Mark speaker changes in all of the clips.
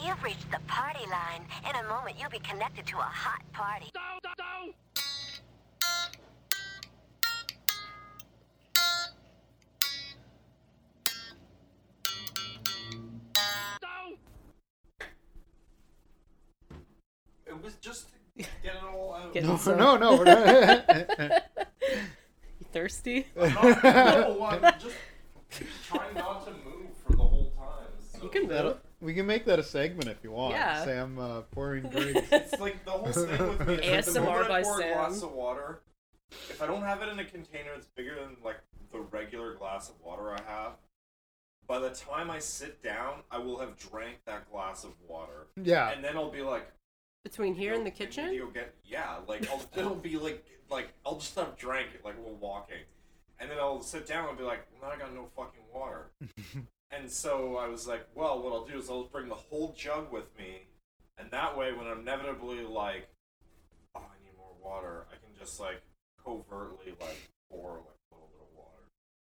Speaker 1: You've reached the party line. In a moment, you'll be connected to a hot party.
Speaker 2: It was just get it all uh, out.
Speaker 3: Get
Speaker 2: Get
Speaker 3: it
Speaker 2: no,
Speaker 3: so-
Speaker 4: No, no, we're not.
Speaker 3: You thirsty?
Speaker 2: not, no, I'm just trying not to move for the whole time. So.
Speaker 3: You can
Speaker 4: That'll-
Speaker 3: move.
Speaker 4: we can make that a segment if you want.
Speaker 3: Yeah.
Speaker 4: Sam uh, pouring drinks.
Speaker 2: It's like the whole thing with me. is that the
Speaker 3: ASMR
Speaker 2: moment
Speaker 3: by
Speaker 2: I pour a
Speaker 3: Sam.
Speaker 2: glass of water, if I don't have it in a container that's bigger than like the regular glass of water I have, by the time I sit down, I will have drank that glass of water,
Speaker 4: Yeah.
Speaker 2: and then I'll be like,
Speaker 3: Between here
Speaker 2: "Yo,
Speaker 3: and the
Speaker 2: I need to
Speaker 3: kitchen?
Speaker 2: go get yeah, like I'll, it'll be like like I'll just have drank it like while walking, and then I'll sit down and be like, now I got no fucking water. And so I was like, well, what I'll do is I'll bring the whole jug with me, and that way, when I'm inevitably like, oh, I need more water, I can just like covertly like pour like a little bit of water.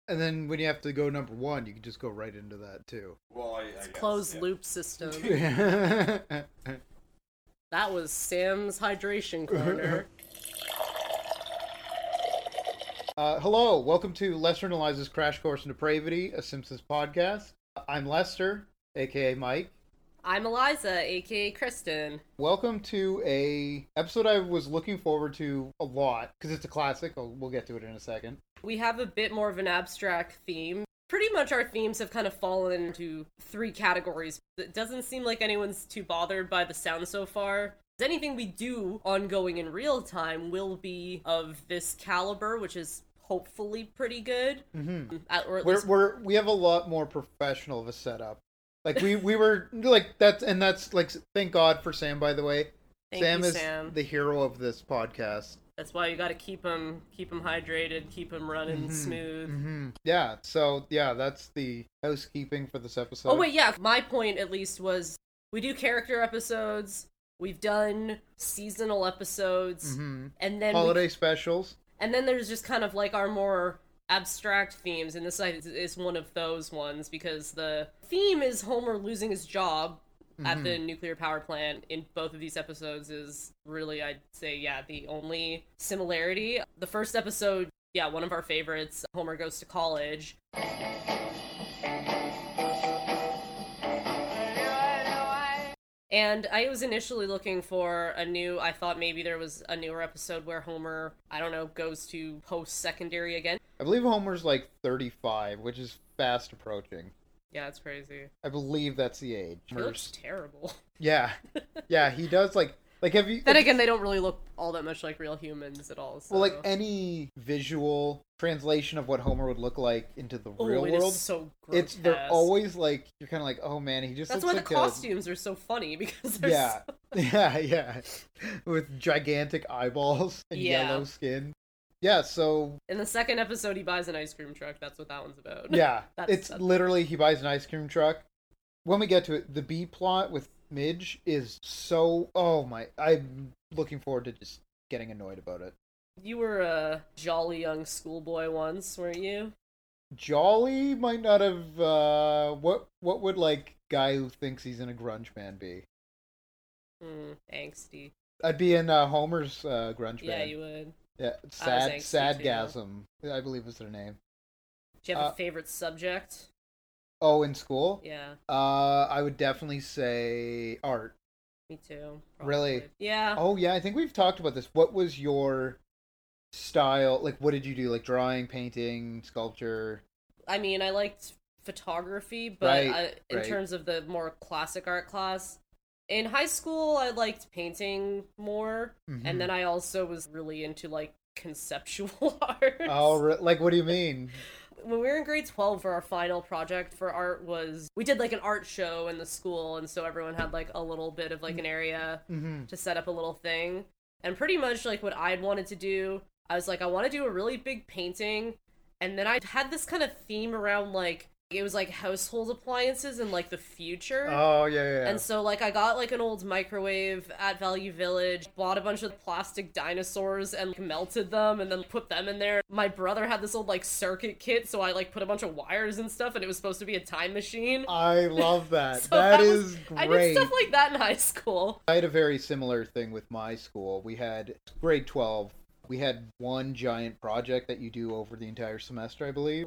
Speaker 4: And then when you have to go number one, you can just go right into that too.
Speaker 2: Well, I, I
Speaker 3: It's
Speaker 2: guess,
Speaker 3: closed
Speaker 2: yeah.
Speaker 3: loop system.
Speaker 4: yeah.
Speaker 3: That was Sam's hydration corner.
Speaker 4: Uh, hello, welcome to Lester and Eliza's Crash Course in Depravity, a Simpsons podcast. I'm Lester, aka Mike.
Speaker 3: I'm Eliza, aka Kristen.
Speaker 4: Welcome to a episode I was looking forward to a lot because it's a classic. I'll, we'll get to it in a second.
Speaker 3: We have a bit more of an abstract theme. Pretty much our themes have kind of fallen into three categories. It doesn't seem like anyone's too bothered by the sound so far. Anything we do ongoing in real time will be of this caliber, which is hopefully pretty good. Um,
Speaker 4: Mm-hmm.
Speaker 3: At- or at
Speaker 4: We're,
Speaker 3: least
Speaker 4: we're we have a lot more professional of a setup. Like we we were like that's and that's like thank God for Sam by the way.
Speaker 3: Thank
Speaker 4: Sam
Speaker 3: you,
Speaker 4: is
Speaker 3: Sam.
Speaker 4: the hero of this podcast.
Speaker 3: That's why you got to keep them, keep them hydrated, keep them running smooth.
Speaker 4: Mm-hmm. Yeah. So yeah, that's the housekeeping for this episode.
Speaker 3: Oh wait, yeah. My point, at least, was we do character episodes. We've done seasonal episodes,
Speaker 4: hmm
Speaker 3: and then we,
Speaker 4: Holiday specials.
Speaker 3: and then there's just kind of like our more abstract themes, and this I- is one of those ones because the theme is Homer losing his job at the nuclear power plant in both of these episodes is really I'd say yeah the only similarity. The first episode, yeah, one of our favorites, Homer goes to college And I was initially looking for a new. I thought maybe there was a newer episode where Homer, I don't know, goes to post secondary again.
Speaker 4: I believe Homer's like 35, which is fast approaching.
Speaker 3: Yeah, it's crazy.
Speaker 4: I believe that's the age.
Speaker 3: He looks
Speaker 4: Homer's-
Speaker 3: terrible.
Speaker 4: Yeah, yeah, he does like like have you
Speaker 3: then again, they don't really look all that much like real humans at all. So.
Speaker 4: well like any visual translation of what Homer would look like into the
Speaker 3: Oh,
Speaker 4: real
Speaker 3: it is
Speaker 4: world.
Speaker 3: so grotesque.
Speaker 4: it's they're always like you're kind of like oh man he just
Speaker 3: That's why
Speaker 4: looks
Speaker 3: the
Speaker 4: like a-
Speaker 3: costumes are so funny because they're
Speaker 4: yeah
Speaker 3: so-
Speaker 4: yeah yeah with gigantic eyeballs and
Speaker 3: Yeah.
Speaker 4: yellow skin yeah so
Speaker 3: In the second episode, he buys an ice cream truck. That's what that one's about.
Speaker 4: yeah
Speaker 3: That's-
Speaker 4: it's
Speaker 3: that's-
Speaker 4: literally he buys an ice cream truck when we get to it the b plot with midge is so oh my i'm looking forward to just getting annoyed about it
Speaker 3: You were a jolly young schoolboy once, weren't you?
Speaker 4: jolly might not have uh what what would like guy who thinks he's in a grunge band be
Speaker 3: Mm, angsty.
Speaker 4: i'd be in uh, homer's uh grunge
Speaker 3: Yeah,
Speaker 4: band
Speaker 3: you would.
Speaker 4: yeah sad
Speaker 3: angsty too.
Speaker 4: sadgasm i believe is their name
Speaker 3: Do you have
Speaker 4: Uh,
Speaker 3: a favorite subject?
Speaker 4: oh in school
Speaker 3: Yeah,
Speaker 4: Uh, I would definitely say art.
Speaker 3: me too.
Speaker 4: Really?
Speaker 3: probably. Yeah.
Speaker 4: Oh yeah, I think we've talked about this. What was your style? Like, what did you do? Like drawing, painting, sculpture.
Speaker 3: I mean, I liked photography, but
Speaker 4: Right,
Speaker 3: I, in
Speaker 4: right.
Speaker 3: terms of the more classic art class, in high school, I liked painting more,
Speaker 4: Mhm.
Speaker 3: and then I also was really into like conceptual art.
Speaker 4: Oh, re- like what do you mean?
Speaker 3: when we were in grade 12 for our final project for art was we did like an art show in the school and so everyone had like a little bit of like an area
Speaker 4: hmm
Speaker 3: to set up a little thing and pretty much like what i'd wanted to do i was like i want to do a really big painting and then i had this kind of theme around like It was like household appliances and like the future.
Speaker 4: Oh yeah, yeah. yeah.
Speaker 3: And so, like, I got like an old microwave at Value Village, bought a bunch of plastic dinosaurs and like, melted them and then put them in there. My brother had this old like circuit kit, so I like put a bunch of wires and stuff, and it was supposed to be a time machine.
Speaker 4: I love that.
Speaker 3: So that
Speaker 4: that
Speaker 3: was-
Speaker 4: is
Speaker 3: I
Speaker 4: great.
Speaker 3: did stuff like that in high school.
Speaker 4: I had a very similar thing with my school. We had grade 12, we had one giant project that you do over the entire semester, I believe.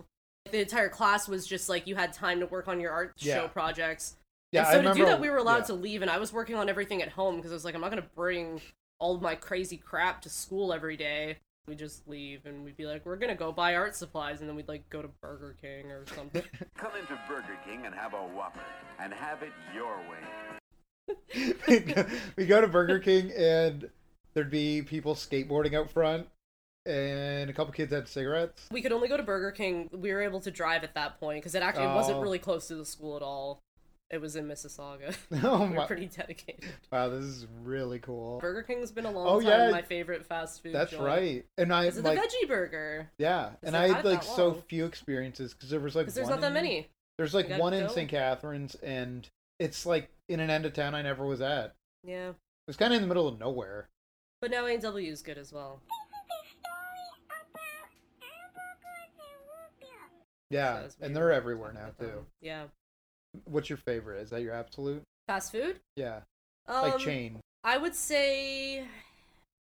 Speaker 3: The entire class was just like you had time to work on your art
Speaker 4: Yeah.
Speaker 3: show projects.
Speaker 4: Yeah,
Speaker 3: and so
Speaker 4: I
Speaker 3: to
Speaker 4: remember
Speaker 3: do that, we were allowed
Speaker 4: yeah.
Speaker 3: to leave, and I was working on everything at home because I was like, I'm not gonna bring all of my crazy crap to school every day. We just leave, and we'd be like, we're gonna go buy art supplies, and then we'd like go to Burger King or something.
Speaker 5: Come into Burger King and have a Whopper, and have it your way.
Speaker 4: we go- we go to Burger King and there'd be people skateboarding out front and a couple kids had cigarettes.
Speaker 3: we could only go to Burger King. We were able to drive at that point because it actually wasn't
Speaker 4: Oh.
Speaker 3: really close to the school at all. It was in Mississauga.
Speaker 4: Oh
Speaker 3: we were
Speaker 4: my
Speaker 3: pretty dedicated.
Speaker 4: Wow, this is really cool.
Speaker 3: Burger King's been a long
Speaker 4: Oh,
Speaker 3: time
Speaker 4: yeah.
Speaker 3: my favorite fast food.
Speaker 4: That's
Speaker 3: joint.
Speaker 4: right. And I
Speaker 3: Is it
Speaker 4: like
Speaker 3: the veggie burger?
Speaker 4: yeah, and
Speaker 3: it
Speaker 4: I
Speaker 3: not
Speaker 4: had
Speaker 3: that
Speaker 4: like so
Speaker 3: long?
Speaker 4: few experiences cuz there was like
Speaker 3: Because there's
Speaker 4: one
Speaker 3: not that
Speaker 4: in-
Speaker 3: many.
Speaker 4: There's like
Speaker 3: gotta
Speaker 4: one in
Speaker 3: go.
Speaker 4: St. Catharines and it's like in an end of town I never was at.
Speaker 3: Yeah.
Speaker 4: It was kind of in the middle of nowhere.
Speaker 3: But now A&W is good as well. So
Speaker 4: Yeah,
Speaker 3: it's
Speaker 4: and
Speaker 3: weird
Speaker 4: they're
Speaker 3: we're
Speaker 4: everywhere now
Speaker 3: talking about
Speaker 4: too.
Speaker 3: them. Yeah.
Speaker 4: What's your favorite? Is that your absolute?
Speaker 3: Fast food?
Speaker 4: Yeah,
Speaker 3: Um,
Speaker 4: like chain.
Speaker 3: I would say,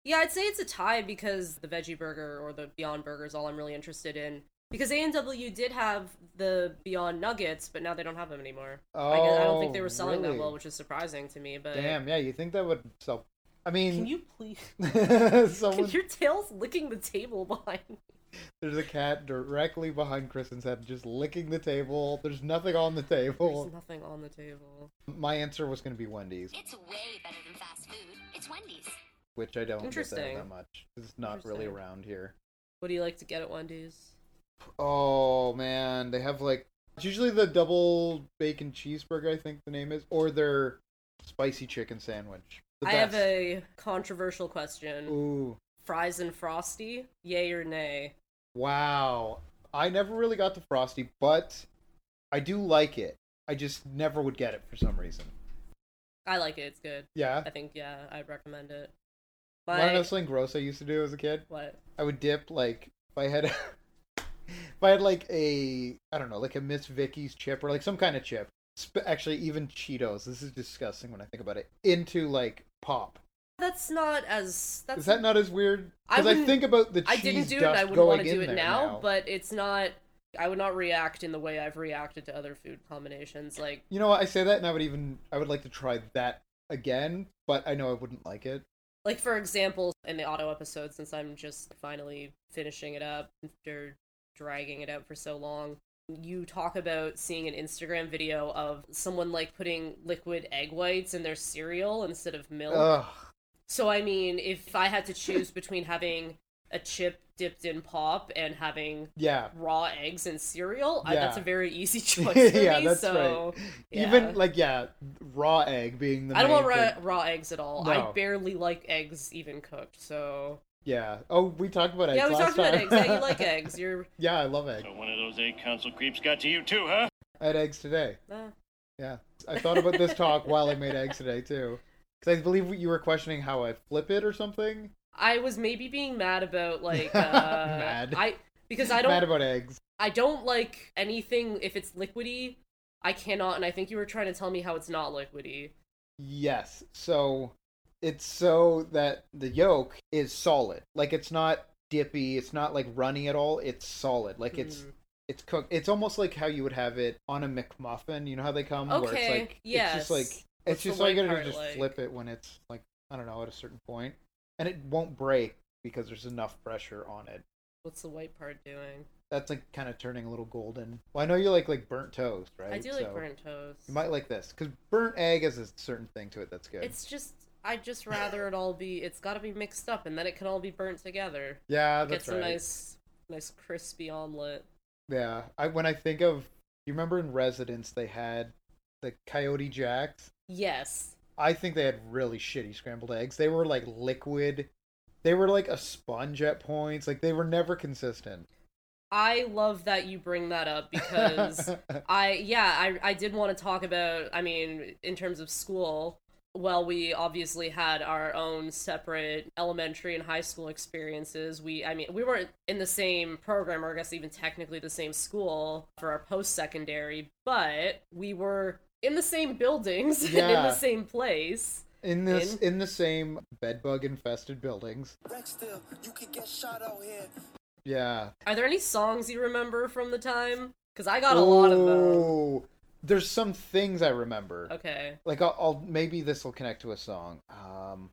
Speaker 3: yeah, I'd say it's a tie because the veggie burger or the Beyond Burger is all I'm really interested in. Because A and W did have the Beyond Nuggets, but now they don't have them anymore. I, guess- I don't think they
Speaker 4: Oh,
Speaker 3: were selling
Speaker 4: really?
Speaker 3: that well, which is surprising to me. But
Speaker 4: Damn, yeah, you think that would sell? I mean,
Speaker 3: can you please?
Speaker 4: someone
Speaker 3: Your tail's licking the table behind. me.
Speaker 4: there's a cat directly behind Kristen's head, just licking the table. There's nothing on the
Speaker 3: There's
Speaker 4: table.
Speaker 3: nothing on the table.
Speaker 4: My answer was going to be Wendy's,
Speaker 6: It's way better than fast food. It's Wendy's.
Speaker 4: which I don't get that,
Speaker 3: Interesting.
Speaker 4: that much. It's not really
Speaker 3: Interesting.
Speaker 4: around here.
Speaker 3: What do you like to get at Wendy's?
Speaker 4: Oh man, they have like it's usually the double bacon cheeseburger, I think the name is, or their spicy chicken sandwich. The
Speaker 3: I have
Speaker 4: best.
Speaker 3: a controversial question:
Speaker 4: Ooh,
Speaker 3: fries and frosty, yay or nay?
Speaker 4: wow. I never really got the frosty, but I do like it. I just never would get it for some reason.
Speaker 3: I like it. It's good.
Speaker 4: Yeah.
Speaker 3: I think yeah, I'd recommend it.
Speaker 4: Want to know
Speaker 3: My
Speaker 4: something gross I used to do as a kid?
Speaker 3: what?
Speaker 4: I would dip like if I had if I had like a I don't know like a Miss Vicky's chip or like some kind of chip. Sp- actually, even Cheetos. This is disgusting when I think about it. Into like pop.
Speaker 3: That's not as that's
Speaker 4: Is that not as weird?
Speaker 3: I
Speaker 4: Because I,
Speaker 3: wouldn't-
Speaker 4: think about the cheese
Speaker 3: I didn't do it. and
Speaker 4: dust
Speaker 3: I wouldn't
Speaker 4: going
Speaker 3: want to
Speaker 4: in
Speaker 3: do it
Speaker 4: there
Speaker 3: now, but it's not. I would not react in the way I've reacted to other food combinations. Like
Speaker 4: you know what? I say that, and I would even I would like to try that again, but I know I wouldn't like it.
Speaker 3: like for example, in the auto episode, since I'm just finally finishing it up after dragging it out for so long. You talk about seeing an Instagram video of someone like putting liquid egg whites in their cereal instead of milk.
Speaker 4: Ugh.
Speaker 3: So I mean, if I had to choose between having a chip dipped in pop and having
Speaker 4: Yeah.
Speaker 3: raw eggs and cereal, I, that's a
Speaker 4: Yeah.
Speaker 3: very easy choice for
Speaker 4: yeah,
Speaker 3: me.
Speaker 4: that's
Speaker 3: so
Speaker 4: right.
Speaker 3: yeah.
Speaker 4: Even like yeah, raw egg being the.
Speaker 3: I don't
Speaker 4: main
Speaker 3: want raw,
Speaker 4: thing.
Speaker 3: raw eggs at all. I
Speaker 4: No.
Speaker 3: barely like eggs even cooked. So
Speaker 4: Yeah. Oh, we talked about eggs.
Speaker 3: yeah, we
Speaker 4: last
Speaker 3: talked about
Speaker 4: time.
Speaker 3: eggs. Yeah, you like eggs. You're
Speaker 4: yeah, I love eggs.
Speaker 7: So one of those egg council creeps got to you too, huh?
Speaker 4: I had eggs today.
Speaker 3: uh,
Speaker 4: Yeah, I thought about this talk while I made eggs today too, because I believe you were questioning how I flip it or something.
Speaker 3: I was maybe being mad about like uh,
Speaker 4: Mad.
Speaker 3: I because I don't
Speaker 4: Mad about eggs.
Speaker 3: I don't like anything if it's liquidy. I cannot, and I think you were trying to tell me how it's not liquidy.
Speaker 4: Yes. So it's so that the yolk is solid. Like it's not dippy. It's not like runny at all. It's solid. Like it's
Speaker 3: Mm.
Speaker 4: it's cooked. It's almost like how you would have it on a McMuffin. You know how they come where it's
Speaker 3: Okay,
Speaker 4: like it's just
Speaker 3: yes.
Speaker 4: like it's
Speaker 3: What's the
Speaker 4: just like
Speaker 3: white
Speaker 4: to
Speaker 3: part
Speaker 4: just
Speaker 3: like?
Speaker 4: flip it when it's like I don't know at a certain point, and it won't break because there's enough pressure on it.
Speaker 3: What's the white part doing?
Speaker 4: That's like kind of turning a little golden. Well, I know you like like burnt toast, right?
Speaker 3: I do like
Speaker 4: So
Speaker 3: burnt toast.
Speaker 4: You might like this because burnt egg has a certain thing to it that's good.
Speaker 3: It's just I just rather it all be it's got to be mixed up and then it can all be burnt together.
Speaker 4: yeah, that's
Speaker 3: Gets a
Speaker 4: right.
Speaker 3: nice nice crispy omelet.
Speaker 4: Yeah, I when I think of you remember in Residence they had the Coyote Jacks.
Speaker 3: Yes.
Speaker 4: I think they had really shitty scrambled eggs. They were like liquid. They were like a sponge at points. Like they were never consistent.
Speaker 3: I love that you bring that up because I yeah, I I did want to talk about I mean, in terms of school, well we obviously had our own separate elementary and high school experiences. We I mean, we weren't in the same program or I guess even technically the same school for our post-secondary, but we were in the same buildings and in
Speaker 4: Yeah.
Speaker 3: the same place.
Speaker 4: in this in the same bedbug infested buildings.
Speaker 8: Rexdale, you could get shot out here.
Speaker 4: Yeah.
Speaker 3: Are there any songs you remember from the time? Cuz I got a lot of them.
Speaker 4: Oh, There's some things I remember.
Speaker 3: Okay.
Speaker 4: Like I'll, I'll maybe this will connect to a song. Um,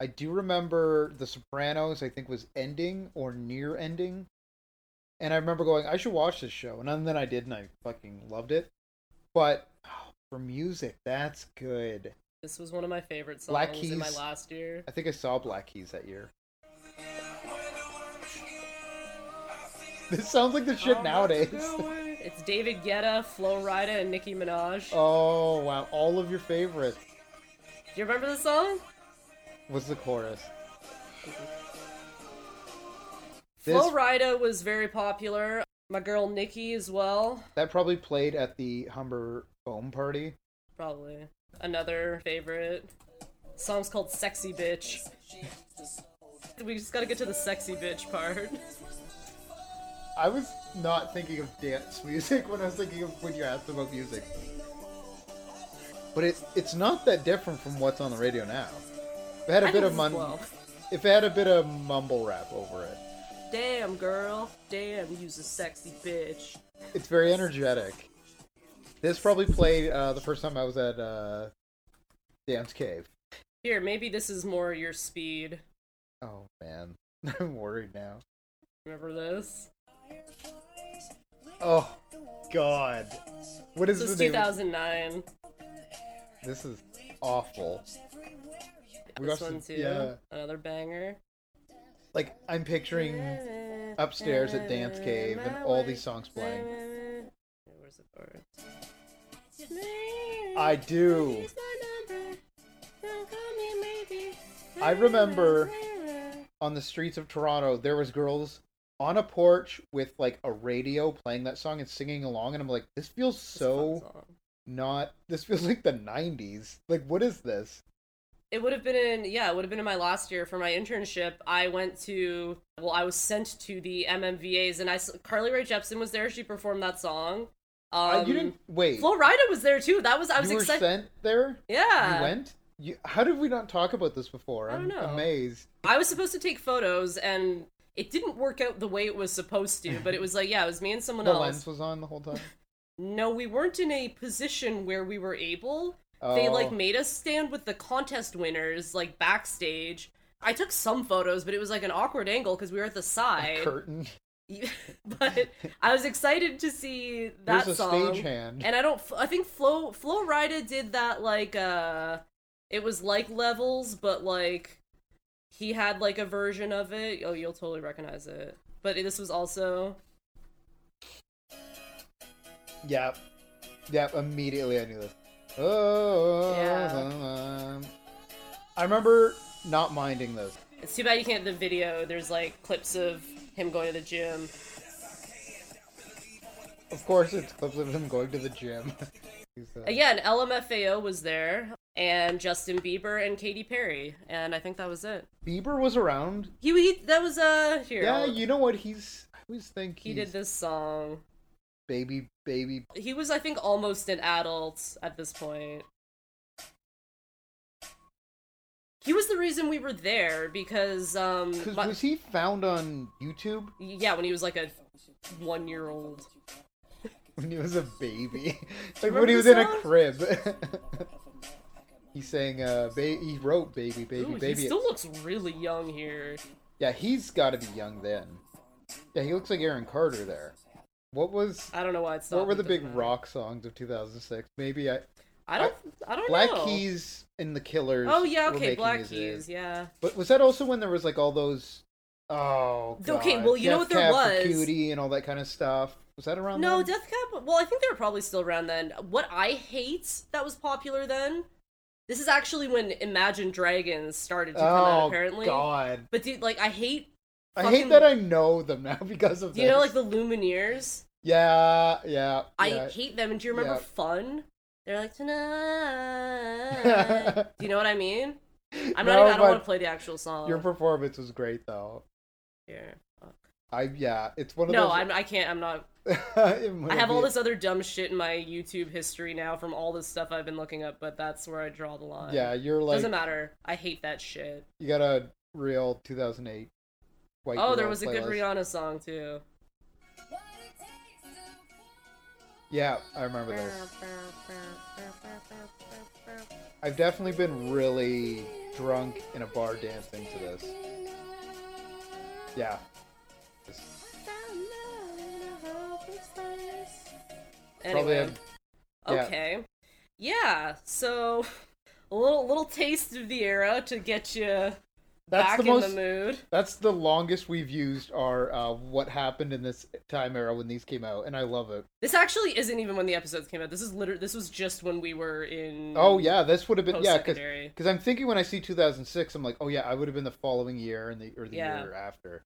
Speaker 4: I do remember The Sopranos. I think was ending or near ending, and I remember going, I should watch this show, and then I did, and I fucking loved it. But oh, for music, that's good.
Speaker 3: This was one of my favorite songs
Speaker 4: Black
Speaker 3: in my
Speaker 4: Keys.
Speaker 3: last year.
Speaker 4: I think I saw Black Keys that year. This sounds like the shit nowadays.
Speaker 3: It's David Guetta, Flo Rida, and Nicki Minaj.
Speaker 4: Oh wow! All of your favorites.
Speaker 3: Do you remember the song?
Speaker 4: What's the chorus?
Speaker 3: Flo
Speaker 4: This-
Speaker 3: Rida was very popular. My girl Nicki as well,
Speaker 4: That probably played at the Humber Foam Party.
Speaker 3: probably another favorite. song's called "Sexy Bitch." We just gotta get to the "sexy bitch" part.
Speaker 4: I was not thinking of dance music when I was thinking of when you asked about music. But it, it's not that different from what's on the radio now. If it had a
Speaker 3: I
Speaker 4: bit
Speaker 3: think
Speaker 4: of
Speaker 3: as
Speaker 4: mun-
Speaker 3: well.
Speaker 4: if it had a bit of mumble rap over it,
Speaker 3: Damn girl, damn, you's a sexy bitch.
Speaker 4: it's very energetic. This probably played uh, the first time I was at uh, Dance Cave.
Speaker 3: Here, maybe this is more your speed.
Speaker 4: Oh man, I'm worried now.
Speaker 3: Remember this?
Speaker 4: Oh God, what is
Speaker 3: This was
Speaker 4: the name? Of-
Speaker 3: 2009.
Speaker 4: this is awful. We
Speaker 3: This
Speaker 4: must-
Speaker 3: one too.
Speaker 4: Yeah,
Speaker 3: Another banger.
Speaker 4: like I'm picturing upstairs at Dance Cave and all these songs playing.
Speaker 3: Where's the chorus?
Speaker 4: I do. I remember on the streets of Toronto, there was girls on a porch with like a radio playing that song and singing along, and I'm like, this feels
Speaker 3: It's a fun
Speaker 4: so
Speaker 3: song.
Speaker 4: not. This feels like the '90s. Like, what is this?
Speaker 3: It would have been in yeah, it would have been in my last year for my internship. I went to well, I was sent to the MMVAs, and I s- Carly Rae Jepsen was there. She performed that song.
Speaker 4: Uh,
Speaker 3: Um,
Speaker 4: you didn't wait.
Speaker 3: Flo Rida was there too. That was I was
Speaker 4: you were
Speaker 3: excited.
Speaker 4: sent there.
Speaker 3: yeah,
Speaker 4: You went. You, how did we not talk about this before?
Speaker 3: I
Speaker 4: I'm
Speaker 3: don't know.
Speaker 4: amazed.
Speaker 3: I was supposed to take photos, and it didn't work out the way it was supposed to. But it was like yeah, it was me and someone
Speaker 4: The
Speaker 3: else.
Speaker 4: lens was on the whole time.
Speaker 3: No, we weren't in a position where we were able. They like
Speaker 4: Oh.
Speaker 3: made us stand with the contest winners like backstage. I took some photos, but it was like an awkward angle because we were at the side.
Speaker 4: curtain.
Speaker 3: e-, but I was excited to see that
Speaker 4: There's a
Speaker 3: song.
Speaker 4: stagehand.
Speaker 3: And I don't. f- I think Flo Flo Rida did that like uh, it was like levels, but like he had like a version of it. Oh, you'll totally recognize it. But this was also
Speaker 4: Yep. Yep, immediately I knew this. Oh,
Speaker 3: Yeah.
Speaker 4: I remember not minding this.
Speaker 3: It's too bad you can't the video. There's like clips of him going to the gym.
Speaker 4: Of course, it's clips of him going to the gym. He's, uh,
Speaker 3: Again, LMFAO was there, and Justin Bieber and Katy Perry, and I think that was it.
Speaker 4: Bieber was around.
Speaker 3: He, he that was uh here.
Speaker 4: Yeah,
Speaker 3: I'll-
Speaker 4: you know what? He's. I always think
Speaker 3: he
Speaker 4: he's
Speaker 3: did this song.
Speaker 4: Baby, baby.
Speaker 3: He was I think almost an adult at this point. He was the reason we were there because um
Speaker 4: 'Cause
Speaker 3: my-
Speaker 4: was he found on YouTube
Speaker 3: yeah when he was like a one year old.
Speaker 4: when he was a baby? like
Speaker 3: remember
Speaker 4: when he
Speaker 3: the
Speaker 4: was in a
Speaker 3: song?
Speaker 4: crib. he sang. Uh, ba- he wrote "Baby, Baby,
Speaker 3: Ooh,
Speaker 4: Baby."
Speaker 3: he still looks really young here.
Speaker 4: Yeah, he's got to be young then. Yeah, he looks like Aaron Carter there. What was
Speaker 3: I don't know why it's not.
Speaker 4: what were the
Speaker 3: it
Speaker 4: big
Speaker 3: doesn't matter.
Speaker 4: rock songs of 2006? Maybe I
Speaker 3: I don't. I don't
Speaker 4: Black
Speaker 3: know.
Speaker 4: Keys and the Killers.
Speaker 3: Oh yeah.
Speaker 4: were
Speaker 3: Okay.
Speaker 4: making
Speaker 3: Black
Speaker 4: music.
Speaker 3: Keys. Yeah.
Speaker 4: But was that also when there was like all those? Oh. God.
Speaker 3: Okay, well, you know
Speaker 4: Death
Speaker 3: what there
Speaker 4: Cab for
Speaker 3: was?
Speaker 4: Cutie and all that kind of stuff. Was that around?
Speaker 3: No,
Speaker 4: then?
Speaker 3: Death Cab. Well, I think they were probably still around then. What I hate that was popular then. This is actually when Imagine Dragons started to come out.
Speaker 4: Oh
Speaker 3: Apparently.
Speaker 4: God.
Speaker 3: But dude, like I hate
Speaker 4: I hate
Speaker 3: fucking-
Speaker 4: that I know them now because of
Speaker 3: Do you know like
Speaker 4: this.
Speaker 3: the Lumineers?
Speaker 4: yeah, yeah.
Speaker 3: I hate them. And do you remember
Speaker 4: Yeah.
Speaker 3: Fun? They're like tonight. do you know what I mean? I'm not.
Speaker 4: No,
Speaker 3: Even, I don't
Speaker 4: but
Speaker 3: want to play the actual song.
Speaker 4: Your performance was great though.
Speaker 3: Here.
Speaker 4: I yeah, it's one of
Speaker 3: No,
Speaker 4: those.
Speaker 3: I'm, I can't. I'm not.
Speaker 4: I'm.
Speaker 3: I have all this other dumb shit in my YouTube history now from all this stuff I've been looking up, but that's where I draw the line.
Speaker 4: Yeah, you're like
Speaker 3: doesn't matter. I hate that shit.
Speaker 4: you got a real 2008. White
Speaker 3: oh, there
Speaker 4: girl
Speaker 3: was a good
Speaker 4: playlist.
Speaker 3: Rihanna song too.
Speaker 4: Yeah, I remember this. I've definitely been really drunk in a bar dancing to this. Yeah. Probably
Speaker 3: Anyway,
Speaker 4: have- yeah.
Speaker 3: okay, yeah. So a little little taste of the era to get you
Speaker 4: That's
Speaker 3: back
Speaker 4: the
Speaker 3: in
Speaker 4: most
Speaker 3: the mood.
Speaker 4: that's the longest we've used our uh, what happened in this time era when these came out and I love it.
Speaker 3: This actually isn't even when the episodes came out. This is literally this was just when we were in.
Speaker 4: Oh yeah, this would have been yeah cuz
Speaker 3: post-secondary.
Speaker 4: cuz I'm thinking when I see 2006 I'm like, "Oh yeah, I would have been the following year and the or the
Speaker 3: Yeah.
Speaker 4: year after."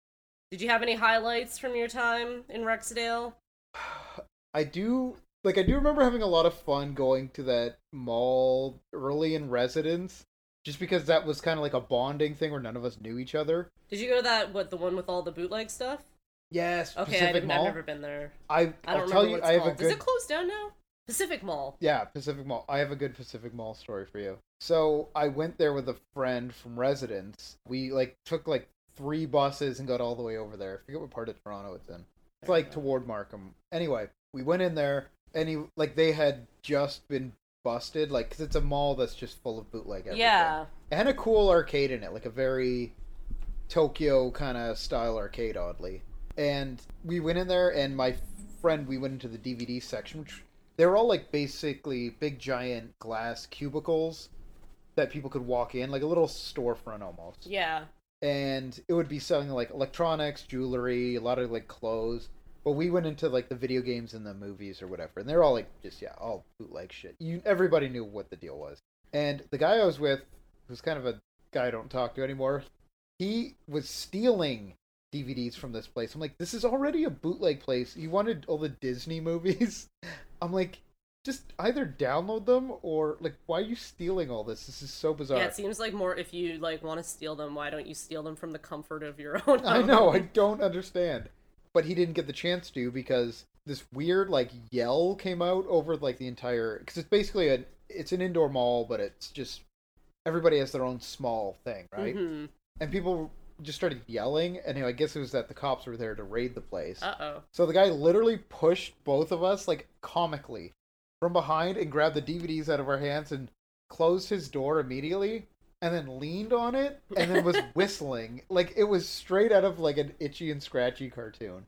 Speaker 3: Did you have any highlights from your time in Rexdale?
Speaker 4: I do like I do remember having a lot of fun going to that mall early in residence just because that was kind of like a bonding thing where none of us knew each other.
Speaker 3: Did you go to that what the one with all the bootleg stuff?
Speaker 4: Yes,
Speaker 3: Okay, I
Speaker 4: Pacific
Speaker 3: didn't, I've
Speaker 4: Mall.
Speaker 3: never been there.
Speaker 4: I,
Speaker 3: I don't
Speaker 4: I'll
Speaker 3: remember
Speaker 4: tell you,
Speaker 3: what it's
Speaker 4: I have
Speaker 3: called.
Speaker 4: a good
Speaker 3: Is it closed down now? Pacific Mall.
Speaker 4: yeah Pacific Mall. I have a good Pacific Mall story for you. So I went there with a friend from residence. We like took like three buses and got all the way over there. I forget what part of Toronto it's in. It's like toward Markham. Anyway, we went in there, and he like they had just been busted, like 'cause it's a mall that's just full of bootleg. Everything.
Speaker 3: Yeah.
Speaker 4: It had a cool arcade in it, like a very Tokyo kind of style arcade, oddly. And we went in there, and my friend, we went into the DVD section. Which they were all like basically big, giant glass cubicles that people could walk in, like a little storefront almost
Speaker 3: Yeah.
Speaker 4: and it would be selling like electronics, jewelry, a lot of like clothes. But we went into like the video games and the movies or whatever, and they're all like just yeah, all bootleg shit. You everybody knew what the deal was. And the guy I was with, who's kind of a guy I don't talk to anymore, he was stealing DVDs from this place. I'm like, this is already a bootleg place. You wanted all the Disney movies. I'm like, just either download them or like, why are you stealing all this? This is so bizarre.
Speaker 3: Yeah, it seems like more if you like want to steal them, why don't you steal them from the comfort of your own?
Speaker 4: I
Speaker 3: home?
Speaker 4: know, I don't understand. But he didn't get the chance to because this weird like yell came out over like the entire because it's basically a it's an indoor mall, but it's just everybody has their own small thing, right?
Speaker 3: Mhm.
Speaker 4: And people just started yelling, and I guess it was that the cops were there to raid the place.
Speaker 3: Uh-oh.
Speaker 4: So the guy literally pushed both of us like comically from behind and grabbed the DVDs out of our hands and closed his door immediately and then leaned on it and then was whistling like it was straight out of like an itchy and scratchy cartoon.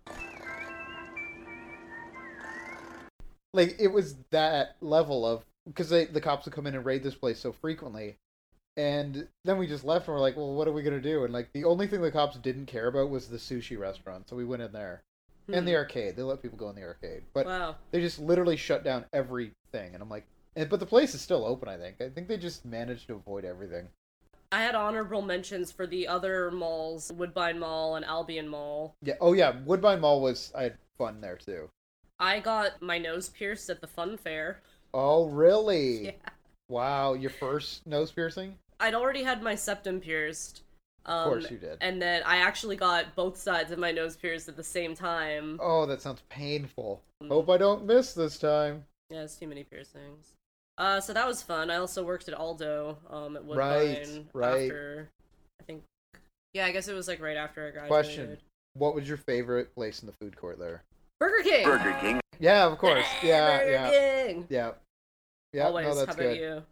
Speaker 4: Like it was that level of because the cops would come in and raid this place so frequently. And then we just left and we're like, well, what are we going to do? And like the only thing the cops didn't care about was the sushi restaurant. So we went in there and the arcade. They let people go in the arcade, but
Speaker 3: Wow.
Speaker 4: they just literally shut down everything. And I'm like, and, but the place is still open. I think. I think they just managed to avoid everything.
Speaker 3: I had honorable mentions for the other malls, Woodbine Mall and Albion Mall.
Speaker 4: Yeah. Oh yeah, Woodbine Mall was. I had fun there too.
Speaker 3: I got my nose pierced at the fun fair.
Speaker 4: Oh really?
Speaker 3: Yeah.
Speaker 4: Wow. Your first nose piercing?
Speaker 3: I'd already had my septum pierced. Um,
Speaker 4: Of course you did.
Speaker 3: And then I actually got both sides of my nose pierced at the same time.
Speaker 4: Oh, that sounds painful.
Speaker 3: Mm.
Speaker 4: Hope I don't miss this time.
Speaker 3: Yeah, it's too many piercings. Uh, so that was fun. I also worked at Aldo um, at
Speaker 4: Right,
Speaker 3: Woodbine
Speaker 4: right.
Speaker 3: after, I think, yeah, I guess it was like right after I graduated.
Speaker 4: Question: What was your favorite place in the food court there?
Speaker 3: Burger King.
Speaker 5: Burger King
Speaker 4: Yeah, of course. Yeah,
Speaker 3: Burger
Speaker 4: yeah,
Speaker 3: King.
Speaker 4: yeah. Yeah,
Speaker 3: Always.
Speaker 4: no,
Speaker 3: How
Speaker 4: that's
Speaker 3: about
Speaker 4: good.
Speaker 3: you?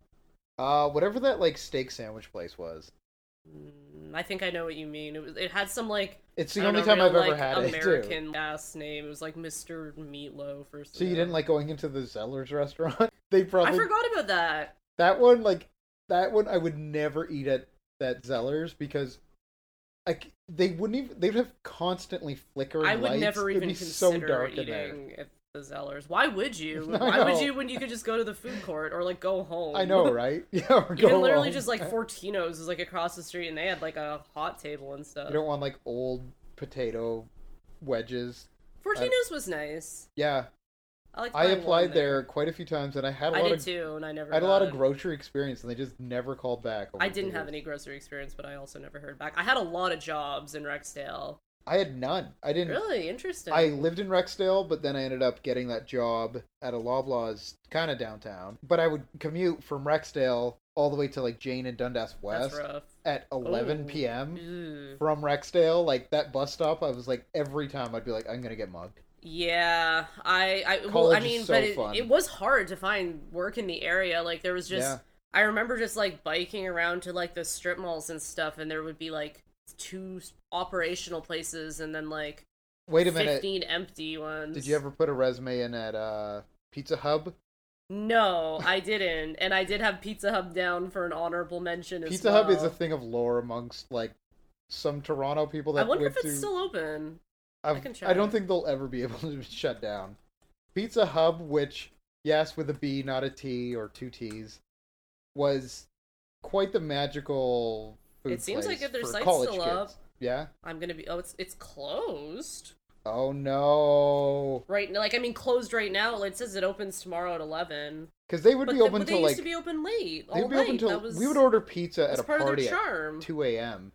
Speaker 4: Uh, whatever that like steak sandwich place was,
Speaker 3: Mm, I think I know what you mean. It was. It had some like.
Speaker 4: It's the
Speaker 3: I don't
Speaker 4: only
Speaker 3: know,
Speaker 4: time
Speaker 3: real,
Speaker 4: I've ever
Speaker 3: like,
Speaker 4: had it. Too.
Speaker 3: American ass name. It was like Mr. Meatloaf or something.
Speaker 4: So you didn't like going into the Zeller's restaurant? They
Speaker 3: I
Speaker 4: probably
Speaker 3: forgot about that.
Speaker 4: that one like that one I would never eat at that Zeller's because like they wouldn't even they'd have constantly flickering
Speaker 3: I would
Speaker 4: lights.
Speaker 3: never
Speaker 4: It'd
Speaker 3: even
Speaker 4: be so
Speaker 3: consider
Speaker 4: dark in there.
Speaker 3: eating at the Zellers. Why would you?
Speaker 4: I
Speaker 3: Why would
Speaker 4: know.
Speaker 3: you when you could just go to the food court or like go home?
Speaker 4: I know, right? Yeah, or
Speaker 3: You
Speaker 4: go
Speaker 3: can literally
Speaker 4: home.
Speaker 3: just like Fortino's is like across the street and they had like a hot table and stuff.
Speaker 4: You don't want like old potato wedges.
Speaker 3: Fortino's was nice.
Speaker 4: Yeah,
Speaker 3: I like.
Speaker 4: I applied there quite a few times, and I had a
Speaker 3: I
Speaker 4: lot
Speaker 3: did
Speaker 4: of
Speaker 3: too, and I never.
Speaker 4: I had a
Speaker 3: got
Speaker 4: lot
Speaker 3: it.
Speaker 4: of grocery experience, and they just never called back. Oh over
Speaker 3: I
Speaker 4: the
Speaker 3: didn't have
Speaker 4: years.
Speaker 3: any grocery experience, but I also never heard back. I had a lot of jobs in Rexdale.
Speaker 4: I had none. I didn't.
Speaker 3: Really interesting.
Speaker 4: I lived in Rexdale, but then I ended up getting that job at a Loblaws, kind of downtown. But I would commute from Rexdale all the way to like Jane and Dundas
Speaker 3: That's
Speaker 4: West
Speaker 3: rough.
Speaker 4: at 11
Speaker 3: Ooh.
Speaker 4: p.m.
Speaker 3: Ooh.
Speaker 4: from Rexdale. Like that bus stop, I was like every time I'd be like, I'm gonna get mugged.
Speaker 3: Yeah, I, I, well, I
Speaker 4: College is
Speaker 3: mean,
Speaker 4: so
Speaker 3: but it,
Speaker 4: fun.
Speaker 3: it was hard to find work in the area. Like there was just,
Speaker 4: Yeah.
Speaker 3: I remember just like biking around to like the strip malls and stuff, and there would be like two s- operational places, and then like
Speaker 4: Wait a minute.
Speaker 3: fifteen empty ones.
Speaker 4: Did you ever put a resume in at uh, Pizza Hub?
Speaker 3: No, I didn't, and I did have Pizza Hub down for an honorable mention. as
Speaker 4: Pizza Hub is a
Speaker 3: well.
Speaker 4: thing of lore amongst like some Toronto people that
Speaker 3: I wonder
Speaker 4: went
Speaker 3: if it's
Speaker 4: to-
Speaker 3: still open.
Speaker 4: I've,
Speaker 3: can
Speaker 4: I don't
Speaker 3: check.
Speaker 4: think they'll ever be able to be shut down. Pizza Hub, which yes, with a B, not a T or two T's, was quite the magical. Food
Speaker 3: It seems like
Speaker 4: place
Speaker 3: if their
Speaker 4: for
Speaker 3: site's
Speaker 4: college
Speaker 3: still
Speaker 4: kids.
Speaker 3: up-
Speaker 4: Yeah.
Speaker 3: I'm gonna be. Oh, it's it's closed
Speaker 4: Oh no,
Speaker 3: right now. Like I mean, closed right now. Like, It says it opens tomorrow at eleven.
Speaker 4: because they would
Speaker 3: But
Speaker 4: be
Speaker 3: the-
Speaker 4: open
Speaker 3: but they
Speaker 4: till
Speaker 3: used
Speaker 4: like
Speaker 3: to be open late.
Speaker 4: they'd
Speaker 3: all
Speaker 4: be open
Speaker 3: night.
Speaker 4: till
Speaker 3: That was,
Speaker 4: we would order pizza at
Speaker 3: that's
Speaker 4: a
Speaker 3: part
Speaker 4: party
Speaker 3: of their
Speaker 4: at
Speaker 3: charm.
Speaker 4: two a.m.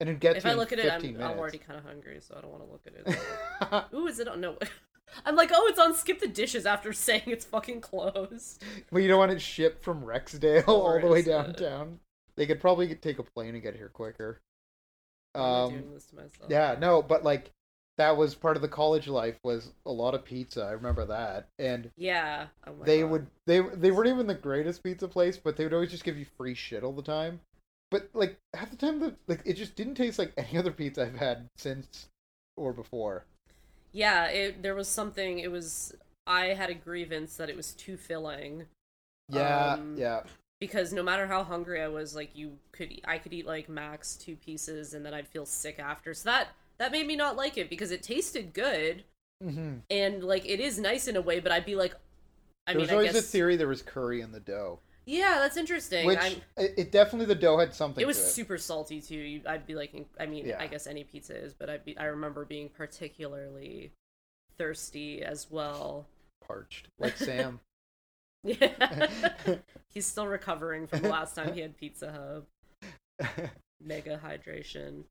Speaker 4: and it'd get
Speaker 3: if
Speaker 4: to you
Speaker 3: I
Speaker 4: in
Speaker 3: look at it, I'm,
Speaker 4: 15
Speaker 3: I'm already
Speaker 4: minutes.
Speaker 3: kind of hungry, so I don't want to look at it. Ooh, is it on? No. I'm like, oh, it's on Skip the Dishes after saying it's fucking closed.
Speaker 4: Well, you don't want it shipped from Rexdale all
Speaker 3: Or
Speaker 4: the way
Speaker 3: is it-
Speaker 4: downtown. They could probably get- take a plane and get here quicker.
Speaker 3: Why am I
Speaker 4: Um,
Speaker 3: doing this to myself?
Speaker 4: yeah, no, but like that was part of the college life was a lot of pizza. I remember that, and
Speaker 3: Yeah. Oh my
Speaker 4: they
Speaker 3: God.
Speaker 4: would they they weren't even the greatest pizza place, but they would always just give you free shit all the time. But like half the time, the like it just didn't taste like any other pizza I've had since or before.
Speaker 3: Yeah. It, there was something. It was. I had a grievance that it was too filling.
Speaker 4: Yeah,
Speaker 3: Um,
Speaker 4: yeah,
Speaker 3: because no matter how hungry I was, like you could, e, I could eat like max two pieces, and then I'd feel sick after. So that that made me not like it because it tasted good
Speaker 4: hmm
Speaker 3: and like it is nice in a way, but I'd be like, I
Speaker 4: there was
Speaker 3: mean, I
Speaker 4: always
Speaker 3: guess,
Speaker 4: a theory there was curry in the dough,
Speaker 3: yeah, that's interesting.
Speaker 4: which
Speaker 3: I'm,
Speaker 4: it, it definitely the dough had something.
Speaker 3: it was
Speaker 4: to
Speaker 3: super salty too. You, I'd be like, "Mm, I mean,
Speaker 4: Yeah.
Speaker 3: I guess any pizza is, but I be, I remember being particularly thirsty as well.
Speaker 4: parched, like Sam.
Speaker 3: Yeah, he's still recovering from the last time he had Pizza Hub. Mega hydration.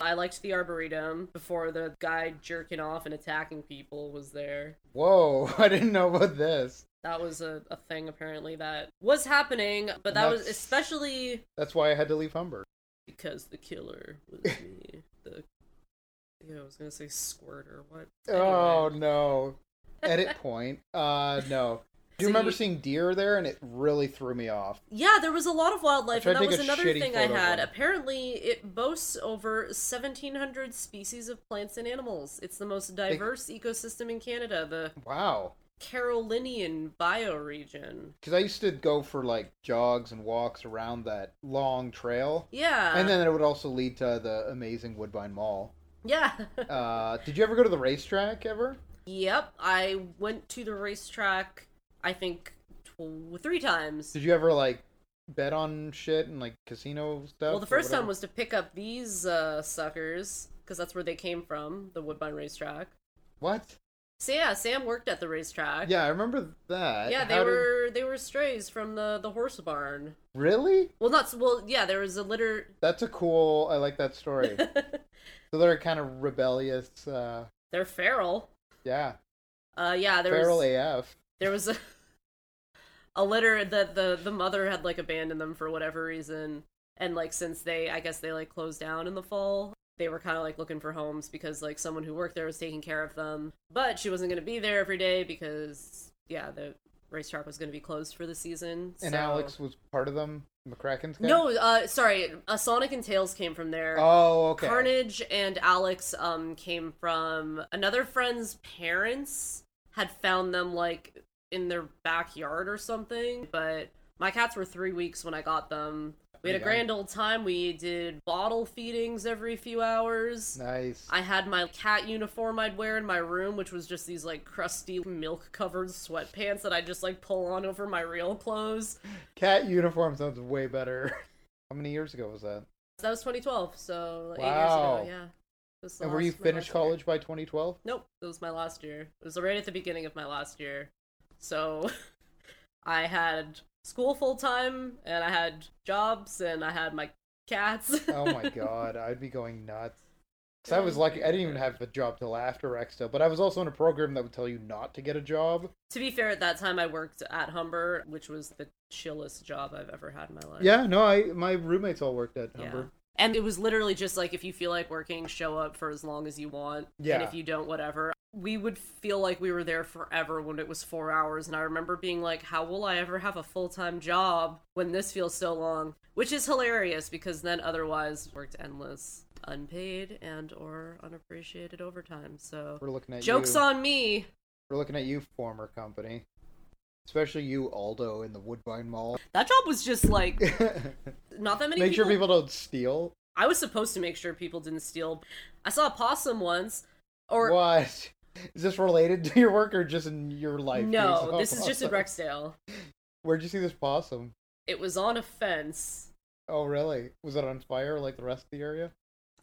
Speaker 3: I liked the Arboretum before the guy jerking off and attacking people was there.
Speaker 4: Whoa, I didn't know about this.
Speaker 3: That was a, a thing apparently that was happening, but that was
Speaker 4: That's-
Speaker 3: especially
Speaker 4: That's why I had to leave Humber.
Speaker 3: because the killer was me. The yeah, I was gonna say squirter. What?
Speaker 4: Oh
Speaker 3: Anyway.
Speaker 4: no. Edit point. Uh no. Do
Speaker 3: So
Speaker 4: you remember
Speaker 3: you-
Speaker 4: seeing deer there and it really threw me off.
Speaker 3: Yeah, there was a lot of wildlife,
Speaker 4: I
Speaker 3: and
Speaker 4: tried
Speaker 3: that
Speaker 4: to
Speaker 3: was
Speaker 4: take a
Speaker 3: another
Speaker 4: shitty
Speaker 3: thing I
Speaker 4: photo of
Speaker 3: had.
Speaker 4: one.
Speaker 3: Apparently, it boasts over 1,700 species of plants and animals. It's the most diverse ecosystem in Canada, the
Speaker 4: Wow.
Speaker 3: Carolinian bioregion.
Speaker 4: Cuz I used to go for like jogs and walks around that long trail.
Speaker 3: Yeah.
Speaker 4: And then it would also lead to the amazing Woodbine Mall.
Speaker 3: yeah.
Speaker 4: Uh did you ever go to the racetrack ever?
Speaker 3: yep. I went to the racetrack, I think, tw- three times.
Speaker 4: Did you ever like bet on shit and like casino stuff?
Speaker 3: Well, the
Speaker 4: or
Speaker 3: first
Speaker 4: whatever?
Speaker 3: time was to pick up these uh, suckers, because that's where they came from, the Woodbine racetrack.
Speaker 4: What?
Speaker 3: So, yeah, Sam worked at the racetrack.
Speaker 4: Yeah, I remember that.
Speaker 3: Yeah, they
Speaker 4: How did-
Speaker 3: were they were strays from the the horse barn.
Speaker 4: Really?
Speaker 3: Well, not s- well. Yeah, there was a litter.
Speaker 4: That's a cool. I like that story.
Speaker 3: They're
Speaker 4: so they're kind of rebellious. Uh,
Speaker 3: feral.
Speaker 4: yeah,
Speaker 3: Uh, yeah, there
Speaker 4: feral
Speaker 3: was
Speaker 4: AF.
Speaker 3: there was a a litter that the the mother had like abandoned them for whatever reason, and like since they I guess they like closed down in the fall. They were kind of like looking for homes because like someone who worked there was taking care of them, but she wasn't going to be there every day because yeah, the racetrack was going to be closed for the season.
Speaker 4: And
Speaker 3: so-
Speaker 4: Alex was part of them. McCracken's guy.
Speaker 3: No, uh, sorry. Uh, Sonic and Tails came from there.
Speaker 4: Oh, okay.
Speaker 3: Carnage and Alex um came from another friend's parents had found them like in their backyard or something. But my cats were three weeks when I got them. We had a
Speaker 4: Yeah.
Speaker 3: grand old time. We did bottle feedings every few hours.
Speaker 4: Nice.
Speaker 3: I had my cat uniform I'd wear in my room, which was just these like crusty milk covered sweatpants that I just like pull on over my real clothes.
Speaker 4: Cat uniform sounds way better. How many years ago was that?
Speaker 3: That was 2012, so like,
Speaker 4: Wow.
Speaker 3: eight years ago. Yeah. It was the
Speaker 4: And were
Speaker 3: last-
Speaker 4: you
Speaker 3: my
Speaker 4: finished
Speaker 3: last year.
Speaker 4: college by 2012?
Speaker 3: Nope, it was my last year. It was right at the beginning of my last year. So I had school full time and I had jobs and I had my cats.
Speaker 4: Oh my god, I'd be going nuts. 'Cause I was lucky; I didn't even have a job till after Rexdale, but I was also in a program that would tell you not to get a job.
Speaker 3: to be fair, at that time I worked at Humber, which was the chillest job I've ever had in my life.
Speaker 4: Yeah, no, I my roommates all worked at
Speaker 3: Yeah.
Speaker 4: Humber.
Speaker 3: And it was literally just like if you feel like working, show up for as long as you want. And
Speaker 4: Yeah.
Speaker 3: if you don't, whatever. We would feel like we were there forever when it was four hours. And I remember being like, how will I ever have a full time job when this feels so long? Which is hilarious because then otherwise worked endless unpaid and or unappreciated overtime. So
Speaker 4: We're looking at
Speaker 3: jokes
Speaker 4: you.
Speaker 3: on me.
Speaker 4: We're looking at you, former company, especially you, Aldo, in the Woodbine Mall.
Speaker 3: That job was just like
Speaker 4: Make
Speaker 3: not that many
Speaker 4: sure people don't steal.
Speaker 3: I was supposed to make sure people didn't steal. I saw a possum once or
Speaker 4: What? Is this related to your work or just in your life? You
Speaker 3: No,
Speaker 4: saw
Speaker 3: this is just in
Speaker 4: possum?
Speaker 3: Rexdale.
Speaker 4: Where'd you see this possum?
Speaker 3: It was on a fence.
Speaker 4: Oh, really? Was it on fire like the rest of the area?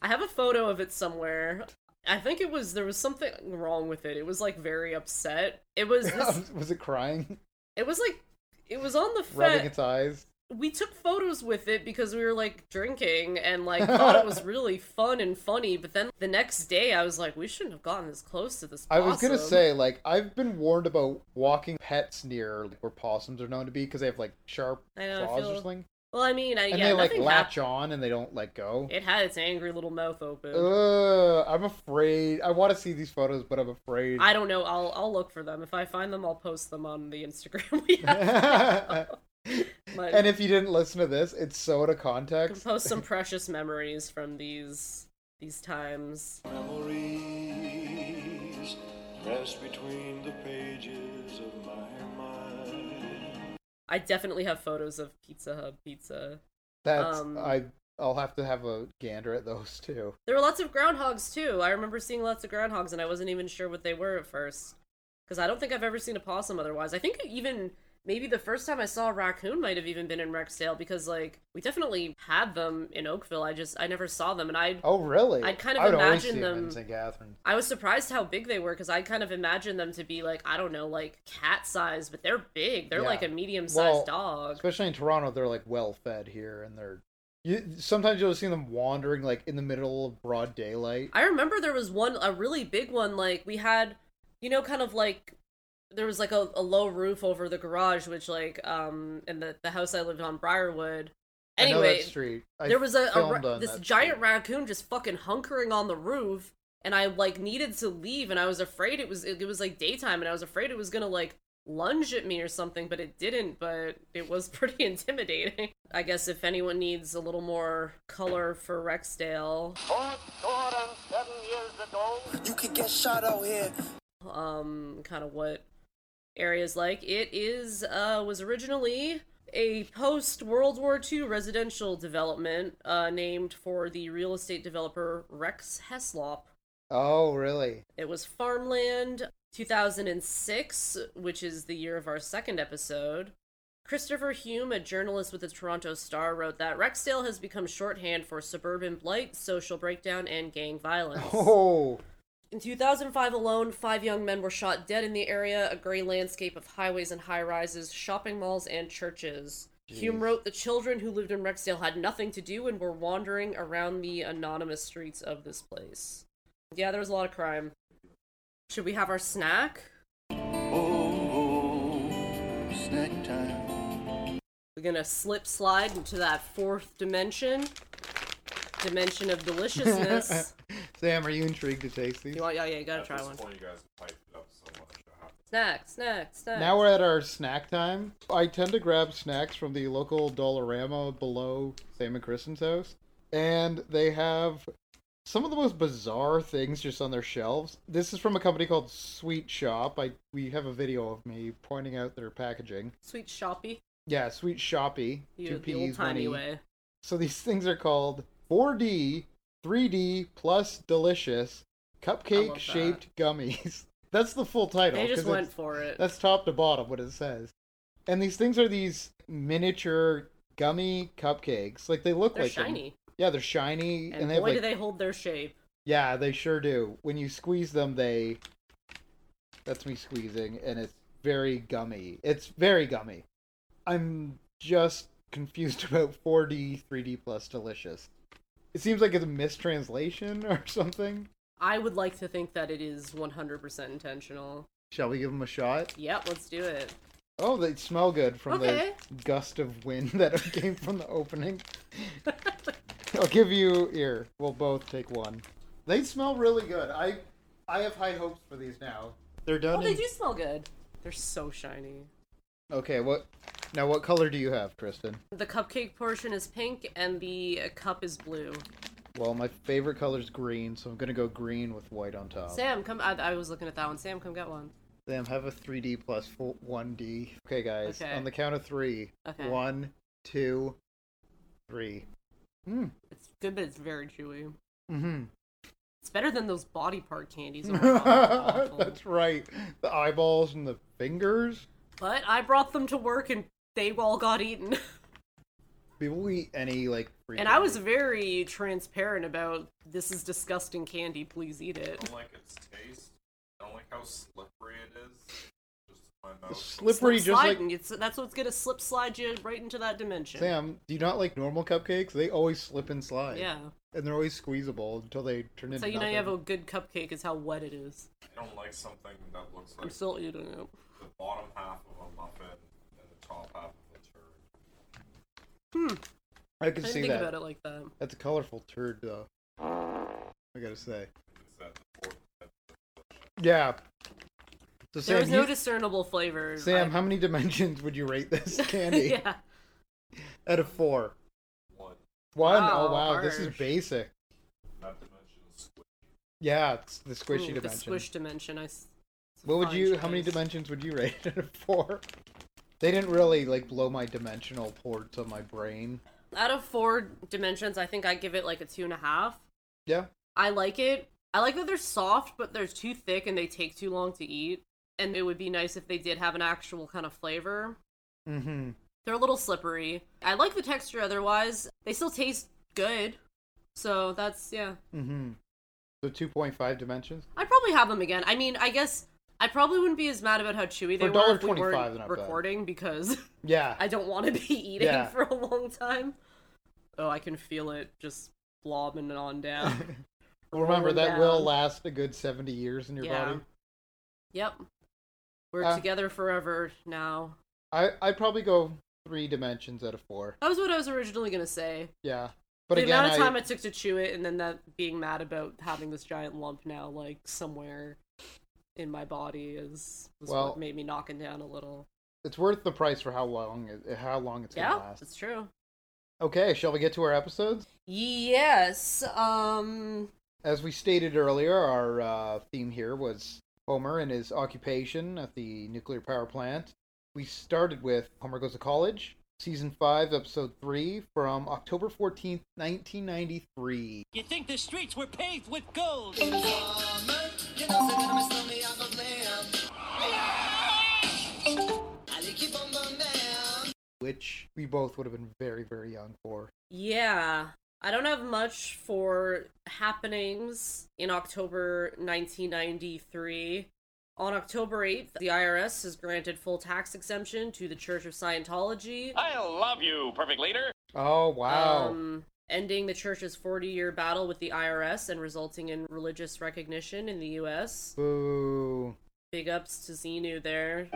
Speaker 3: I have a photo of it somewhere. I think it was there was something wrong with it. It was like very upset. It was this,
Speaker 4: was it crying?
Speaker 3: it was like it was on the
Speaker 4: Rubbing
Speaker 3: fence.
Speaker 4: its eyes?
Speaker 3: We took photos with it because we were like drinking and like thought it was really fun and funny. But then the next day, I was like, we shouldn't have gotten this close to this.
Speaker 4: I was gonna
Speaker 3: possum.
Speaker 4: say, like, I've been warned about walking pets near like, where possums are known to be because they have like sharp
Speaker 3: I know, I
Speaker 4: claws or
Speaker 3: feel-
Speaker 4: something,
Speaker 3: Well, I mean, I,
Speaker 4: and
Speaker 3: yeah,
Speaker 4: they like
Speaker 3: nothing
Speaker 4: latch
Speaker 3: happened.
Speaker 4: on and they don't let go.
Speaker 3: It had its angry little mouth open.
Speaker 4: Ugh, Uh, I'm afraid. I want to see these photos, but I'm afraid.
Speaker 3: I don't know. I'll I'll look for them. If I find them, I'll post them on the Instagram. We have. But-
Speaker 4: and if you didn't listen to this, it's so out of
Speaker 3: can
Speaker 4: context.
Speaker 3: post some precious memories from these these times.
Speaker 7: Memories press between the pages of my mind.
Speaker 3: I definitely have photos of Pizza Hub pizza.
Speaker 4: That's
Speaker 3: um,
Speaker 4: I. I'll have to have a gander at those too.
Speaker 3: There were lots of groundhogs too. I remember seeing lots of groundhogs, and I wasn't even sure what they were at first, because I don't think I've ever seen a possum otherwise. I think even maybe the first time I saw a raccoon might have even been in Rexdale, because like we definitely had them in Oakville. I just I never saw them, and I
Speaker 4: Oh, really?
Speaker 3: I'd kind of
Speaker 4: I would always
Speaker 3: imagine
Speaker 4: see 'em
Speaker 3: them-
Speaker 4: in St. Catharines.
Speaker 3: I was surprised how big they were because I kind of imagined them to be like I don't know like cat size, but they're big. They're
Speaker 4: Yeah.
Speaker 3: like a medium sized
Speaker 4: Well,
Speaker 3: dog.
Speaker 4: especially in Toronto, they're like well fed here, and they're you, sometimes you'll see them wandering like in the middle of broad daylight.
Speaker 3: I remember there was one, a really big one. Like we had, you know, kind of like there was like a, a low roof over the garage, which like um in the the house I lived on Briarwood.
Speaker 4: I know
Speaker 3: Anyway,
Speaker 4: that street. I
Speaker 3: there was a, a
Speaker 4: filmed
Speaker 3: ra-
Speaker 4: on
Speaker 3: this
Speaker 4: that
Speaker 3: giant
Speaker 4: street.
Speaker 3: raccoon just fucking hunkering on the roof, and I like needed to leave, and I was afraid it was it, it was like daytime, and I was afraid it was gonna like lunge at me or something, but it didn't. But it was pretty intimidating. I guess if anyone needs a little more color for Rexdale,
Speaker 8: Four score and seven years ago. You could get shot out here.
Speaker 3: um kind of what areas like it is uh was originally a post World War II residential development uh named for the real estate developer Rex Heslop.
Speaker 4: Oh, really?
Speaker 3: It was farmland 2006, which is the year of our second episode. Christopher Hume, a journalist with the Toronto Star, wrote that Rexdale has become shorthand for suburban blight, social breakdown, and gang violence.
Speaker 4: Oh,
Speaker 3: In 2005 alone, five young men were shot dead in the area, a gray landscape of highways and high rises, shopping malls, and churches. Hume
Speaker 4: Jeez.
Speaker 3: wrote the children who lived in Rexdale had nothing to do and were wandering around the anonymous streets of this place. Yeah, there was a lot of crime. Should we have our snack?
Speaker 5: Oh, snack time.
Speaker 3: We're gonna slip slide into that fourth dimension. Dimension of deliciousness.
Speaker 4: Sam, are you intrigued to taste these?
Speaker 3: you want, yeah, yeah, you gotta
Speaker 2: At
Speaker 3: try
Speaker 2: this
Speaker 3: one.
Speaker 2: point, you guys have hyped it up so much. I have to-
Speaker 3: Snack, snack, snack.
Speaker 4: Now we're at our snack time. I tend to grab snacks from the local Dollarama below Sam and Kristen's house, and they have some of the most bizarre things just on their shelves. This is from a company called Sweet Shop. I we have a video of me pointing out their packaging.
Speaker 3: Sweet shoppy.
Speaker 4: Yeah, Sweet Shoppy.
Speaker 3: You, the old timey
Speaker 4: E.
Speaker 3: way.
Speaker 4: So these things are called 4D, 3D plus delicious
Speaker 3: I love
Speaker 4: cupcake shaped gummies. That's the full title.
Speaker 3: They
Speaker 4: 'cause
Speaker 3: just
Speaker 4: it's-
Speaker 3: went for it.
Speaker 4: that's top to bottom what it says. And these things are these miniature gummy cupcakes. Like they look
Speaker 3: They're
Speaker 4: like them.
Speaker 3: shiny.
Speaker 4: Yeah, they're shiny,
Speaker 3: And,
Speaker 4: and, they have
Speaker 3: boy, do
Speaker 4: like
Speaker 3: they hold their shape.
Speaker 4: yeah, they sure do. When you squeeze them, they that's me squeezing, and it's very gummy. It's very gummy. I'm just confused about 4D 3D plus delicious. It seems like it's a mistranslation or something.
Speaker 3: I would like to think that it is 100% intentional.
Speaker 4: Shall we give them a shot?
Speaker 3: Yep, let's do it.
Speaker 4: Oh, they smell good from
Speaker 3: Okay.
Speaker 4: the gust of wind that came from the opening. I'll give you here. We'll both take one. They smell really good. I I have high hopes for these now. They're done.
Speaker 3: Oh, they
Speaker 4: in-
Speaker 3: do smell good. They're so shiny.
Speaker 4: Okay, what now? What color do you have, Kristen?
Speaker 3: The cupcake portion is pink and the uh, cup is blue.
Speaker 4: Well, my favorite color is green, so I'm gonna go green with white on top.
Speaker 3: Sam, come. I, I was looking at that one. Sam, come get one.
Speaker 4: Sam, have a 3D plus full 1D. Okay, guys,
Speaker 3: Okay.
Speaker 4: on the count of three.
Speaker 3: Okay.
Speaker 4: One, two, three. Mm.
Speaker 3: It's good, but it's very chewy.
Speaker 4: Mm-hmm.
Speaker 3: It's better than those body part candies. Oh that were awful.
Speaker 4: That's right. The eyeballs and the fingers.
Speaker 3: But I brought them to work and they all got eaten.
Speaker 4: People eat any like. free
Speaker 3: And I was
Speaker 4: candy.
Speaker 3: very transparent about this is disgusting candy, please eat
Speaker 2: I
Speaker 3: it.
Speaker 2: don't like its taste. I don't like how slippery it is. Just my mouth.
Speaker 4: It's slippery,
Speaker 3: Slip
Speaker 4: just like
Speaker 3: sliding, it's, that's what's gonna slip slide you right into that dimension.
Speaker 4: Sam. Do you not like normal cupcakes? They always slip and slide.
Speaker 3: Yeah.
Speaker 4: And they're always squeezable until they turn into.
Speaker 3: So you know you have a
Speaker 4: nothing.
Speaker 3: good cupcake is how wet it is.
Speaker 2: I don't like something that looks
Speaker 3: I'm
Speaker 2: like
Speaker 3: still eating it.
Speaker 2: the bottom half of a muffin and the top half of a turd.
Speaker 4: I
Speaker 3: I
Speaker 4: can
Speaker 3: didn't
Speaker 4: see
Speaker 3: think
Speaker 4: that.
Speaker 3: about it like that.
Speaker 4: That's a colorful turd, though. I gotta say.
Speaker 2: Is that the fourth?
Speaker 4: Yeah. So
Speaker 3: there
Speaker 4: Sam,
Speaker 3: was no
Speaker 4: you-
Speaker 3: discernible flavor.
Speaker 4: Sam,
Speaker 3: I-
Speaker 4: how many dimensions would you rate this candy
Speaker 3: yeah.
Speaker 4: out of four?
Speaker 2: One.
Speaker 4: One.
Speaker 3: Wow,
Speaker 4: oh wow, this is
Speaker 3: harsh.
Speaker 4: basic.
Speaker 2: That dimension is squishy.
Speaker 4: Yeah, it's the squishy
Speaker 3: Ooh, the
Speaker 4: dimension.
Speaker 3: squish dimension. I s- it's a
Speaker 4: What would
Speaker 3: fine
Speaker 4: you? How many
Speaker 3: choice.
Speaker 4: dimensions would you rate it at four? They didn't really like blow my dimensional ports on my brain.
Speaker 3: Out of four dimensions, I think I give it like a two and a half.
Speaker 4: Yeah,
Speaker 3: I like it. I like that they're soft, but they're too thick and they take too long to eat. And it would be nice if they did have an actual kind of flavor.
Speaker 4: mm-hmm.
Speaker 3: They're a little slippery. I like the texture otherwise. They still taste good. So that's, yeah.
Speaker 4: Mm-hmm. So two point five dimensions.
Speaker 3: I'd probably have them again. I mean, I guess I probably wouldn't be as mad about how chewy they
Speaker 4: For
Speaker 3: were if we
Speaker 4: $1.25, they're
Speaker 3: weren't
Speaker 4: not bad.
Speaker 3: recording because
Speaker 4: Yeah,
Speaker 3: I don't want to be eating
Speaker 4: Yeah.
Speaker 3: for a long time. Oh, I can feel it just blobbing on down.
Speaker 4: remember
Speaker 3: rolling
Speaker 4: that will
Speaker 3: down.
Speaker 4: last a good seventy years in your
Speaker 3: Yeah.
Speaker 4: body.
Speaker 3: Yep. We're
Speaker 4: Uh,
Speaker 3: together forever now.
Speaker 4: I I'd probably go three dimensions out of four.
Speaker 3: That was what I was originally gonna say.
Speaker 4: Yeah, but
Speaker 3: the
Speaker 4: again,
Speaker 3: amount of time
Speaker 4: I,
Speaker 3: it took to chew it, and then that being mad about having this giant lump now, like somewhere in my body, is was
Speaker 4: Well-
Speaker 3: what made me knock it down a little.
Speaker 4: it's worth the price for how long it- how long it's gonna
Speaker 3: Yeah,
Speaker 4: last.
Speaker 3: that's true.
Speaker 4: Okay, shall we get to our episodes?
Speaker 3: Yes. Um.
Speaker 4: As we stated earlier, our uh, theme here was Homer and his occupation at the nuclear power plant. We started with Homer Goes to College, Season 5, Episode 3, from October 14th, 1993.
Speaker 9: You think the streets were paved with gold?
Speaker 4: Which we both would have been very, very young for.
Speaker 3: Yeah. I don't have much for happenings in October 1993. On October 8th, the IRS has granted full tax exemption to the Church of Scientology.
Speaker 9: I love you, perfect leader.
Speaker 4: Oh, wow.
Speaker 3: Um, ending the church's 40 year battle with the IRS and resulting in religious recognition in the US.
Speaker 4: Boo.
Speaker 3: Big ups to Xenu there.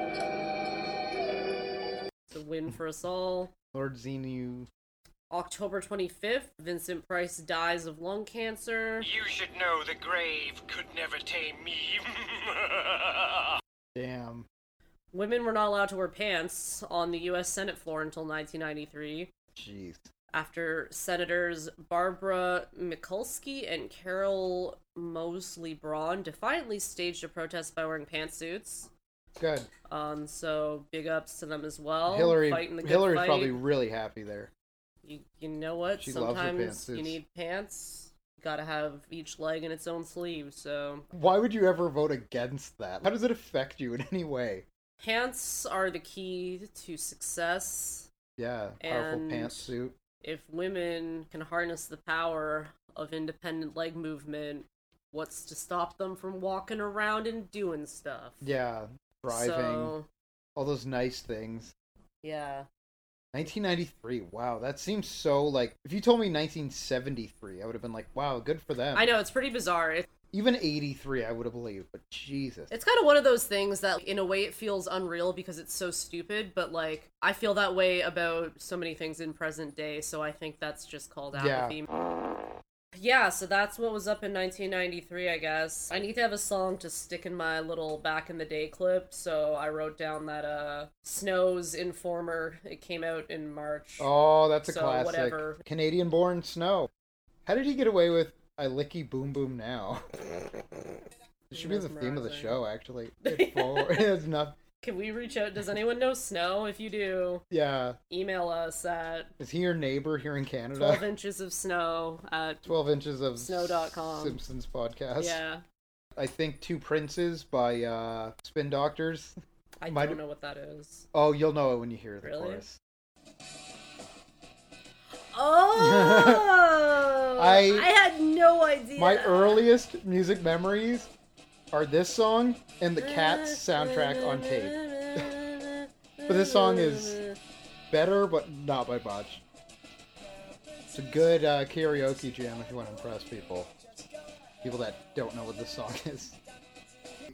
Speaker 3: It's a win for us all.
Speaker 4: Lord Xenu.
Speaker 3: October 25th, Vincent Price dies of lung cancer.
Speaker 9: You should know the grave could never tame me.
Speaker 4: Damn.
Speaker 3: Women were not allowed to wear pants on the US Senate floor until 1993
Speaker 4: Jeez.
Speaker 3: after Senators Barbara Mikulski and Carol Mosley Braun defiantly staged a protest by wearing pantsuits.
Speaker 4: Good.
Speaker 3: Um, so big ups to them as well.
Speaker 4: Hillary
Speaker 3: fighting the good
Speaker 4: Hillary's
Speaker 3: fight.
Speaker 4: probably really happy there.
Speaker 3: You, you know what?
Speaker 4: She loves her
Speaker 3: Sometimes
Speaker 4: pantsuits.
Speaker 3: you need pants. You gotta have each leg in its own sleeve. So
Speaker 4: Why would you ever vote against that? How does it affect you in any way?
Speaker 3: pants are the key to success.
Speaker 4: Yeah, powerful
Speaker 3: And-
Speaker 4: pantsuit.
Speaker 3: if women can harness the power of independent leg movement, what's to stop them from walking around and doing stuff?
Speaker 4: Yeah, driving,
Speaker 3: So,
Speaker 4: all those nice things.
Speaker 3: yeah.
Speaker 4: 1993. Wow, that seems so like. If you told me 1973, I would have been like, "Wow, good for them."
Speaker 3: I know it's pretty bizarre. It,
Speaker 4: Even 83, I would have believed. But Jesus,
Speaker 3: it's kind of one of those things that in a way it feels unreal because it's so stupid, but like I feel that way about so many things in present day, so I think that's just called
Speaker 4: Yeah.
Speaker 3: apathy. Yeah. Yeah, so that's what was up in 1993, I guess. I need to have a song to stick in my little back in the day clip, so I wrote down that uh Snow's Informer. It came out in March.
Speaker 4: Oh, that's a
Speaker 3: So,
Speaker 4: classic.
Speaker 3: whatever.
Speaker 4: Canadian born snow. How did he get away with I licky boom boom now? It should be the theme of the
Speaker 3: Mesmerizing.
Speaker 4: show, actually. It fo- it's not
Speaker 3: Can we reach out? Does anyone know Snow? If you do,
Speaker 4: yeah.
Speaker 3: email us at
Speaker 4: Is he your neighbor here in Canada?
Speaker 3: 12 inches of snow at
Speaker 4: 12 inches of
Speaker 3: Snow.com.
Speaker 4: Simpsons podcast.
Speaker 3: yeah
Speaker 4: I think Two Princes by uh, Spin Doctors.
Speaker 3: i
Speaker 4: Might-
Speaker 3: don't know what that is
Speaker 4: Oh, you'll know it when you hear the
Speaker 3: Really?
Speaker 4: chorus.
Speaker 3: oh
Speaker 4: I-
Speaker 3: i had no idea
Speaker 4: My earliest music memories are this song and the Cats soundtrack on tape. But this song is better, but not by Botch. It's a good uh, karaoke jam if you want to impress people. People that don't know what this song is.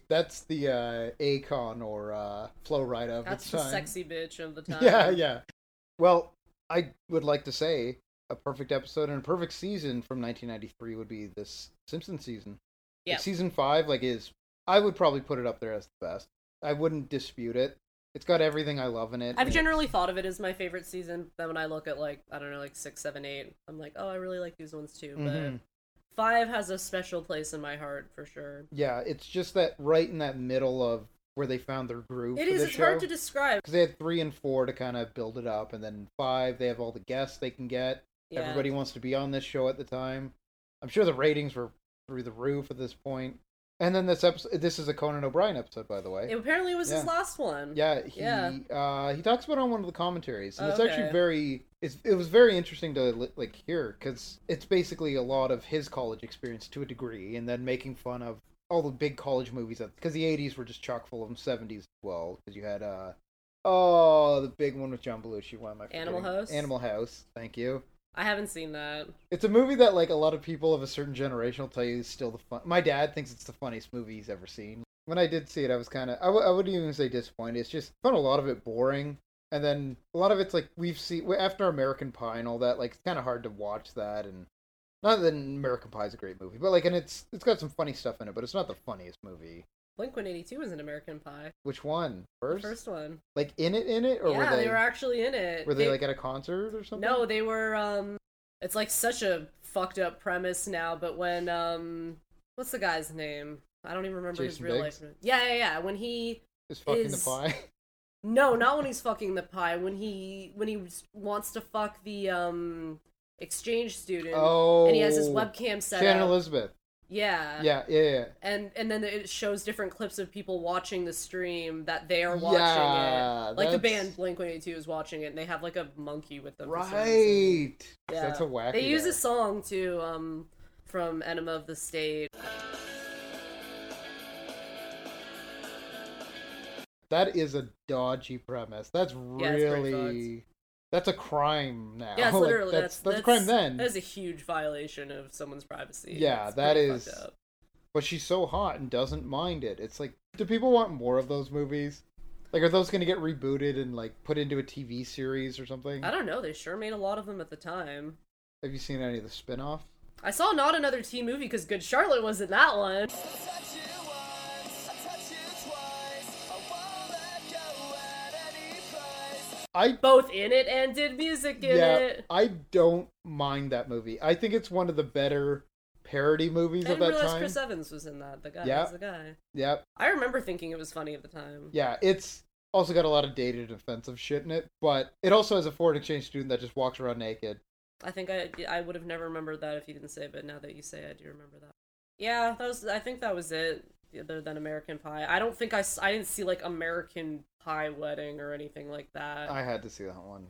Speaker 4: That's the uh, Akon or uh, Flow Rida of
Speaker 3: that's
Speaker 4: the
Speaker 3: the
Speaker 4: time.
Speaker 3: sexy bitch of the time
Speaker 4: Yeah, yeah. Well, I would like to say a perfect episode and a perfect season from 1993 would be this Simpson season. Like,
Speaker 3: Yeah.
Speaker 4: season five, like, is I would probably put it up there as the best. I wouldn't dispute it. It's got everything I love in it.
Speaker 3: i've
Speaker 4: and
Speaker 3: generally thought of it as my favorite season then when i look at like i don't know like six seven eight i'm like oh i really like these ones too
Speaker 4: Mhm.
Speaker 3: but five has a special place in my heart for sure
Speaker 4: Yeah, it's just that right in that middle of where they found their groove.
Speaker 3: it
Speaker 4: for
Speaker 3: is
Speaker 4: The
Speaker 3: it's hard to describe
Speaker 4: because they had three and four to kind of build it up, and then five they have all the guests they can get.
Speaker 3: Yeah.
Speaker 4: Everybody wants to be on this show at the time. I'm sure the ratings were through the roof at this point. And then this episode, this is a Conan O'Brien episode, by the way.
Speaker 3: it apparently was his
Speaker 4: Yeah.
Speaker 3: last one
Speaker 4: Yeah, he
Speaker 3: Yeah.
Speaker 4: Uh, he talks about it on one of the commentaries, and
Speaker 3: Oh,
Speaker 4: it's actually
Speaker 3: okay.
Speaker 4: very it's, it was very interesting to li- like hear because it's basically a lot of his college experience to a degree, and then making fun of all the big college movies because the '80s were just chock full of them, '70s as well because you had uh oh the big one with John Belushi. Why am I
Speaker 3: Animal
Speaker 4: forgetting?
Speaker 3: House?
Speaker 4: Animal House. Thank you.
Speaker 3: i haven't seen that
Speaker 4: It's a movie that like a lot of people of a certain generation will tell you is still the fun. My dad thinks it's the funniest movie he's ever seen. When I did see it, I was kind of I, w- I wouldn't even say disappointed. It's just I found a lot of it boring, and then a lot of it's like we've seen after American Pie and all that. Like it's kind of hard to watch that, and not that American Pie is a great movie, but like and it's it's got some funny stuff in it, but it's not the funniest movie.
Speaker 3: blink 182 is an american pie
Speaker 4: Which one
Speaker 3: the
Speaker 4: first?
Speaker 3: first one
Speaker 4: Like in it, in it, or
Speaker 3: yeah,
Speaker 4: were they,
Speaker 3: were actually in it.
Speaker 4: were they, like at a concert or something?
Speaker 3: no, they were. um It's like such a fucked up premise now. But when um, what's the guy's name? I don't even remember his
Speaker 4: Jason
Speaker 3: real
Speaker 4: Biggs?
Speaker 3: life. Yeah, yeah, yeah. When he
Speaker 4: Just fucking
Speaker 3: is-
Speaker 4: the pie.
Speaker 3: no, not when he's fucking the pie. When he when he s- wants to fuck the um exchange student.
Speaker 4: oh,
Speaker 3: and he has his webcam set
Speaker 4: Shannon
Speaker 3: up.
Speaker 4: Elizabeth.
Speaker 3: Yeah.
Speaker 4: Yeah, yeah, yeah.
Speaker 3: And and then it shows different clips of people watching the stream that they are watching
Speaker 4: Yeah,
Speaker 3: it. Like the
Speaker 4: that's-
Speaker 3: band Blink One Eighty Two is watching it, and they have like a monkey with them. for some reason.
Speaker 4: Right.
Speaker 3: Yeah.
Speaker 4: That's a wacky.
Speaker 3: They use
Speaker 4: there.
Speaker 3: a song too, um, from Enema of the State.
Speaker 4: That is a dodgy premise. That's
Speaker 3: Yeah, it's pretty
Speaker 4: really. that's a crime now.
Speaker 3: Yeah, it's
Speaker 4: Oh, Like,
Speaker 3: literally
Speaker 4: that's, that's a crime then.
Speaker 3: That is a huge violation of someone's privacy.
Speaker 4: Yeah,
Speaker 3: It's
Speaker 4: that
Speaker 3: pretty
Speaker 4: is-
Speaker 3: fucked up.
Speaker 4: But she's so hot and doesn't mind it. It's like, do people want more of those movies? Like, are those going to get rebooted and like put into a TV series or something?
Speaker 3: I don't know. They sure made a lot of them at the time.
Speaker 4: Have you seen any of the spin-off?
Speaker 3: I saw not another T movie because Good Charlotte was in that one.
Speaker 4: I
Speaker 3: Both in it and did music in
Speaker 4: yeah,
Speaker 3: it.
Speaker 4: I don't mind that movie. I think it's one of the better parody movies
Speaker 3: I
Speaker 4: of
Speaker 3: didn't
Speaker 4: that
Speaker 3: realize
Speaker 4: time.
Speaker 3: Chris Evans was in that. The guy,
Speaker 4: Yeah.
Speaker 3: was the guy.
Speaker 4: Yep.
Speaker 3: I remember thinking it was funny at the time.
Speaker 4: Yeah, it's also got a lot of dated and offensive shit in it, but it also has a foreign exchange student that just walks around naked.
Speaker 3: I think I I would have never remembered that if you didn't say it, but now that you say it, I do remember that. Yeah, that was I think that was it other than American Pie. I don't think I s- I didn't see like American Pie Wedding or anything like that.
Speaker 4: I had to see that one.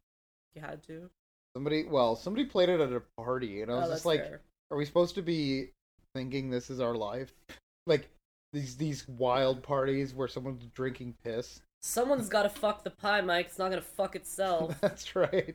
Speaker 3: you had to.
Speaker 4: Somebody, well, somebody played it at a party, and I was
Speaker 3: Oh, that's
Speaker 4: just like,
Speaker 3: fair.
Speaker 4: "Are we supposed to be thinking this is our life? Like these these wild parties where someone's drinking piss."
Speaker 3: someone's got to fuck the pie, Mike. It's not gonna fuck itself.
Speaker 4: That's right.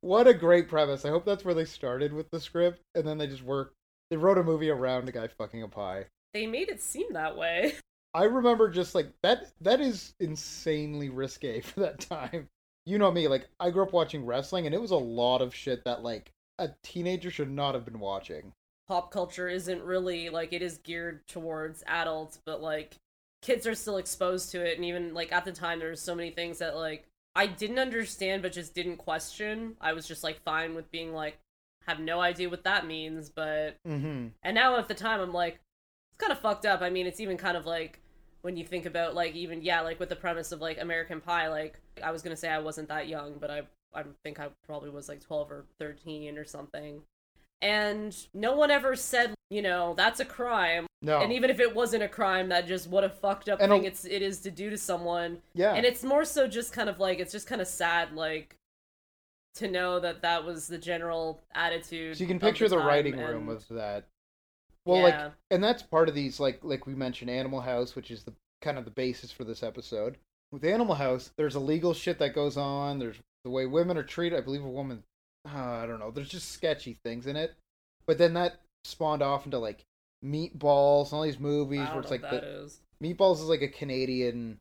Speaker 4: What a great premise. I hope that's where they started with the script, and then they just worked. They wrote a movie around a guy fucking a pie.
Speaker 3: they made it seem that way.
Speaker 4: I remember just like that. That is insanely risque for that time. You know me. Like I grew up watching wrestling, and it was a lot of shit that like a teenager should not have been watching.
Speaker 3: Pop culture isn't really like it is geared towards adults, but like kids are still exposed to it, and even like at the time, there was so many things that like I didn't understand, but just didn't question. I was just like fine with being like have no idea what that means, but
Speaker 4: Mm-hmm.
Speaker 3: And now at the time, I'm like, it's kind of fucked up. I mean, it's even kind of like when you think about like even yeah, like with the premise of like American Pie. Like I was gonna say I wasn't that young, but I I think I probably was like 12 or 13 or something. And no one ever said, you know, that's a crime.
Speaker 4: No.
Speaker 3: And even if it wasn't a crime, that just what a fucked up
Speaker 4: And a-
Speaker 3: thing it's it is to do to someone.
Speaker 4: yeah.
Speaker 3: And it's more so just kind of like it's just kind of sad, like to know that that was the general attitude.
Speaker 4: so you can
Speaker 3: of the
Speaker 4: picture the,
Speaker 3: time,
Speaker 4: writing room
Speaker 3: and-
Speaker 4: of that. Well,
Speaker 3: Yeah.
Speaker 4: like, and that's part of these, like, like we mentioned, Animal House, which is the kind of the basis for this episode. With Animal House, there's illegal shit that goes on. There's the way women are treated. I believe a woman, uh, I don't know. There's just sketchy things in it. But then that spawned off into like Meatballs and all these movies
Speaker 3: I don't
Speaker 4: where it's
Speaker 3: know
Speaker 4: like
Speaker 3: what
Speaker 4: the,
Speaker 3: that is.
Speaker 4: Meatballs is like a Canadian,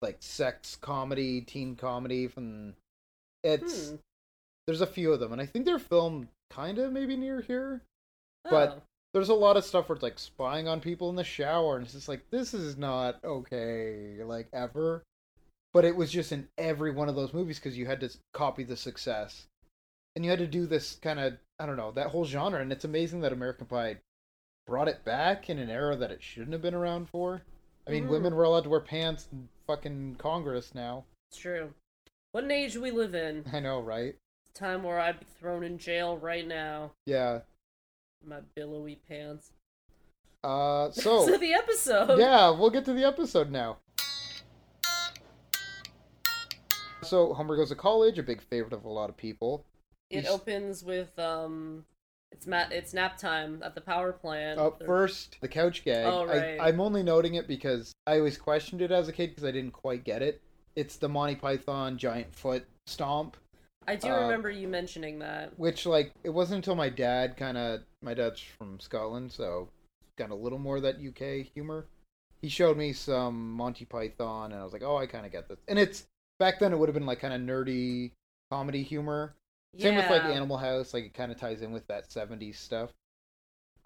Speaker 4: like sex comedy, teen comedy from. It's
Speaker 3: Hmm.
Speaker 4: there's a few of them, and I think they're filmed kind of maybe near here. But
Speaker 3: Oh,
Speaker 4: There's a lot of stuff where it's like spying on people in the shower, and it's just like this is not okay, like ever. But it was just in every one of those movies because you had to copy the success, and you had to do this kind of I don't know that whole genre, and it's amazing that American Pie brought it back in an era that it shouldn't have been around for. I mean,
Speaker 3: Mhm.
Speaker 4: women were allowed to wear pants in fucking Congress now.
Speaker 3: it's true. What an age we live in.
Speaker 4: I know, right?
Speaker 3: Time where I'd be thrown in jail right now.
Speaker 4: Yeah.
Speaker 3: My billowy pants.
Speaker 4: Uh, so
Speaker 3: so the episode.
Speaker 4: yeah, we'll get to the episode now. So Homer goes to college, a big favorite of a lot of people.
Speaker 3: It
Speaker 4: He's-
Speaker 3: opens with um, it's mat it's nap time at the power plant.
Speaker 4: Up
Speaker 3: They're-
Speaker 4: first, the couch gag.
Speaker 3: Oh, right.
Speaker 4: I, I'm only noting it because I always questioned it as a kid because I didn't quite get it. It's the Monty Python giant foot stomp.
Speaker 3: I do
Speaker 4: uh,
Speaker 3: remember you mentioning that.
Speaker 4: which like it wasn't until my dad kind of my dad's from Scotland, so got a little more of that UK humor. He showed me some Monty Python, and I was like, oh, I kind of get this. And it's back then it would have been like kind of nerdy comedy humor. Same with like
Speaker 3: Yeah.
Speaker 4: Animal House, like it kind of ties in with that '70s stuff.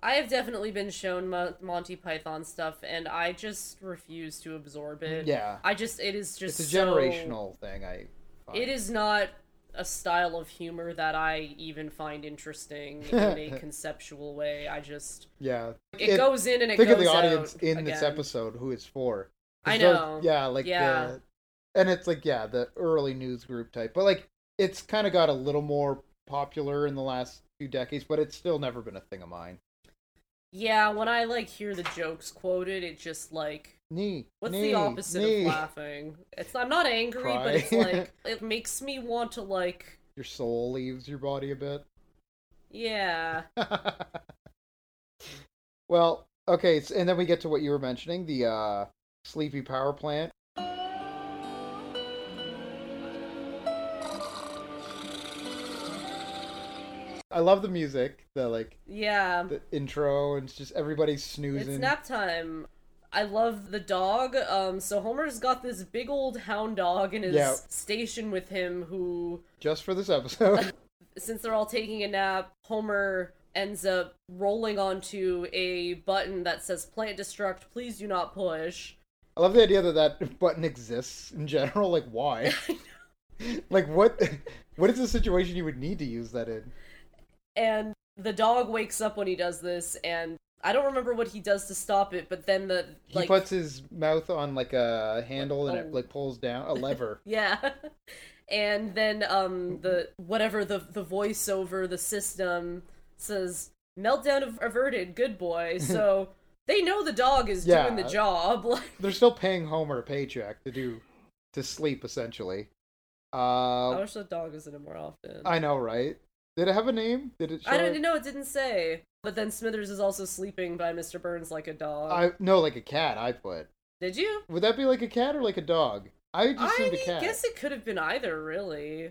Speaker 3: I have definitely been shown Mo- Monty Python stuff, and I just refuse to absorb it.
Speaker 4: Yeah,
Speaker 3: I just it is just
Speaker 4: it's a
Speaker 3: so-
Speaker 4: generational thing. I find.
Speaker 3: It is not a style of humor that I even find interesting in a conceptual way. I just
Speaker 4: Yeah,
Speaker 3: it,
Speaker 4: It-
Speaker 3: goes in and it
Speaker 4: think
Speaker 3: goes
Speaker 4: of the audience
Speaker 3: out
Speaker 4: in this
Speaker 3: again.
Speaker 4: episode who it's for.
Speaker 3: I
Speaker 4: There's
Speaker 3: know.
Speaker 4: yeah, like
Speaker 3: Yeah.
Speaker 4: the and it's like yeah, the early news group type. But like it's kind of got a little more popular in the last few decades, but it's still never been a thing of mine.
Speaker 3: Yeah, when I like hear the jokes quoted, it just like
Speaker 4: Knee.
Speaker 3: what's
Speaker 4: knee,
Speaker 3: the opposite
Speaker 4: knee.
Speaker 3: of laughing? It's I'm not angry, but it's
Speaker 4: Cry.
Speaker 3: like it makes me want to like
Speaker 4: Your soul leaves your body a bit.
Speaker 3: yeah.
Speaker 4: well, okay, s- and then we get to what you were mentioning, the uh sleepy power plant. I love the music, the like
Speaker 3: Yeah.
Speaker 4: the intro and it's just everybody snoozing.
Speaker 3: It's nap time. I love the dog. Um, so Homer's got this big old hound dog in his
Speaker 4: Yeah.
Speaker 3: station with him who
Speaker 4: just for this episode.
Speaker 3: since they're all taking a nap, Homer ends up rolling onto a button that says plant destruct, please do not push.
Speaker 4: I love the idea that that button exists in general. Like, why? like, what? What is the situation you would need to use that in?
Speaker 3: And the dog wakes up when he does this and I don't remember what he does to stop it, but then the
Speaker 4: He
Speaker 3: like
Speaker 4: puts his mouth on like a handle and
Speaker 3: Oh.
Speaker 4: it like pulls down a lever.
Speaker 3: Yeah. And then um the whatever the the voiceover the system says meltdown av- averted, good boy. So they know the dog is doing
Speaker 4: Yeah.
Speaker 3: the job. Like
Speaker 4: They're still paying Homer a paycheck to do to sleep essentially.
Speaker 3: I
Speaker 4: Uh,
Speaker 3: wish the dog was in it more often.
Speaker 4: I know, right? Did it have a name? Did it? Show
Speaker 3: I
Speaker 4: it?
Speaker 3: don't know. It didn't say. But then Smithers is also sleeping by Mr. Burns like a dog.
Speaker 4: I no, like a cat. I put.
Speaker 3: Did you?
Speaker 4: Would that be like a cat or like a dog? I just
Speaker 3: I
Speaker 4: assumed a cat.
Speaker 3: guess it could have been either, really.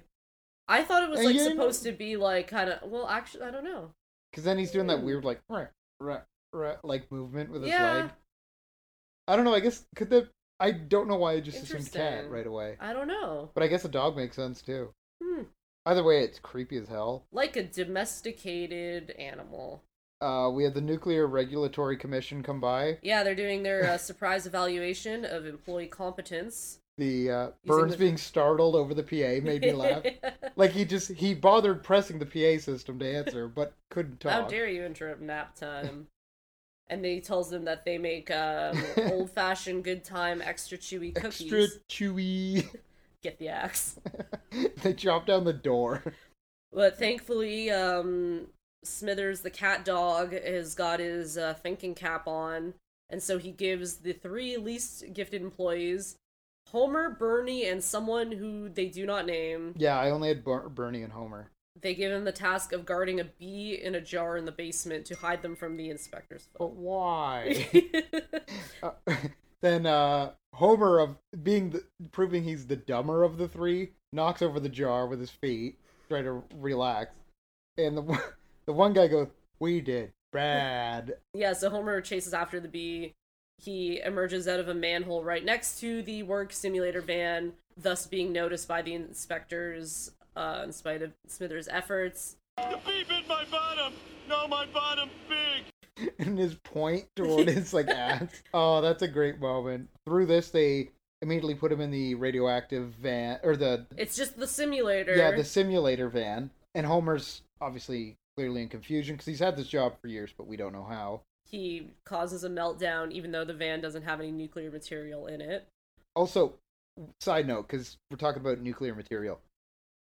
Speaker 3: I thought it was
Speaker 4: And
Speaker 3: like
Speaker 4: you didn't-
Speaker 3: supposed to be like kind of well, actually, I don't know.
Speaker 4: Because then he's doing that weird like rah, rah, rah, like movement with his
Speaker 3: Yeah.
Speaker 4: leg. I don't know. I guess could that? I don't know why I just assumed cat
Speaker 3: Interesting.
Speaker 4: right away.
Speaker 3: I don't know.
Speaker 4: But I guess a dog makes sense too.
Speaker 3: Hmm.
Speaker 4: Either way, it's creepy as hell.
Speaker 3: Like a domesticated animal.
Speaker 4: Uh, we had the Nuclear Regulatory Commission come by.
Speaker 3: Yeah, they're doing their uh, surprise evaluation of employee competence.
Speaker 4: The uh,
Speaker 3: Using
Speaker 4: Burns
Speaker 3: the-
Speaker 4: being startled over the PA made me laugh. like he just he bothered pressing the PA system to answer, but couldn't talk.
Speaker 3: How dare you interrupt nap time? and he tells them that they make um, old-fashioned, good time, extra chewy cookies.
Speaker 4: Extra chewy.
Speaker 3: Get the axe.
Speaker 4: they chopped down the door.
Speaker 3: But thankfully, um, Smithers, the cat dog, has got his uh, thinking cap on, and so he gives the three least gifted employees Homer, Bernie, and someone who they do not name.
Speaker 4: Yeah, I only had Bar- Bernie and Homer.
Speaker 3: They give him the task of guarding a bee in a jar in the basement to hide them from the inspector's foot.
Speaker 4: But why? Uh, then uh, Homer, of being the, proving he's the dumber of the three, knocks over the jar with his feet, trying to relax. And the one- the one guy goes, "We did bad."
Speaker 3: yeah, so Homer chases after the bee. He emerges out of a manhole right next to the work simulator van, thus being noticed by the inspectors uh, in spite of Smithers' efforts.
Speaker 9: The bee bit my bottom. No, my bottom big.
Speaker 4: and his point toward his like ass. Oh, that's a great moment. Through this, they immediately put him in the radioactive van or the
Speaker 3: It's just the simulator.
Speaker 4: yeah the simulator van. And Homer's obviously clearly in confusion because he's had this job for years, but we don't know how.
Speaker 3: He causes a meltdown, even though the van doesn't have any nuclear material in it.
Speaker 4: Also, side note, because we're talking about nuclear material.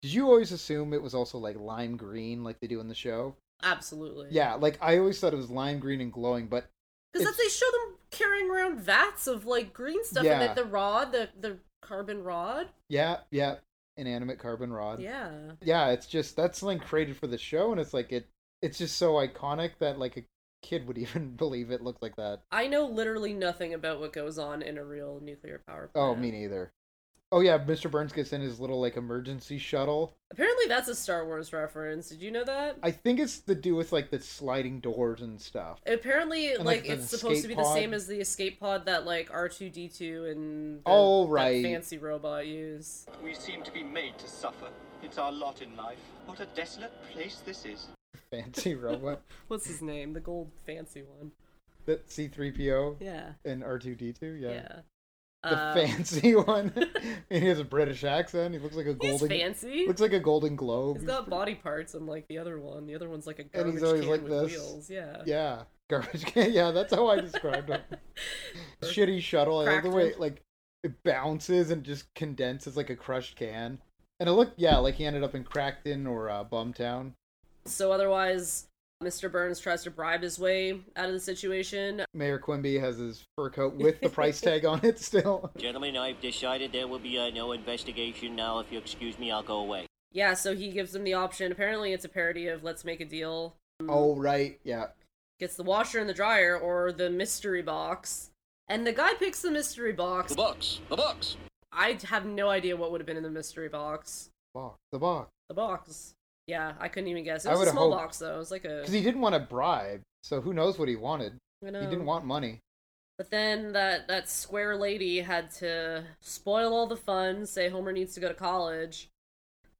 Speaker 4: Did you always assume it was also like lime green, like they do in the show?
Speaker 3: Mm-hmm. Absolutely.
Speaker 4: Yeah, like I always thought it was lime green and glowing, but
Speaker 3: Because they show them carrying around vats of like green stuff, and
Speaker 4: Yeah.
Speaker 3: then the rod, the the carbon rod.
Speaker 4: yeah, yeah, inanimate carbon rod.
Speaker 3: Yeah.
Speaker 4: yeah it's just that's something created for the show and it's like it it's just so iconic that like a kid would even believe it looked like that
Speaker 3: I know literally nothing about what goes on in a real nuclear power plant.
Speaker 4: oh me neither oh yeah mr burns gets in his little like emergency shuttle
Speaker 3: Apparently, that's a Star Wars reference. Did you know that?
Speaker 4: i think it's to do with like the sliding doors and stuff
Speaker 3: Apparently,
Speaker 4: And,
Speaker 3: like,
Speaker 4: like, the
Speaker 3: it's supposed to be
Speaker 4: escape
Speaker 3: the
Speaker 4: pod.
Speaker 3: same as the escape pod that like R two D two and the,
Speaker 4: Oh,
Speaker 3: that
Speaker 4: right.
Speaker 3: fancy robot use.
Speaker 9: We seem to be made to suffer. It's our lot in life. What a desolate place this is.
Speaker 4: fancy robot
Speaker 3: What's his name? The gold fancy one.
Speaker 4: that c3po
Speaker 3: Yeah.
Speaker 4: and r2d2 yeah,
Speaker 3: Yeah.
Speaker 4: the
Speaker 3: Uh,
Speaker 4: fancy one and he has a british accent he looks like a
Speaker 3: he's
Speaker 4: golden
Speaker 3: fancy.
Speaker 4: looks like a golden globe
Speaker 3: He's got body parts unlike the other one. The other one's like a
Speaker 4: And
Speaker 3: garbage
Speaker 4: he's always
Speaker 3: can
Speaker 4: like
Speaker 3: with
Speaker 4: this.
Speaker 3: wheels. Yeah.
Speaker 4: yeah garbage can yeah that's how i described him shitty shuttle. I love the
Speaker 3: Cracked
Speaker 4: way
Speaker 3: one.
Speaker 4: it, like it bounces and just condenses like a crushed can. And it looked, yeah, like he ended up in Crackton or uh, Bumtown.
Speaker 3: So otherwise, Mr. Burns tries to bribe his way out of the situation.
Speaker 4: Mayor Quimby has his fur coat with the price tag on it still.
Speaker 9: Gentlemen, I've decided there will be uh, no investigation now. If you excuse me, I'll go away.
Speaker 3: Yeah, so he gives them the option. Apparently, it's a parody of "Let's Make a Deal."
Speaker 4: oh right, yeah.
Speaker 3: Gets the washer and the dryer, or the mystery box. And the guy picks the mystery box.
Speaker 9: box. The box.
Speaker 3: I have no idea what would have been in the mystery box.
Speaker 4: Box the box
Speaker 3: The box. Yeah, I couldn't even guess. It
Speaker 4: I
Speaker 3: was a
Speaker 4: would've
Speaker 3: small
Speaker 4: hoped-
Speaker 3: box though. It was like a.
Speaker 4: because he didn't want to bribe. So who knows what he wanted?
Speaker 3: I know.
Speaker 4: He didn't want money.
Speaker 3: But then that that square lady had to spoil all the fun. Say Homer needs to go to college.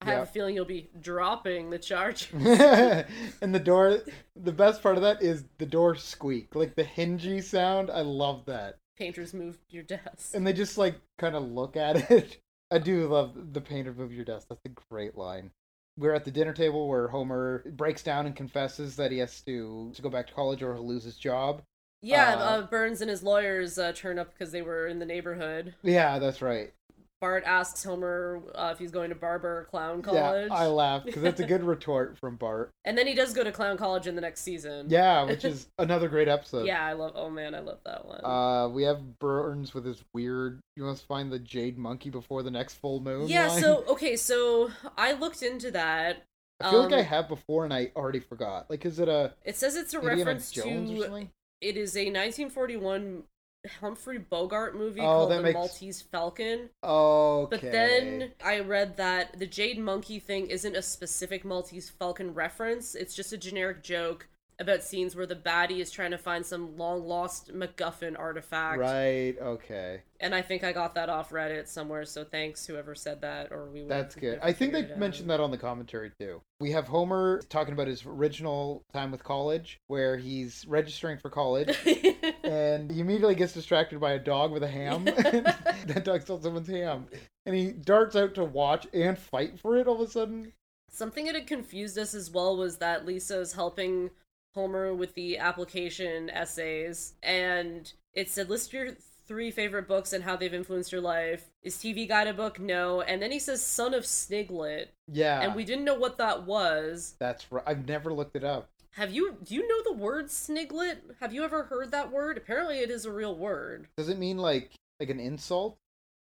Speaker 3: I have
Speaker 4: Yeah.
Speaker 3: a feeling you'll be dropping the charge.
Speaker 4: and the door. The best part of that is the door squeak, like the hingy sound. I love that.
Speaker 3: Painters moved your desk.
Speaker 4: and they just like kind of look at it. I do love the painter move your desk. That's a great line. We're at the dinner table where Homer breaks down and confesses that he has to, to go back to college or he'll lose his job.
Speaker 3: Yeah,
Speaker 4: Uh,
Speaker 3: uh, Burns and his lawyers uh, turn up because they were in the neighborhood.
Speaker 4: Yeah, that's right.
Speaker 3: Bart asks Homer uh, if he's going to Barber Clown College.
Speaker 4: Yeah, I laughed because that's a good retort from Bart.
Speaker 3: and then he does go to Clown College in the next season.
Speaker 4: Yeah, which is another great episode.
Speaker 3: Yeah, I love. Oh man, I love that one.
Speaker 4: Uh, we have Burns with his weird. You must find the jade monkey before the next full moon.
Speaker 3: yeah.
Speaker 4: line.
Speaker 3: So okay, so I looked into that.
Speaker 4: I feel like I
Speaker 3: um,
Speaker 4: have before and I already forgot. Like, is it a
Speaker 3: It says it's a
Speaker 4: Indiana
Speaker 3: reference
Speaker 4: Jones or
Speaker 3: to
Speaker 4: something?
Speaker 3: it is a 1941 Humphrey Bogart movie
Speaker 4: Oh,
Speaker 3: called
Speaker 4: that
Speaker 3: The
Speaker 4: makes-
Speaker 3: Maltese Falcon.
Speaker 4: Okay.
Speaker 3: But then I read that the Jade Monkey thing isn't a specific Maltese Falcon reference, it's just a generic joke about scenes where the baddie is trying to find some long lost MacGuffin artifact.
Speaker 4: Right. Okay.
Speaker 3: And I think I got that off Reddit somewhere, so thanks whoever said that, or we would.
Speaker 4: That's good. I think they mentioned that on the commentary too. We have Homer talking about his original time with college, where he's registering for college.
Speaker 3: that.
Speaker 4: and he immediately gets distracted by a dog with a ham. that dog stole someone's ham. And he darts out to watch and fight for it all of a sudden.
Speaker 3: Something that had confused us as well was that Lisa's helping Homer with the application essays, and it said, List your three favorite books and how they've influenced your life. Is TV Guide a book? No. And then he says, Son of Sniglet.
Speaker 4: Yeah.
Speaker 3: And we didn't know what that was.
Speaker 4: That's right. I've never looked it up.
Speaker 3: Have you, do you know the word Sniglet? Have you ever heard that word? Apparently, it is a real word.
Speaker 4: Does it mean like like an insult?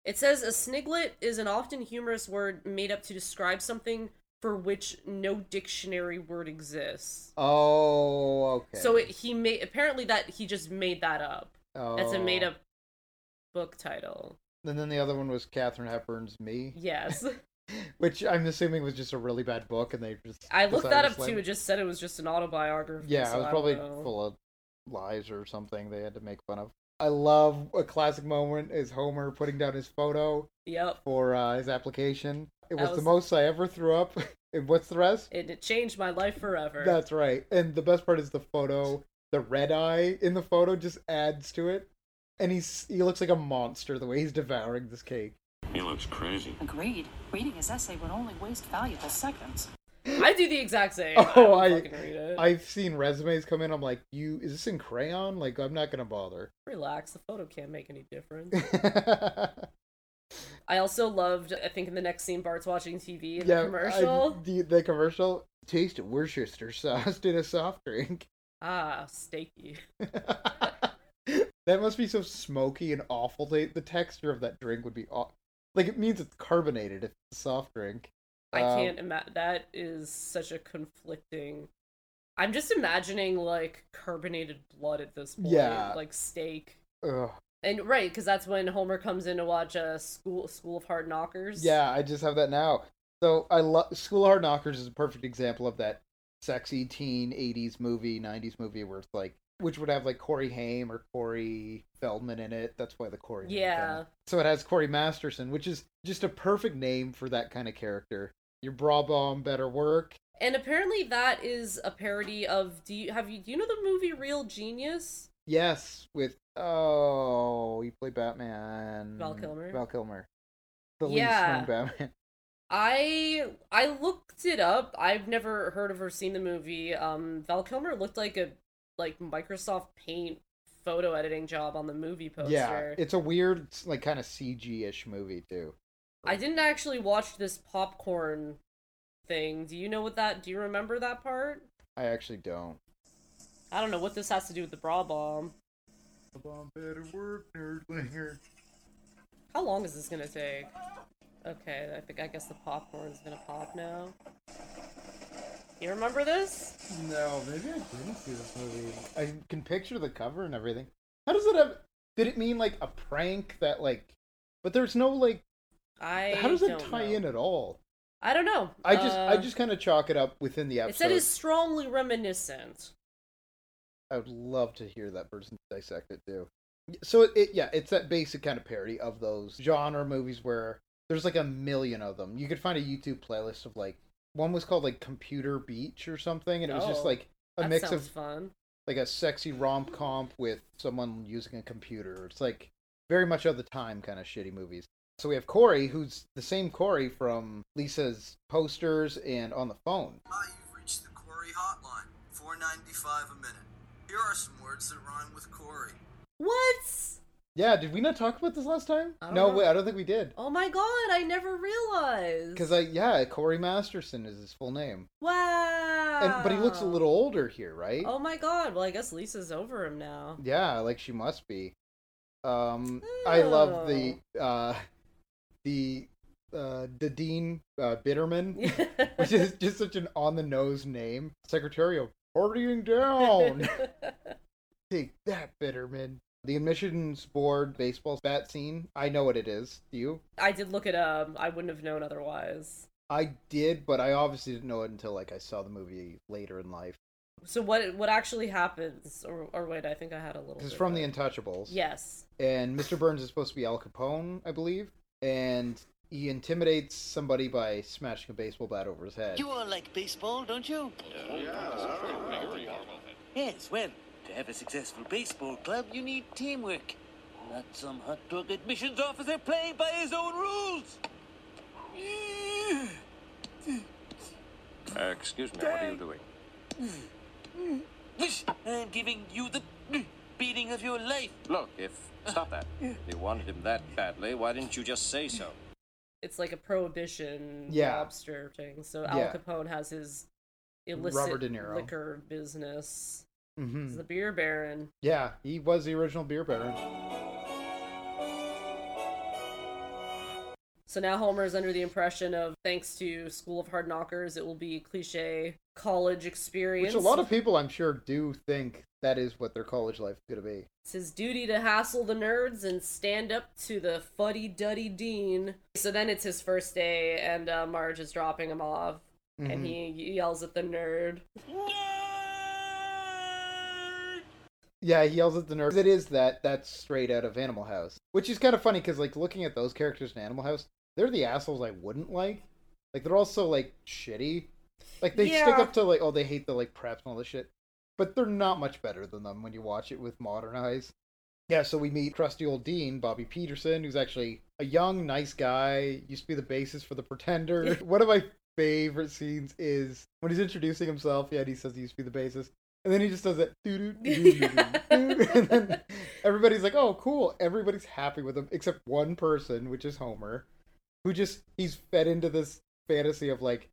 Speaker 3: It says a sniglet is an often humorous word made up to describe something for which no dictionary word exists.
Speaker 4: Oh, okay.
Speaker 3: So it, he made apparently that he just made that up.
Speaker 4: oh.
Speaker 3: That's a made up book title.
Speaker 4: And then the other one was Katherine Hepburn's Me,
Speaker 3: Yes,
Speaker 4: which I'm assuming was just a really bad book, and they just
Speaker 3: I looked
Speaker 4: decided
Speaker 3: that
Speaker 4: to
Speaker 3: up
Speaker 4: slam
Speaker 3: too.
Speaker 4: it.
Speaker 3: It just said it was just an autobiography.
Speaker 4: Yeah,
Speaker 3: so
Speaker 4: it was
Speaker 3: I don't
Speaker 4: probably
Speaker 3: know.
Speaker 4: full of lies or something they had to make fun of. I love a classic moment is Homer putting down his photo
Speaker 3: Yep,
Speaker 4: for uh, his application. It
Speaker 3: That
Speaker 4: was, the
Speaker 3: was-
Speaker 4: most I ever threw up. and what's the rest?
Speaker 3: and it changed my life forever.
Speaker 4: That's right. And the best part is the photo. The red eye in the photo just adds to it. And he's he looks like a monster the way he's devouring this cake.
Speaker 7: He looks crazy.
Speaker 10: Agreed. Reading his essay would only waste valuable seconds.
Speaker 3: I do the exact same.
Speaker 4: Oh,
Speaker 3: I,
Speaker 4: I,
Speaker 3: don't fucking read it.
Speaker 4: I've seen resumes come in. I'm like, you is this in crayon? Like, I'm not gonna bother.
Speaker 3: relax. The photo can't make any difference. I also loved. I think in the next scene, Bart's watching TV in
Speaker 4: yeah,
Speaker 3: the
Speaker 4: I-
Speaker 3: commercial.
Speaker 4: the, the commercial. Taste Worcester sauce in a soft drink.
Speaker 3: Ah, steaky.
Speaker 4: that must be so smoky and awful. The, the texture of that drink would be aw- like it means it's carbonated. If it's a soft drink.
Speaker 3: I
Speaker 4: Um,
Speaker 3: can't imagine. That is such a conflicting. I'm just imagining like carbonated blood at this point,
Speaker 4: Yeah.
Speaker 3: like steak.
Speaker 4: Ugh.
Speaker 3: And right, because that's when Homer comes in to watch a school School of Hard Knockers.
Speaker 4: Yeah, I just have that now. So I love School of Hard Knockers is a perfect example of that sexy teen '80s movie, '90s movie where it's like, which would have like Corey Haim or Corey Feldman in it. That's why the Corey. name came
Speaker 3: Yeah.
Speaker 4: up. So it has Corey Masterson, which is just a perfect name for that kind of character. Your bra bomb better work.
Speaker 3: And apparently that is a parody of. Do you have you do you know the movie Real Genius?
Speaker 4: Yes, with oh, you play Batman.
Speaker 3: Val Kilmer?
Speaker 4: Val Kilmer. The
Speaker 3: Yeah.
Speaker 4: least known Batman.
Speaker 3: I I looked it up. I've never heard of or seen the movie. Um, Val Kilmer looked like a like Microsoft Paint photo editing job on the movie poster.
Speaker 4: Yeah, it's a weird, like, kind of CG-ish movie too.
Speaker 3: I didn't actually watch this popcorn thing. Do you know what that? Do you remember that part?
Speaker 4: I actually don't.
Speaker 3: I don't know what this has to do with the bra bomb. How long is this gonna take? Okay, I think I guess the popcorn's gonna pop now. You remember this?
Speaker 4: No, maybe I didn't see this movie. I can picture the cover and everything. How does it have? Did it mean like a prank that like? But there's no like.
Speaker 3: I
Speaker 4: How does it
Speaker 3: don't
Speaker 4: tie
Speaker 3: know.
Speaker 4: in at all?
Speaker 3: I don't know.
Speaker 4: I just, I
Speaker 3: Uh,
Speaker 4: just kind of chalk it up within the
Speaker 3: It
Speaker 4: episode.
Speaker 3: said is strongly reminiscent.
Speaker 4: I would love to hear that person dissect it too. So it, it yeah, it's that basic kind of parody of those genre movies where there's like a million of them. You could find a YouTube playlist of like one was called like Computer Beach or something, and it was just
Speaker 3: Oh,
Speaker 4: like a
Speaker 3: that
Speaker 4: mix
Speaker 3: sounds
Speaker 4: of
Speaker 3: fun.
Speaker 4: like a sexy rom com with someone using a computer. It's like very much of the time kind of shitty movies. So we have Corey, who's the same Corey from Lisa's posters and on the phone.
Speaker 8: Hi, you've reached the Corey Hotline, four ninety five a minute. Here are some words that rhyme with Corey.
Speaker 3: What?
Speaker 4: Yeah, did we not talk about this last time?
Speaker 3: I don't
Speaker 4: No,
Speaker 3: know.
Speaker 4: wait, I don't think we did.
Speaker 3: Oh my god, I never realized.
Speaker 4: Because I yeah, Corey Masterson is his full name,
Speaker 3: wow.
Speaker 4: and but he looks a little older here, right?
Speaker 3: Oh my god. Well, I guess Lisa's over him now.
Speaker 4: Yeah, like she must be. Um, I love the uh, the uh, the Dean uh, Bitterman, which is just such an on the nose name. Secretarial partying down. Take that, Bitterman. The admissions board baseball bat scene. I know what it is. Do you?
Speaker 3: I did look it up. I wouldn't have known otherwise.
Speaker 4: I did, but I obviously didn't know it until like I saw the movie later in life.
Speaker 3: So what what actually happens? Or, or wait, I think I had a little.
Speaker 4: This is
Speaker 3: bit
Speaker 4: from
Speaker 3: of
Speaker 4: The
Speaker 3: it.
Speaker 4: Untouchables.
Speaker 3: Yes.
Speaker 4: and Mr. Burns is supposed to be Al Capone, I believe, and he intimidates somebody by smashing a baseball bat over his head.
Speaker 8: You all like baseball, don't you? Yes, well, to have a successful baseball club, you need teamwork. Not some hot dog admissions officer playing by his own rules.
Speaker 9: Uh, excuse me, what are you doing?
Speaker 8: I'm giving you the beating of your life.
Speaker 9: Look, if. Stop that. If you wanted him that badly, why didn't you just say so?
Speaker 3: It's like a prohibition
Speaker 4: Yeah.
Speaker 3: lobster thing. So Al
Speaker 4: Yeah.
Speaker 3: Capone has his illicit
Speaker 4: Robert De Niro.
Speaker 3: liquor business. He's
Speaker 4: hmm
Speaker 3: the beer baron.
Speaker 4: Yeah, he was the original beer baron.
Speaker 3: So now Homer is under the impression of thanks to School of Hard Knockers, it will be cliche college experience.
Speaker 4: Which a lot of people, I'm sure, do think that is what their college life is going to be.
Speaker 3: It's his duty to hassle the nerds and stand up to the fuddy duddy dean. So then it's his first day, and uh, Marge is dropping him off, and
Speaker 4: Mhm.
Speaker 3: he yells at the nerd.
Speaker 4: Yeah, he yells at the nerd. It is that. That's straight out of Animal House, which is kind of funny because, like, looking at those characters in Animal House, they're the assholes I wouldn't like. Like, they're also like shitty. Like, they stick
Speaker 3: Yeah.
Speaker 4: up to like, oh, they hate the like preps and all this shit, but they're not much better than them when you watch it with modern eyes. Yeah, so we meet crusty old Dean Bobby Peterson, who's actually a young, nice guy. Used to be the bassist for the Pretender. One of my favorite scenes is when he's introducing himself. Yeah, and he says he used to be the bassist, and then he just does that doo doo doo doo doo, and then everybody's like, "Oh, cool!" Everybody's happy with him except one person, which is Homer, who just he's fed into this fantasy of like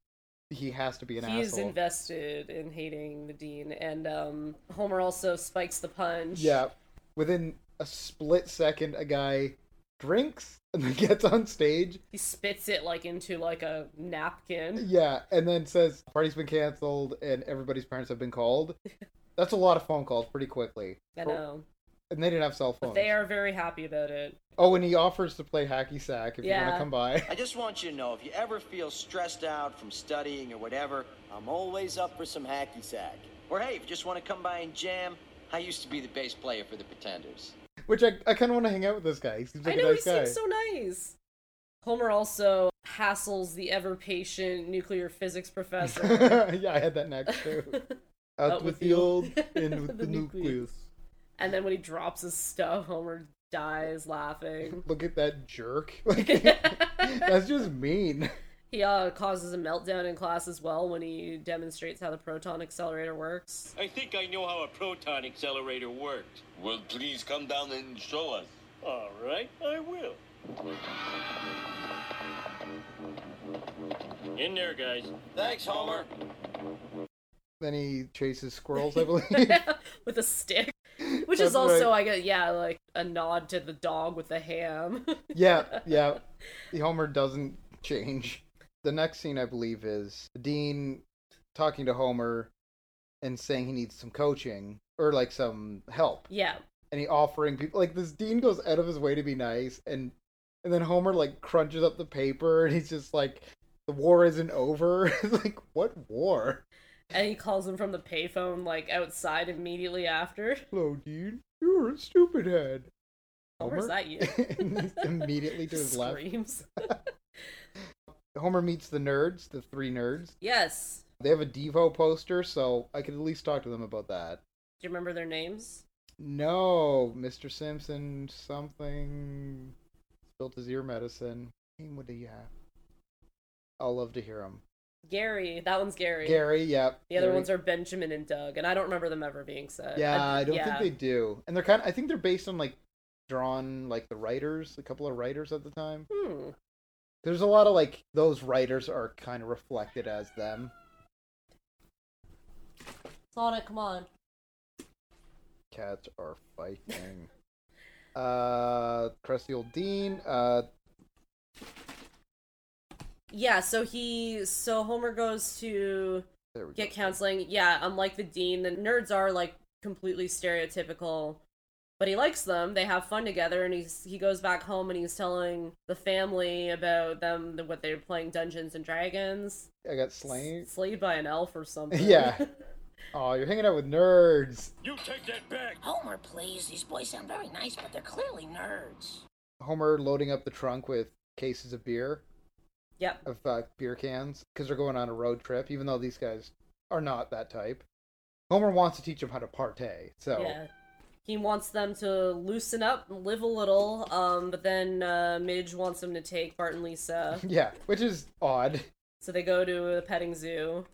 Speaker 4: he has to be an
Speaker 3: He's
Speaker 4: asshole.
Speaker 3: invested in hating the dean, and um, Homer also spikes the punch.
Speaker 4: Yeah. Within a split second, a guy drinks and then gets on stage.
Speaker 3: he spits it like into like a napkin.
Speaker 4: Yeah, and then says party's been canceled and everybody's parents have been called. That's a lot of phone calls pretty quickly.
Speaker 3: I know,
Speaker 4: And they didn't have cell phones.
Speaker 3: but they are very happy about it.
Speaker 4: Oh, and he offers to play hacky sack if you want
Speaker 3: Yeah.
Speaker 4: to come by.
Speaker 11: I just want you to know if you ever feel stressed out from studying or whatever, I'm always up for some hacky sack. Or hey, if you just want to come by and jam, I used to be the bass player for the Pretenders.
Speaker 4: Which I, I kind of want to hang out with this guy. He seems like
Speaker 3: I know
Speaker 4: a
Speaker 3: he
Speaker 4: nice guy.
Speaker 3: seems so nice. Homer also hassles the ever patient nuclear physics professor.
Speaker 4: yeah, I had that next too. Out,
Speaker 3: Out with
Speaker 4: with, the
Speaker 3: you.
Speaker 4: old, in with
Speaker 3: The
Speaker 4: the,
Speaker 3: nucleus.
Speaker 4: nucleus.
Speaker 3: And then when he drops his stuff, Homer dies laughing.
Speaker 4: Look at that jerk. Like, that's just mean.
Speaker 3: He uh, causes a meltdown in class as well when he demonstrates how the proton accelerator works.
Speaker 12: I think I know how a proton accelerator works. Well, please come down and show us. All right, I will. In there, guys. Thanks, Homer.
Speaker 4: Then he chases squirrels, I believe.
Speaker 3: with a stick. Which
Speaker 4: That's
Speaker 3: is also,
Speaker 4: right.
Speaker 3: I guess, yeah, like a nod to the dog with the ham.
Speaker 4: yeah, yeah. The Homer doesn't change. The next scene, I believe, is Dean talking to Homer and saying he needs some coaching or like some help,
Speaker 3: yeah.
Speaker 4: and he offering people like this. Dean goes out of his way to be nice, and and then Homer like crunches up the paper, and he's just like, "The war isn't over." it's like, what war?
Speaker 3: And he calls him from the payphone, like outside immediately after.
Speaker 4: Hello, Dean. You're a stupid head.
Speaker 3: Homer's that you?
Speaker 4: And he's immediately to his left.
Speaker 3: Screams.
Speaker 4: Homer meets the nerds, the three nerds.
Speaker 3: Yes.
Speaker 4: They have a Devo poster, so I could at least talk to them about that.
Speaker 3: Do you remember their names?
Speaker 4: No, Mr. Simpson, something spilled his ear medicine. Name would he have? I'll love to hear him.
Speaker 3: Gary. That one's Gary.
Speaker 4: Gary, yep.
Speaker 3: The other ones are Benjamin and Doug, and I don't remember them ever being said.
Speaker 4: Yeah, I don't
Speaker 3: yeah.
Speaker 4: think they do. And they're kind of, I think they're based on like drawn like the writers, a couple of writers at the time.
Speaker 3: Hmm.
Speaker 4: There's a lot of like those writers are kind of reflected as them.
Speaker 3: Sonic, come on.
Speaker 4: Cats are fighting. uh, crusty old Dean. Uh,
Speaker 3: Yeah, so he so Homer goes to
Speaker 4: There we
Speaker 3: get counseling. Yeah, unlike the dean, the nerds are like completely stereotypical, but he likes them. They have fun together, and he's he goes back home and he's telling the family about them the- what they're playing Dungeons and Dragons,
Speaker 4: I got slain.
Speaker 3: slayed by an elf or something.
Speaker 4: yeah. Oh, you're hanging out with nerds.
Speaker 13: You take that back! Homer, please. These boys sound very nice, but they're clearly nerds.
Speaker 4: Homer loading up the trunk with cases of beer.
Speaker 3: Yep.
Speaker 4: Of uh, beer cans because they're going on a road trip, even though these guys are not that type. Homer wants to teach them how to partay. So
Speaker 3: Yeah. He wants them to loosen up and live a little, um, but then uh, Midge wants him to take Bart and Lisa.
Speaker 4: yeah, which is odd.
Speaker 3: So they go to a petting zoo,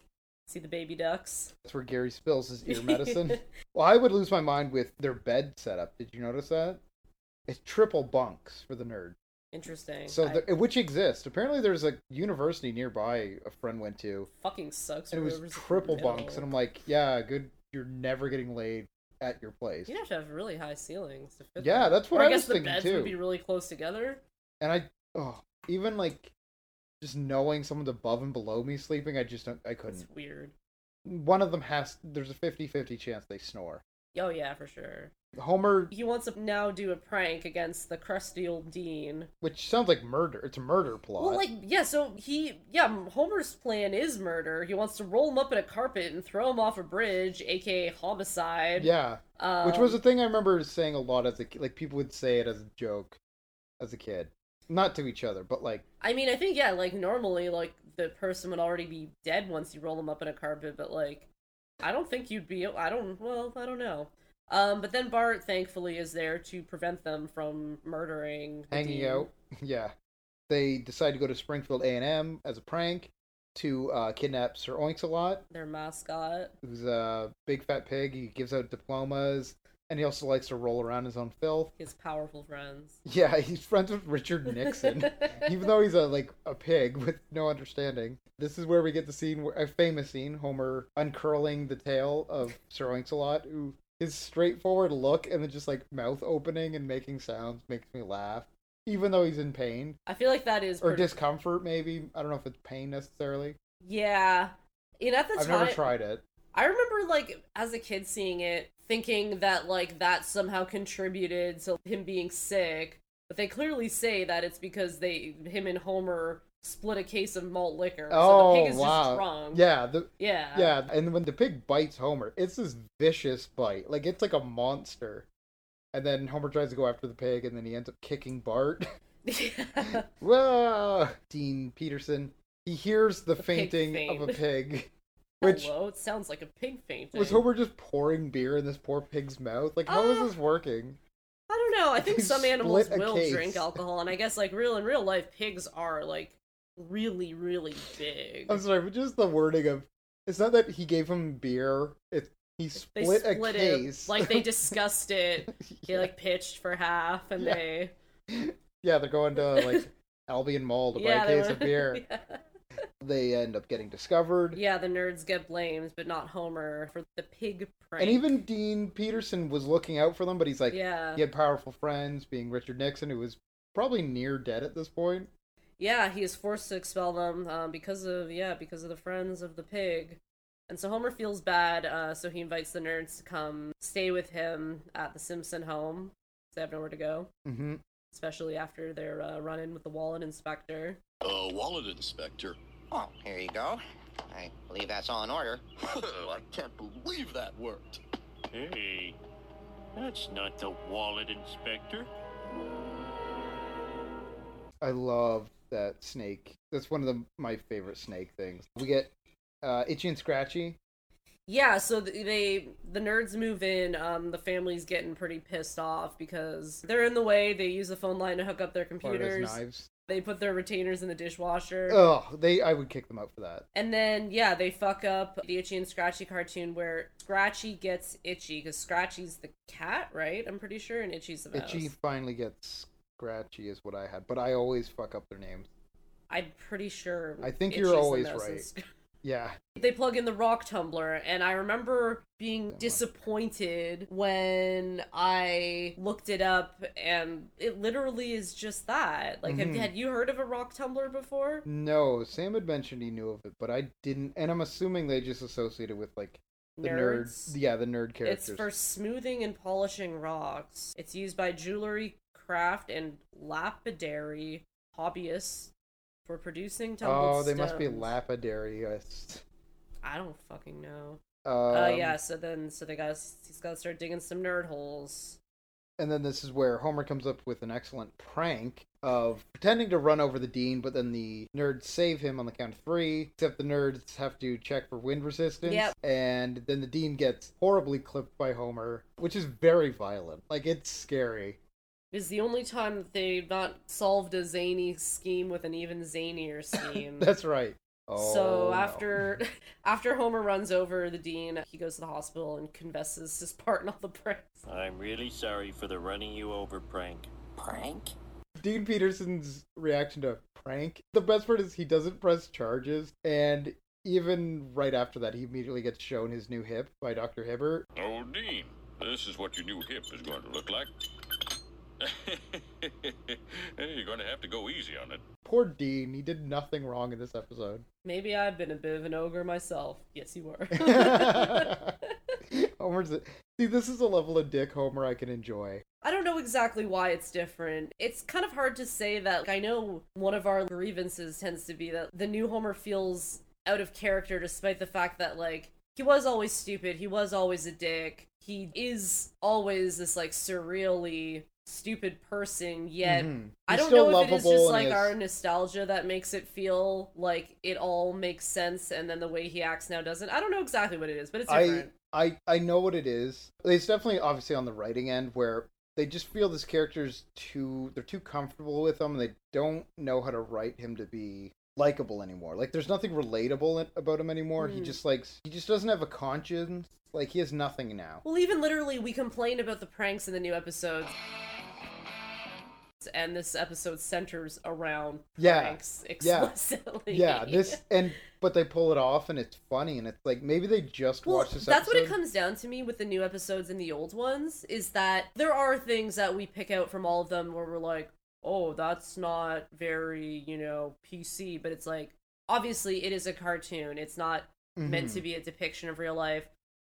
Speaker 3: see the baby ducks.
Speaker 4: That's where Gary spills his ear medicine. well, I would lose my mind with their bed setup. Did you notice that? It's triple bunks for the nerd.
Speaker 3: Interesting.
Speaker 4: So,
Speaker 3: I-
Speaker 4: there, which exists. Apparently, there's a university nearby a friend went to,
Speaker 3: fucking sucks.
Speaker 4: and it
Speaker 3: for
Speaker 4: was
Speaker 3: whoever's in the
Speaker 4: triple
Speaker 3: middle.
Speaker 4: bunks. And I'm like, yeah, good. You're never getting laid at your place.
Speaker 3: You'd have to have really high ceilings to fit.
Speaker 4: Yeah,
Speaker 3: them.
Speaker 4: that's what
Speaker 3: or
Speaker 4: I
Speaker 3: I guess
Speaker 4: was
Speaker 3: the
Speaker 4: thinking,
Speaker 3: beds
Speaker 4: too.
Speaker 3: would be really close together.
Speaker 4: And I, oh, even like, just knowing someone's above and below me sleeping, I just don't. I couldn't.
Speaker 3: It's weird.
Speaker 4: One of them has. There's a 50-50 chance they snore.
Speaker 3: Oh yeah, for sure.
Speaker 4: Homer,
Speaker 3: He wants to now do a prank against the crusty old dean.
Speaker 4: which sounds like murder. It's a murder plot.
Speaker 3: Well, like yeah, so he yeah Homer's plan is murder. He wants to roll him up in a carpet and throw him off a bridge, aka homicide.
Speaker 4: Yeah, which was a
Speaker 3: Um,
Speaker 4: thing I remember saying a lot as a ki- like people would say it as a joke, as a kid, not to each other, but like
Speaker 3: I mean, I think yeah, like normally, like the person would already be dead once you roll them up in a carpet, but like, I don't think you'd be. I don't. Well, I don't know. Um, but then Bart thankfully is there to prevent them from murdering. the
Speaker 4: hanging
Speaker 3: dean.
Speaker 4: out. Yeah, they decide to go to Springfield A and M as a prank to uh, kidnap Sir Oinks-a-Lot,
Speaker 3: Their mascot.
Speaker 4: who's a big fat pig. He gives out diplomas, and he also likes to roll around his own filth.
Speaker 3: His powerful friends.
Speaker 4: Yeah, he's friends with Richard Nixon, even though he's a like a pig with no understanding. This is where we get the scene, where, a famous scene, Homer uncurling the tail of Sir Oinks-a-Lot, who his straightforward look and then just like mouth opening and making sounds makes me laugh, even though he's in pain
Speaker 3: I feel like that is.
Speaker 4: or
Speaker 3: pretty-
Speaker 4: discomfort. Maybe I don't know if it's pain necessarily.
Speaker 3: Yeah. And at the
Speaker 4: I've
Speaker 3: time,
Speaker 4: never tried it.
Speaker 3: I remember like as a kid seeing it, thinking that like that somehow contributed to him being sick. But they clearly say that it's because they him and Homer split a case of malt liquor.
Speaker 4: oh
Speaker 3: so the pig is
Speaker 4: wow!
Speaker 3: just drunk.
Speaker 4: Yeah, the,
Speaker 3: Yeah.
Speaker 4: yeah, and when the pig bites Homer, it's this vicious bite. Like it's like a monster. And then Homer tries to go after the pig, and then he ends up kicking Bart. Whoa! Dean Peterson. He hears the, fainting of a
Speaker 3: faint.
Speaker 4: pig.
Speaker 3: Which Hello, it sounds like a pig fainting.
Speaker 4: Was Homer just pouring beer in this poor pig's mouth? Like, how is
Speaker 3: Uh,
Speaker 4: this working?
Speaker 3: I don't know. I think
Speaker 4: They
Speaker 3: some animals
Speaker 4: split a
Speaker 3: will
Speaker 4: case.
Speaker 3: drink alcohol, and I guess like real in real life, pigs are like really really big.
Speaker 4: I'm sorry, but just the wording of it's not that he gave him beer. It's he
Speaker 3: They
Speaker 4: split,
Speaker 3: split,
Speaker 4: a case.
Speaker 3: it like they discussed it. They like pitched for half, and
Speaker 4: Yeah.
Speaker 3: they
Speaker 4: yeah, they're going to like Albion Mall to
Speaker 3: yeah
Speaker 4: buy
Speaker 3: they
Speaker 4: a case of
Speaker 3: were-
Speaker 4: beer.
Speaker 3: yeah.
Speaker 4: They end up getting discovered.
Speaker 3: Yeah, the nerds get blamed, but not Homer for the pig prank.
Speaker 4: And even Dean Peterson was looking out for them, but he's like,
Speaker 3: Yeah.
Speaker 4: he had powerful friends, being Richard Nixon, who was probably near dead at this point.
Speaker 3: yeah, he is forced to expel them um, because of yeah because of the friends of the pig, and so Homer feels bad. Uh, so he invites the nerds to come stay with him at the Simpson home. 'cause They have nowhere to go,
Speaker 4: Mm-hmm.
Speaker 3: especially after their uh, run-in with the Wallet Inspector.
Speaker 14: Uh, wallet inspector.
Speaker 9: Oh, here you go. I believe that's all in order.
Speaker 14: I can't believe that worked.
Speaker 12: Hey, that's not the wallet inspector.
Speaker 4: I love that snake. That's one of the, my favorite snake things. We get uh, Itchy and Scratchy.
Speaker 3: Yeah, so th- they the nerds move in. Um, the family's getting pretty pissed off because they're in the way. They use the phone line to hook up their
Speaker 4: Bart has
Speaker 3: computers.
Speaker 4: knives.
Speaker 3: They put their retainers in the dishwasher.
Speaker 4: Oh, they I would kick them out for that.
Speaker 3: And then, yeah, they fuck up the Itchy and Scratchy cartoon where Scratchy gets Itchy because Scratchy's the cat, right? I'm pretty sure, and Itchy's the mouse.
Speaker 4: Itchy finally gets scratchy is what I had, but I always fuck up their names.
Speaker 3: I'm pretty sure.
Speaker 4: I think
Speaker 3: Itchy's
Speaker 4: you're
Speaker 3: the
Speaker 4: always
Speaker 3: mouse and
Speaker 4: right. Yeah.
Speaker 3: They plug in the rock tumbler, and I remember being disappointed when I looked it up, and it literally is just that. Like,
Speaker 4: Mhm.
Speaker 3: have, had you heard of a rock tumbler before?
Speaker 4: No, Sam had mentioned he knew of it, but I didn't and I'm assuming they just associate it with like the
Speaker 3: Nerds?
Speaker 4: nerd yeah, the nerd characters.
Speaker 3: It's for smoothing and polishing rocks. It's used by jewelry, craft, and lapidary hobbyists for producing tumbled
Speaker 4: oh, they must be
Speaker 3: stones.
Speaker 4: lapidarists.
Speaker 3: I don't fucking know.
Speaker 4: Um,
Speaker 3: uh, yeah. So then, so they got he's got to start digging some nerd holes.
Speaker 4: And then this is where Homer comes up with an excellent prank of pretending to run over the dean, but then the nerds save him on the count of three, except the nerds have to check for wind resistance.
Speaker 3: Yep.
Speaker 4: And then the dean gets horribly clipped by Homer, which is very violent. Like, it's scary.
Speaker 3: Is the only time that they've not solved a zany scheme with an even zanier scheme.
Speaker 4: That's right. Oh,
Speaker 3: Mm. so
Speaker 4: no.
Speaker 3: after after Homer runs over the dean, he goes to the hospital and confesses his part in all the pranks.
Speaker 15: I'm really sorry for the running you over prank.
Speaker 13: Prank?
Speaker 4: Dean Peterson's reaction to prank, the best part is he doesn't press charges, and even right after that, he immediately gets shown his new hip by Dr. Hibbert.
Speaker 14: Oh, Dean, this is what your new hip is going to look like. You're going to have to go easy on it.
Speaker 4: Poor Dean, he did nothing wrong in this episode.
Speaker 3: Maybe I've been a bit of an ogre myself. Yes, you were.
Speaker 4: Homer's see, this is a level of dick Homer I can enjoy.
Speaker 3: I don't know exactly why it's different. It's kind of hard to say that. Like, I know one of our grievances tends to be that the new Homer feels out of character despite the fact that, like, he was always stupid, he was always a dick, he is always this, like, surreally stupid person, yet.
Speaker 4: Mhm.
Speaker 3: I
Speaker 4: He's
Speaker 3: don't
Speaker 4: still
Speaker 3: know if it is just
Speaker 4: lovable and
Speaker 3: like
Speaker 4: he has-
Speaker 3: our nostalgia that makes it feel like it all makes sense, and then the way he acts now doesn't. I don't know exactly what it is, but it's different.
Speaker 4: I I I know what it is. It's definitely obviously on the writing end where they just feel this character's too they're too comfortable with him and they don't know how to write him to be likable anymore. Like there's nothing relatable in- about him anymore. He
Speaker 3: Mm.
Speaker 4: just like he just doesn't have a conscience. Like he has nothing now.
Speaker 3: Well, even literally, we complain about the pranks in the new episodes. And this episode centers around
Speaker 4: yeah.
Speaker 3: pranks
Speaker 4: yeah.
Speaker 3: explicitly.
Speaker 4: Yeah, this and but they pull it off and it's funny and it's like maybe they just
Speaker 3: Well,
Speaker 4: watched this
Speaker 3: that's what it
Speaker 4: episode.
Speaker 3: comes down to me with the new episodes and the old ones is that there are things that we pick out from all of them where we're like, oh, that's not very, you know, PC, but it's like, obviously, it is a cartoon. It's not meant
Speaker 4: Mm-hmm.
Speaker 13: Mhm.
Speaker 3: to be a depiction of real life.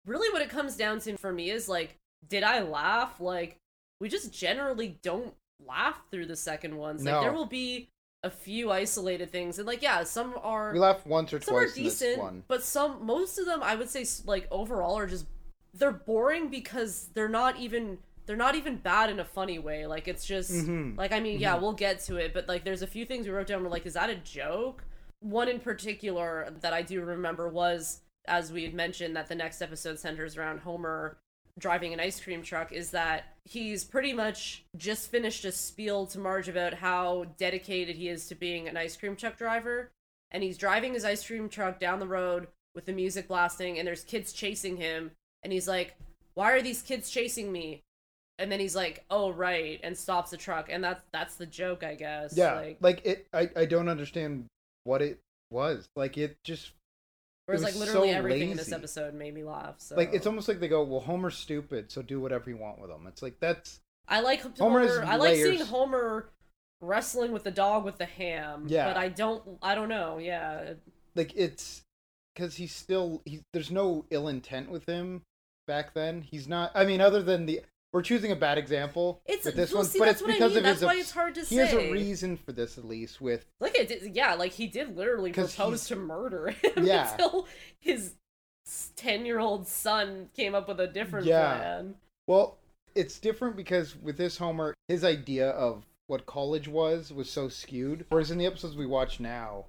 Speaker 3: Really, what it comes down to for me is like, did I laugh? Like, we just generally don't laugh through the second ones. Like,
Speaker 4: No.
Speaker 3: there will be a few isolated things, and like, yeah, some are
Speaker 4: We laughed once or
Speaker 3: some
Speaker 4: twice
Speaker 3: are
Speaker 4: in this
Speaker 3: decent,
Speaker 4: one.
Speaker 3: but some most of them I would say s- like overall are just they're boring because they're not even they're not even bad in a funny way. Like it's just
Speaker 4: Mm-hmm.
Speaker 13: Mhm.
Speaker 3: like I mean yeah
Speaker 13: Mhm.
Speaker 3: we'll get to it, but like there's a few things we wrote down. We're like, is that a joke? One in particular that I do remember was as we had mentioned that the next episode centers around Homer driving an ice cream truck is that he's pretty much just finished a spiel to Marge about how dedicated he is to being an ice cream truck driver. And he's driving his ice cream truck down the road with the music blasting, and there's kids chasing him. And he's like, Why are these kids chasing me? And then he's like, Oh, right. And stops the truck. And that's, that's the joke, I guess.
Speaker 4: yeah,
Speaker 3: Like,
Speaker 4: like, it. I I don't understand what it was. Like it just.
Speaker 3: whereas,
Speaker 4: it
Speaker 3: like,
Speaker 4: was
Speaker 3: literally
Speaker 4: so
Speaker 3: everything in this
Speaker 4: lazy.
Speaker 3: episode made me laugh. So.
Speaker 4: Like it's almost like they go, well, Homer's stupid, so do whatever you want with him. It's like that's
Speaker 3: I like
Speaker 4: Homer
Speaker 3: Homer.
Speaker 4: has
Speaker 3: I like seeing
Speaker 4: layers.
Speaker 3: Homer wrestling with the dog with the ham.
Speaker 4: Yeah.
Speaker 3: But I don't. I don't know. Yeah.
Speaker 4: like it's because he's still he's there's no ill intent with him back then. He's not. I mean, other than the we're choosing a bad example
Speaker 3: It's-
Speaker 4: with this
Speaker 3: well,
Speaker 4: one,
Speaker 3: see,
Speaker 4: but
Speaker 3: that's
Speaker 4: it's
Speaker 3: what I
Speaker 4: because
Speaker 3: mean.
Speaker 4: of his.
Speaker 3: That's why
Speaker 4: obs-
Speaker 3: it's hard to
Speaker 4: He has a
Speaker 3: say.
Speaker 4: reason for this, at least with
Speaker 3: Like it. Did, yeah. Like he did literally
Speaker 4: 'Cause
Speaker 3: propose to murder him
Speaker 4: Yeah.
Speaker 3: until his ten-year-old son came up with a different
Speaker 4: Yeah.
Speaker 3: plan.
Speaker 4: Well, it's different because with this Homer, his idea of what college was was so skewed. Whereas in the episodes we watch now,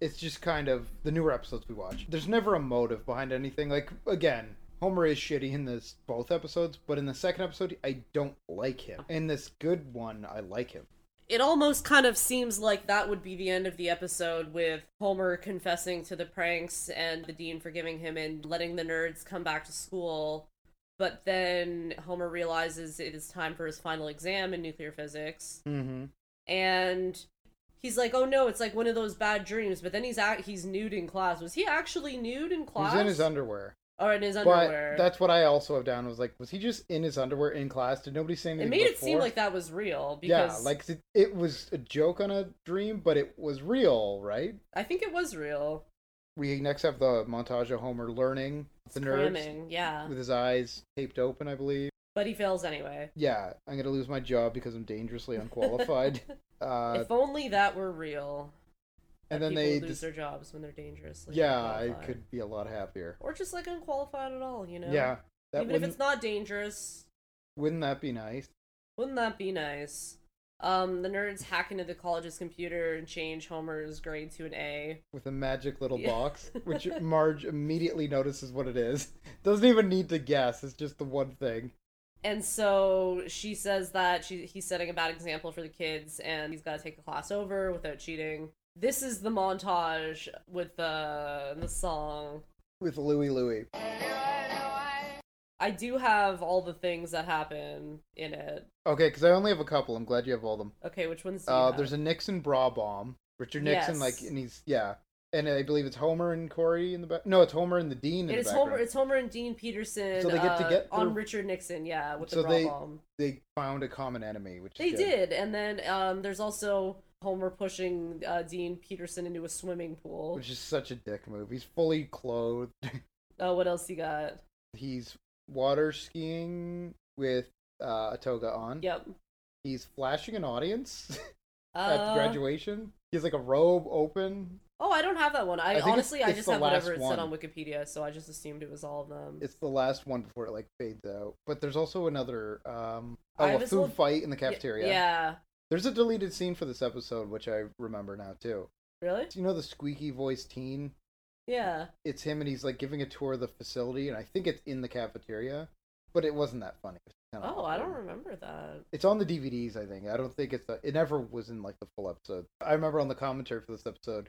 Speaker 4: it's just kind of the newer episodes we watch. There's never a motive behind anything. Like again, Homer is shitty in this both episodes, but in the second episode, I don't like him. In this good one, I like him.
Speaker 3: It almost kind of seems like that would be the end of the episode with Homer confessing to the pranks and the dean forgiving him and letting the nerds come back to school. But then Homer realizes it is time for his final exam in nuclear physics.
Speaker 4: Mm-hmm.
Speaker 3: And he's like, "Oh no, it's like one of those bad dreams." But then he's act- he's nude in class. Was he actually nude in class?
Speaker 4: He's in his underwear.
Speaker 3: Or in his underwear.
Speaker 4: But that's what I also have down was like, was he just in his underwear in class? Did nobody say
Speaker 3: It
Speaker 4: anything?
Speaker 3: made it seem
Speaker 4: before?
Speaker 3: like that was real because
Speaker 4: Yeah, like it, it was a joke on a dream, but it was real, right?
Speaker 3: I think it was real.
Speaker 4: We next have the montage of Homer learning the nerds
Speaker 3: Cramming, yeah.
Speaker 4: with his eyes taped open, I believe.
Speaker 3: But he fails anyway.
Speaker 4: Yeah, I'm gonna lose my job because I'm dangerously unqualified. uh,
Speaker 3: if only that were real.
Speaker 4: and
Speaker 3: that
Speaker 4: then
Speaker 3: people
Speaker 4: they
Speaker 3: lose
Speaker 4: just-
Speaker 3: their jobs when they're dangerously.
Speaker 4: yeah, I
Speaker 3: unqualified.
Speaker 4: could be a lot happier.
Speaker 3: Or just like unqualified at all, you know?
Speaker 4: Yeah, that
Speaker 3: Even if it's
Speaker 4: wouldn't-
Speaker 3: not dangerous,
Speaker 4: Wouldn't that be nice?
Speaker 3: Wouldn't that be nice? Um, the nerds hack into the college's computer and change Homer's grade to an A.
Speaker 4: With a magic little
Speaker 3: Yeah.
Speaker 4: box, which Marge immediately notices what it is. Doesn't even need to guess. It's just the one thing.
Speaker 3: And so she says that she, he's setting a bad example for the kids and he's got to take a class over without cheating. This is the montage with the, the song.
Speaker 4: With Louie Louie.
Speaker 3: I do have all the things that happen in it.
Speaker 4: Okay, because I only have a couple. I'm glad you have all of them.
Speaker 3: Okay, which ones do you
Speaker 4: Uh,
Speaker 3: have?
Speaker 4: there's a Nixon bra bomb. Richard Nixon,
Speaker 3: Yes.
Speaker 4: like, and he's yeah, and I believe it's Homer and Corey in the back. No, it's Homer and the Dean in
Speaker 3: It
Speaker 4: the
Speaker 3: is
Speaker 4: background.
Speaker 3: Homer. It's Homer and Dean Peterson.
Speaker 4: So they get to
Speaker 3: uh,
Speaker 4: get
Speaker 3: on
Speaker 4: their-
Speaker 3: Richard Nixon. Yeah, with
Speaker 4: so
Speaker 3: the bra
Speaker 4: they
Speaker 3: bomb.
Speaker 4: they found a common enemy, which
Speaker 3: They
Speaker 4: is good.
Speaker 3: did, and then um, there's also Homer pushing uh, Dean Peterson into a swimming pool.
Speaker 4: which is such a dick move. He's fully clothed.
Speaker 3: Oh, what else you got?
Speaker 4: He's water skiing with uh, a toga on.
Speaker 3: Yep.
Speaker 4: He's flashing an audience
Speaker 3: Uh,
Speaker 4: at graduation. He's like a robe open.
Speaker 3: Oh, I don't have that one.
Speaker 4: I
Speaker 3: I,
Speaker 4: think it's-
Speaker 3: honestly, I
Speaker 4: it's
Speaker 3: just
Speaker 4: the
Speaker 3: have whatever
Speaker 4: last
Speaker 3: it
Speaker 4: one.
Speaker 3: said on Wikipedia, so I just assumed it was all of them.
Speaker 4: It's the last one before it like fades out. But there's also another um oh,
Speaker 3: I
Speaker 4: a
Speaker 3: was
Speaker 4: food
Speaker 3: look-
Speaker 4: fight in the
Speaker 3: Y-
Speaker 4: cafeteria.
Speaker 3: yeah.
Speaker 4: There's a deleted scene for this episode which I remember now too.
Speaker 3: Really?
Speaker 4: You know the squeaky voice teen?
Speaker 3: Yeah.
Speaker 4: It's him and he's like giving a tour of the facility and I think it's in the cafeteria. But it wasn't that funny. It was kinda
Speaker 3: Oh, I
Speaker 4: awkward.
Speaker 3: don't remember that.
Speaker 4: It's on the DVDs, I think. I don't think it's the, it never was in like the full episode. I remember on the commentary for this episode,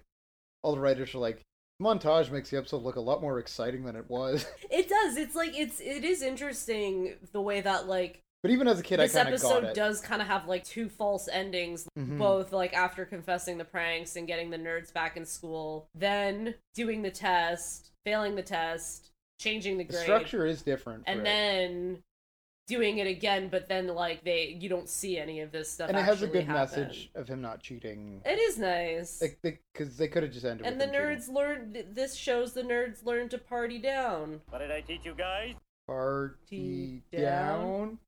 Speaker 4: all the writers were like, "Montage makes the episode look a lot more exciting than it was."
Speaker 3: It does. It's like it's it is interesting the way that like
Speaker 4: but even as a kid, I
Speaker 3: this
Speaker 4: kind of got
Speaker 3: episode
Speaker 4: it.
Speaker 3: does kind of have like two false endings
Speaker 4: Mhm.
Speaker 3: both like after confessing the pranks and getting the nerds back in school then doing the test failing the test changing the
Speaker 4: the
Speaker 3: grade
Speaker 4: structure is different, for
Speaker 3: and
Speaker 4: it.
Speaker 3: then doing it again but then like they you don't see any of this stuff
Speaker 4: and it has a
Speaker 3: actually
Speaker 4: good
Speaker 3: happen.
Speaker 4: message of him not cheating.
Speaker 3: it is nice
Speaker 4: Because they, 'cause they could have just ended.
Speaker 3: and the
Speaker 4: with him
Speaker 3: nerds
Speaker 4: cheating.
Speaker 3: learn this shows the nerds learn to party down
Speaker 15: What did I teach you guys?
Speaker 4: party
Speaker 3: Tea down.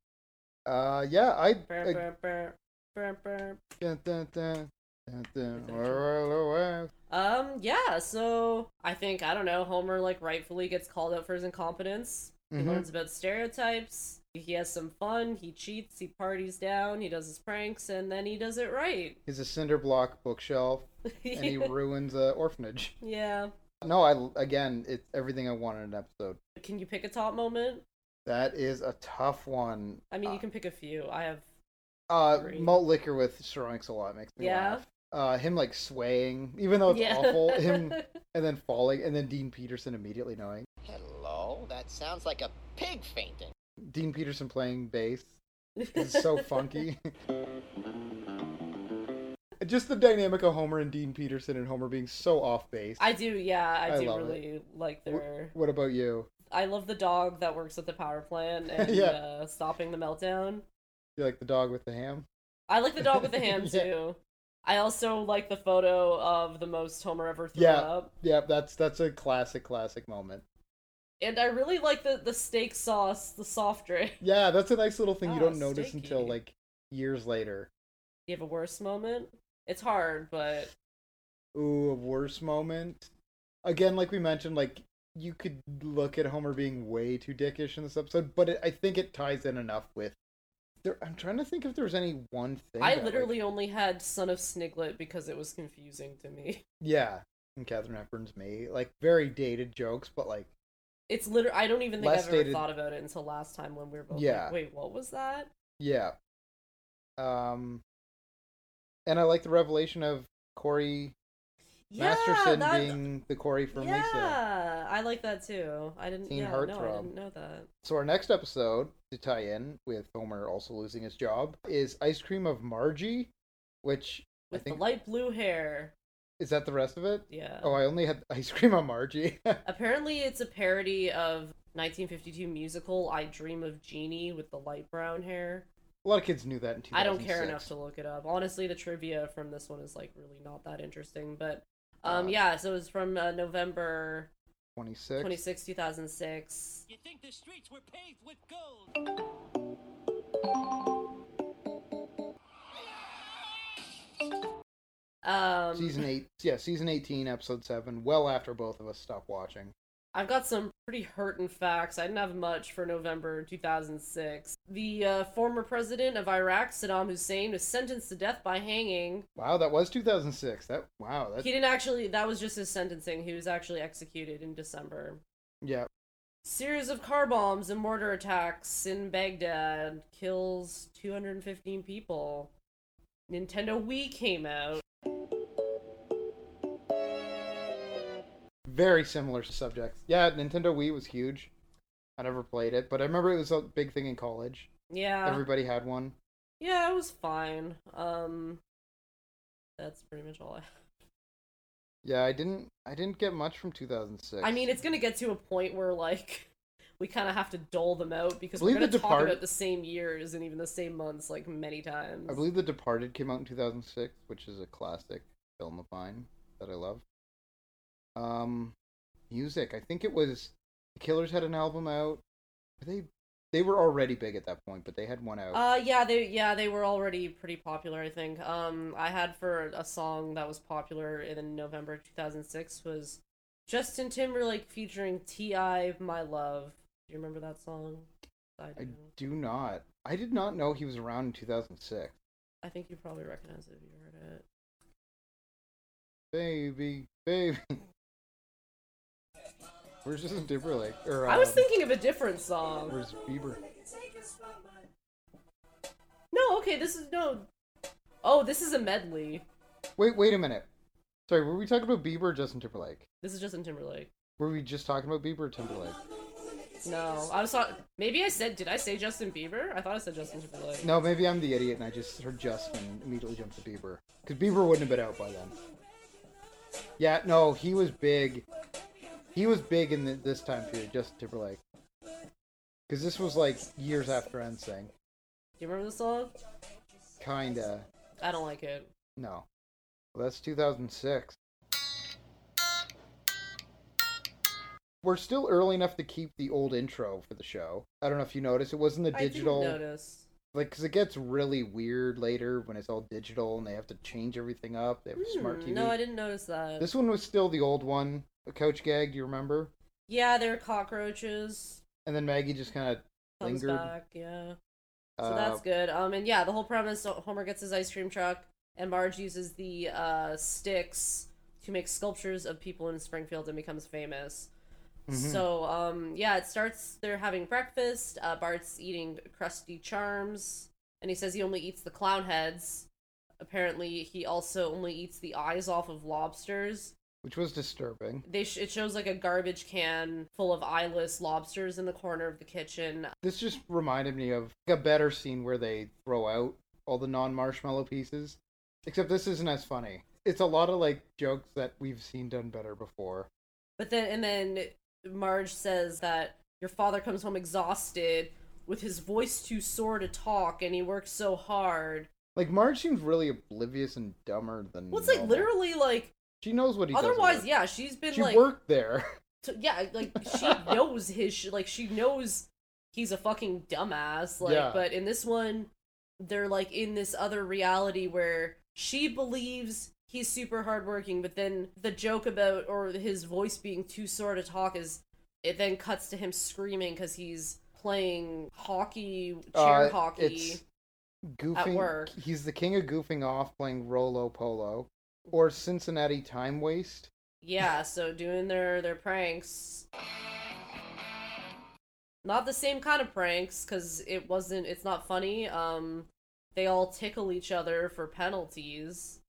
Speaker 4: down. Uh, yeah, I.
Speaker 3: Brr,
Speaker 4: I
Speaker 3: brr, brr, brr, brr.
Speaker 4: dun, dun, dun, dun, dun, whirl away.
Speaker 3: Um, yeah, so I think, I don't know, Homer, like, rightfully gets called out for his incompetence. He
Speaker 4: Mhm.
Speaker 3: learns about stereotypes. He has some fun. He cheats. He parties down. He does his pranks, and then he does it right.
Speaker 4: He's a cinder block bookshelf, and he
Speaker 3: Yeah.
Speaker 4: ruins a orphanage.
Speaker 3: Yeah.
Speaker 4: No, I again, it's everything I wanted in an episode.
Speaker 3: Can you pick a top moment?
Speaker 4: That is a tough one.
Speaker 3: I mean, you can pick a few. I have.
Speaker 4: Uh,
Speaker 3: Great.
Speaker 4: malt liquor with ceramics a lot makes me
Speaker 3: Yeah.
Speaker 4: laugh. Uh, him like swaying, even though it's
Speaker 3: Yeah.
Speaker 4: awful. Him and then falling, and then Dean Peterson immediately knowing.
Speaker 11: Hello? That sounds like a pig fainting.
Speaker 4: Dean Peterson playing bass is so funky. Just the dynamic of Homer and Dean Peterson, and Homer being so off base.
Speaker 3: I do, yeah, I,
Speaker 4: I
Speaker 3: do
Speaker 4: love it.
Speaker 3: really like their.
Speaker 4: What about you?
Speaker 3: I love the dog that works at the power plant and
Speaker 4: Yeah.
Speaker 3: uh, stopping the meltdown.
Speaker 4: You like the dog with the ham?
Speaker 3: I like the dog with the ham
Speaker 4: Yeah.
Speaker 3: too. I also like the photo of the most Homer ever threw
Speaker 4: Yeah,
Speaker 3: up.
Speaker 4: yeah. That's that's a classic, classic moment.
Speaker 3: And I really like the, the steak sauce, the soft drink.
Speaker 4: Yeah, that's a nice little thing you
Speaker 3: Ah,
Speaker 4: don't notice until like years later.
Speaker 3: You have a worse moment? It's hard, but
Speaker 4: Ooh, a worse moment. Again, like we mentioned, like you could look at Homer being way too dickish in this episode, but it, I think it ties in enough with. There, I'm trying to think if there's any one thing.
Speaker 3: I
Speaker 4: that, like-
Speaker 3: literally only had Son of Sniglet because it was confusing to me.
Speaker 4: yeah, and Catherine Hepburn's me like very dated jokes, but like
Speaker 3: It's literally I don't even think
Speaker 4: Less
Speaker 3: I've ever
Speaker 4: dated-
Speaker 3: thought about it until last time when we were both
Speaker 4: Yeah.
Speaker 3: like, wait, what was that?
Speaker 4: yeah. Um, And I like the revelation of Corey
Speaker 3: Yeah,
Speaker 4: Masterson
Speaker 3: that-
Speaker 4: being the Corey from
Speaker 3: yeah,
Speaker 4: Lisa.
Speaker 3: I like that too. I didn't.
Speaker 4: Teen
Speaker 3: yeah, no, I
Speaker 4: heartthrob.
Speaker 3: didn't know that.
Speaker 4: So our next episode to tie in with Homer also losing his job is Ice Cream of Margie, which
Speaker 3: With
Speaker 4: I think
Speaker 3: the light blue hair.
Speaker 4: is that the rest of it.
Speaker 3: Yeah.
Speaker 4: Oh, I only had Ice Cream of Margie.
Speaker 3: Apparently, it's a parody of 1952 musical "I Dream of Jeannie" with the light brown hair.
Speaker 4: A lot of kids knew that in 2006.
Speaker 3: I don't care enough to look it up. Honestly, the trivia from this one is like really not that interesting. But um, yeah, so it's from uh, November
Speaker 4: 26.
Speaker 3: 26, 2006.
Speaker 8: You think the streets were paved with gold?
Speaker 3: Um,
Speaker 4: season 8. Yeah, season 18, episode 7, well after both of us stopped watching.
Speaker 3: I've got some pretty hurting facts. I didn't have much for November 2006. The uh, former president of Iraq, Saddam Hussein, was sentenced to death by hanging.
Speaker 4: Wow, that was 2006. That wow, that
Speaker 3: He didn't actually, that was just his sentencing. He was actually executed in December.
Speaker 4: yeah.
Speaker 3: Series of car bombs and mortar attacks in Baghdad kills 215 people. Nintendo Wii came out.
Speaker 4: Very similar subjects. Yeah, Nintendo Wii was huge. I never played it, but I remember it was a big thing in college.
Speaker 3: Yeah.
Speaker 4: Everybody had one.
Speaker 3: Yeah, it was fine. Um, that's pretty much all I
Speaker 4: Yeah, I didn't I didn't get much from 2006.
Speaker 3: I mean, it's gonna get to a point where like we kind of have to dole them out because we're
Speaker 4: Believe
Speaker 3: gonna
Speaker 4: The
Speaker 3: talk
Speaker 4: Depart-
Speaker 3: about the same years and even the same months like many times.
Speaker 4: I believe The Departed came out in 2006, which is a classic film of mine that I love. Um, music. I think it was The Killers had an album out. Were they they were already big at that point, but they had one out.
Speaker 3: Uh, yeah, they yeah they were already pretty popular. I think. Um, I had for a song that was popular in November 2006 was Justin Timberlake featuring T.I. My Love. Do you remember that song? I,
Speaker 4: I
Speaker 3: do.
Speaker 4: do not. I did not know he was around in 2006.
Speaker 3: I think you probably recognize it if you heard it.
Speaker 4: Baby, baby. Where's Justin Timberlake? Or,
Speaker 3: I was
Speaker 4: um,
Speaker 3: thinking of a different song.
Speaker 4: Where's Bieber?
Speaker 3: No, okay, this is no. Oh, this is a medley.
Speaker 4: Wait, wait a minute. Sorry, were we talking about Bieber or Justin Timberlake?
Speaker 3: This is Justin Timberlake.
Speaker 4: Were we just talking about Bieber or Timberlake?
Speaker 3: No, I was thought maybe I said did I say Justin Bieber? I thought I said Justin Timberlake.
Speaker 4: No, maybe I'm the idiot and I just heard Justin and immediately jumped to Bieber. Because Bieber wouldn't have been out by then. Yeah, no, he was big. He was big in the, this time period, Justin Timberlake. Because this was like years after
Speaker 3: Do
Speaker 4: NSYNC.
Speaker 3: you remember the song?
Speaker 4: Kinda.
Speaker 3: I don't like it.
Speaker 4: No. Well, that's 2006. We're still early enough to keep the old intro for the show. I don't know if you noticed, it wasn't the
Speaker 3: I didn't
Speaker 4: digital.
Speaker 3: notice.
Speaker 4: Like, because it gets really weird later when it's all digital and they have to change everything up. They have a smart
Speaker 3: Hmm,
Speaker 4: TV.
Speaker 3: No, I didn't notice that.
Speaker 4: This one was still the old one. A coach gag, do you remember?
Speaker 3: Yeah, they're cockroaches.
Speaker 4: And then Maggie just kind of
Speaker 3: Comes
Speaker 4: lingered.
Speaker 3: back, yeah. So
Speaker 4: Uh,
Speaker 3: that's good. Um, and yeah, the whole premise: Homer gets his ice cream truck, and Marge uses the uh, sticks to make sculptures of people in Springfield and becomes famous.
Speaker 16: Mhm.
Speaker 3: So um, yeah, it starts. They're having breakfast. Uh, Bart's eating crusty charms, and he says he only eats the clown heads. Apparently, he also only eats the eyes off of lobsters.
Speaker 4: Which was disturbing.
Speaker 3: They sh- it shows like a garbage can full of eyeless lobsters in the corner of the kitchen.
Speaker 4: This just reminded me of a better scene where they throw out all the non marshmallow pieces. Except this isn't as funny. It's a lot of like jokes that we've seen done better before.
Speaker 3: But then, and then Marge says that your father comes home exhausted with his voice too sore to talk and he works so hard.
Speaker 4: Like Marge seems really oblivious and dumber than.
Speaker 3: Well, it's like
Speaker 4: normal.
Speaker 3: literally like,
Speaker 4: She knows what Mm, he does.
Speaker 3: otherwise, yeah, she's been
Speaker 4: She
Speaker 3: like,
Speaker 4: worked there.
Speaker 3: t- yeah, like she knows his, sh- like she knows he's a fucking dumbass. Like,
Speaker 16: Yeah.
Speaker 3: but in this one, they're like in this other reality where she believes he's super hardworking, but then the joke about or his voice being too sore to talk is it then cuts to him screaming because he's playing hockey, chair
Speaker 4: Uh,
Speaker 3: hockey.
Speaker 4: it's goofing.
Speaker 3: work.
Speaker 4: He's the king of goofing off playing Rolo Polo or Cincinnati Time Waste.
Speaker 3: Yeah, so doing their their pranks. Not the same kind of pranks cuz it wasn't it's not funny. Um They all tickle each other for penalties.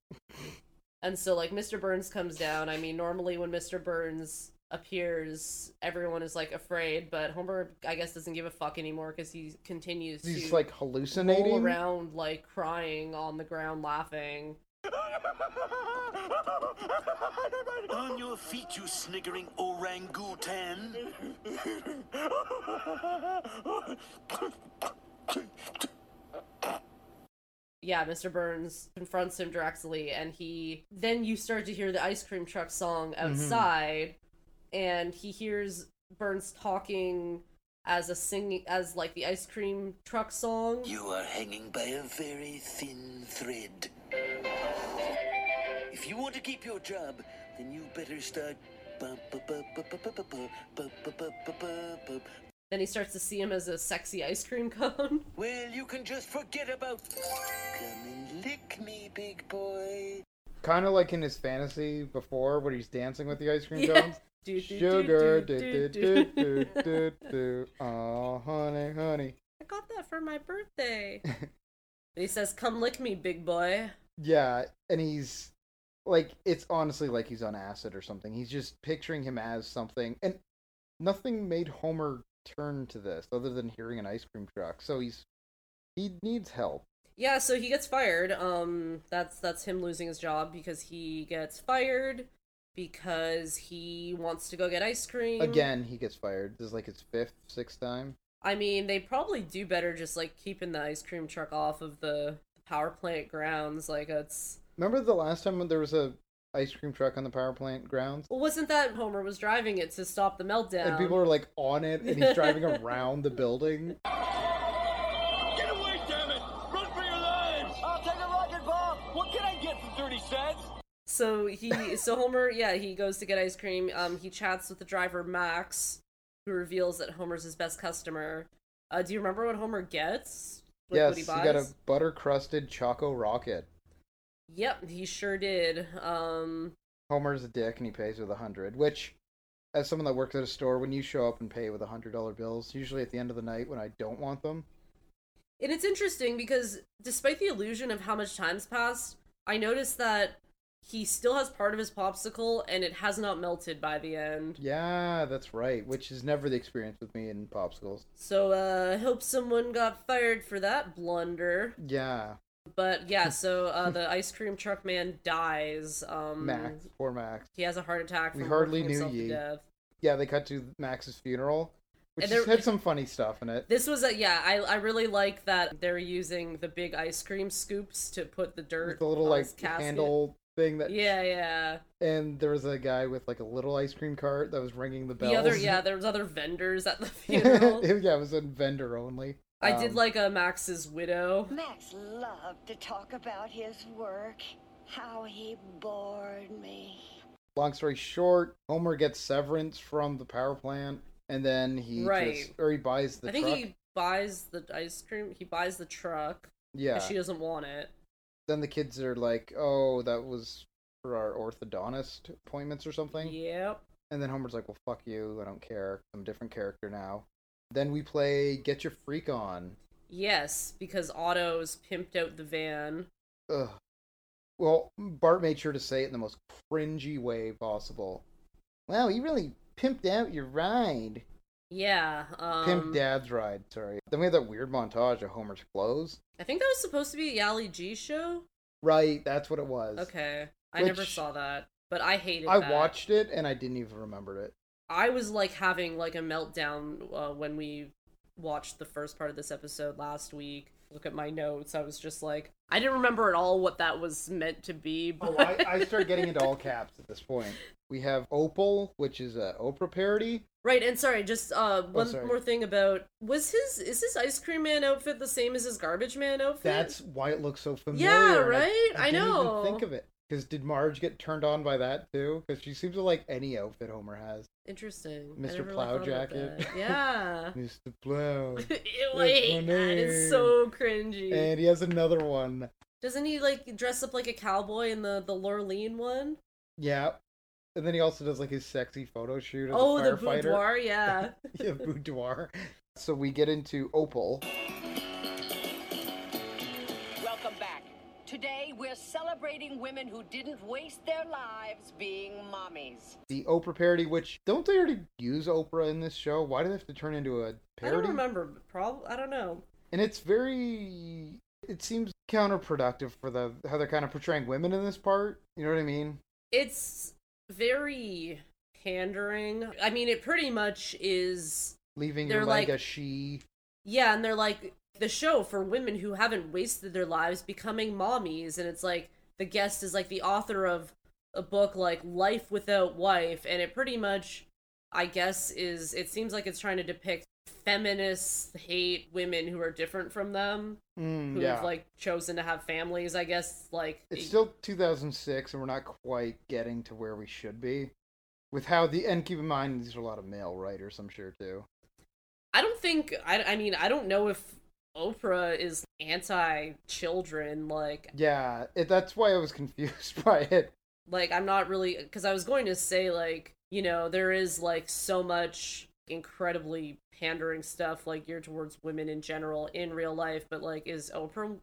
Speaker 3: and so, like, Mr. Burns comes down. I mean, normally when Mr. Burns appears, everyone is, like, afraid, but Homer, I guess, doesn't give a fuck anymore because he continues
Speaker 4: He's
Speaker 3: to
Speaker 4: like
Speaker 3: roll
Speaker 4: hallucinating.
Speaker 3: around, like, crying on the ground, laughing.
Speaker 8: On your feet, you sniggering orangutan.
Speaker 3: yeah, Mr. Burns confronts him directly, and he then you start to hear the ice cream truck song outside, and he hears Burns talking as a singing as like the ice cream truck song.
Speaker 8: You are hanging by a very thin thread. If you want to keep your job, then you better start. bu- bu- bu- bu- bu- bu- bu- bu- bu- bu- bu- bu- bu- bu-
Speaker 3: Then he starts to see him as a sexy ice cream cone.
Speaker 8: Well, you can just forget about. Come and lick me, big boy.
Speaker 4: Kind of like in his fantasy before, where he's dancing with the ice cream
Speaker 8: Yeah.
Speaker 4: cones.
Speaker 8: Do, do, do,
Speaker 4: Sugar,
Speaker 8: do,
Speaker 4: do,
Speaker 8: do,
Speaker 4: do, do, do, do. Oh, honey, honey.
Speaker 3: I got that for my birthday. and he says, "Come lick me, big boy."
Speaker 4: Yeah, and he's like, it's honestly like he's on acid or something. He's just picturing him as something, and nothing made Homer turn to this other than hearing an ice cream truck. So he's he needs help.
Speaker 3: Yeah, so he gets fired. Um that's that's him losing his job because he gets fired because he wants to go get ice cream.
Speaker 4: Again, he gets fired. This is like his fifth, sixth time.
Speaker 3: I mean, they probably do better just like keeping the ice cream truck off of the power plant grounds like it's
Speaker 4: Remember the last time when there was a ice cream truck on the power plant grounds?
Speaker 3: Well, wasn't that Homer was driving it to stop the meltdown?
Speaker 4: And people are like on it, and he's driving around the building.
Speaker 12: Get away, damn it! Run for your lives! I'll take a rocket bomb! What can I get for 30 cents?
Speaker 3: So he, so Homer, yeah, he goes to get ice cream. Um, he chats with the driver Max, who reveals that Homer's his best customer. Uh, do you remember what Homer gets? Like,
Speaker 4: yes,
Speaker 3: what he
Speaker 4: you
Speaker 3: buys?
Speaker 4: got a butter crusted Choco Rocket.
Speaker 3: Yep, he sure did. Um,
Speaker 4: Homer's a dick, and he pays with a hundred. Which, as someone that works at a store, when you show up and pay with a hundred dollar bills, usually at the end of the night when I don't want them,
Speaker 3: and it's interesting because despite the illusion of how much time's passed, I noticed that he still has part of his popsicle and it has not melted by the end.
Speaker 4: yeah, that's right. Which is never the experience with me in popsicles.
Speaker 3: So, uh, I hope someone got fired for that blunder.
Speaker 4: Yeah,
Speaker 3: But
Speaker 4: Hmm.
Speaker 3: yeah, so uh, the ice cream truck man dies. Um,
Speaker 4: Max, poor Max.
Speaker 3: He has a heart attack.
Speaker 4: We
Speaker 3: from
Speaker 4: hardly
Speaker 3: working
Speaker 4: knew
Speaker 3: himself to
Speaker 4: ye.
Speaker 3: death.
Speaker 4: Yeah, they cut to Max's funeral, which
Speaker 3: And there-
Speaker 4: just had some funny stuff in it.
Speaker 3: This was a yeah. I I really like that they're using the big ice cream scoops to put the dirt.
Speaker 4: With the little
Speaker 3: on
Speaker 4: like
Speaker 3: his casket.
Speaker 4: handle thing that
Speaker 3: Yeah, yeah.
Speaker 4: and there was a guy with like a little ice cream cart that was ringing the bells.
Speaker 3: The other yeah, there was other vendors at the funeral.
Speaker 4: yeah, it was a vendor only.
Speaker 3: I did
Speaker 4: Um,
Speaker 3: like a Max's widow.
Speaker 16: Max loved to talk about his work, how he bored me.
Speaker 4: Long story short, Homer gets severance from the power plant, and then he
Speaker 3: Right.
Speaker 4: just or he buys the
Speaker 3: I think
Speaker 4: truck.
Speaker 3: he buys the ice cream. He buys the truck. 'cause
Speaker 4: Yeah.
Speaker 3: She doesn't want it.
Speaker 4: Then the kids are like, "Oh, that was for our orthodontist appointments or something."
Speaker 3: Yep.
Speaker 4: And then Homer's like, "Well, fuck you. I don't care. I'm a different character now." Then we play Get Your Freak On.
Speaker 3: Yes, because Otto's pimped out the van.
Speaker 4: Ugh. Well, Bart made sure to say it in the most cringy way possible. Wow, you really pimped out your ride.
Speaker 3: Yeah. Um,
Speaker 4: Pimp Dad's ride, sorry. Then we had that weird montage of Homer's clothes.
Speaker 3: I think that was supposed to be a Yali G show.
Speaker 4: Right, that's what it was.
Speaker 3: Okay, I never
Speaker 4: Which-
Speaker 3: saw that, but I hated.
Speaker 4: I
Speaker 3: that.
Speaker 4: watched it and I didn't even remember it.
Speaker 3: I was like having like a meltdown uh, when we watched the first part of this episode last week. Look at my notes. I was just like, I didn't remember at all what that was meant to be. But
Speaker 4: Oh, I, I started getting into all caps at this point. We have Opal, which is a Oprah parody.
Speaker 3: right. And sorry, just uh, one
Speaker 4: Oh, sorry.
Speaker 3: more thing about was his is his ice cream man outfit the same as his garbage man outfit?
Speaker 4: That's why it looks so familiar.
Speaker 3: Yeah,
Speaker 4: and
Speaker 3: right?
Speaker 4: I,
Speaker 3: I
Speaker 4: didn't even
Speaker 3: know.
Speaker 4: think of it. Because did Marge get turned on by that too? Because she seems to like any outfit Homer has.
Speaker 3: interesting. I
Speaker 4: Mr.
Speaker 3: never really thought
Speaker 4: Plow
Speaker 3: about
Speaker 4: jacket.
Speaker 3: that. Yeah.
Speaker 4: Mr. Plow.
Speaker 3: Ew, I
Speaker 4: That's
Speaker 3: hate
Speaker 4: my
Speaker 3: that. It's
Speaker 4: name.
Speaker 3: so cringy.
Speaker 4: And he has another one.
Speaker 3: Doesn't he like dress up like a cowboy in the the Lurleen one?
Speaker 4: Yeah. And then he also does like his sexy photo shoot as
Speaker 3: Oh,
Speaker 4: a
Speaker 3: the
Speaker 4: firefighter.
Speaker 3: boudoir, yeah.
Speaker 4: yeah, boudoir. So we get into Opal.
Speaker 17: Today, we're celebrating women who didn't waste their lives being mommies.
Speaker 4: The Oprah parody, which don't they already use Oprah in this show? Why do they have to turn into a
Speaker 3: I
Speaker 4: parody?
Speaker 3: don't remember. but Prob. I don't know.
Speaker 4: And it's very. It seems counterproductive for the how they're kind of portraying women in this part. You know what I mean?
Speaker 3: It's very pandering. I mean, it pretty much is.
Speaker 4: Leaving
Speaker 3: They're
Speaker 4: your leg
Speaker 3: like-
Speaker 4: a she.
Speaker 3: Yeah, and they're like the show for women who haven't wasted their lives becoming mommies, and it's like the guest is like the author of a book like Life Without Wife, and it pretty much, I guess, is it seems like it's trying to depict feminists hate women who are different from them
Speaker 4: Mm,
Speaker 3: who've
Speaker 4: yeah.
Speaker 3: like chosen to have families i guess like
Speaker 4: it's still 2006 and we're not quite getting to where we should be with how the and keep in mind these are a lot of male writers i'm sure too
Speaker 3: I don't think I I mean I don't know if Oprah is anti children like
Speaker 4: yeah it, that's why i was confused by it
Speaker 3: like I'm not really cuz I was going to say like you know there is like so much incredibly pandering stuff like geared towards women in general in real life but like is Oprah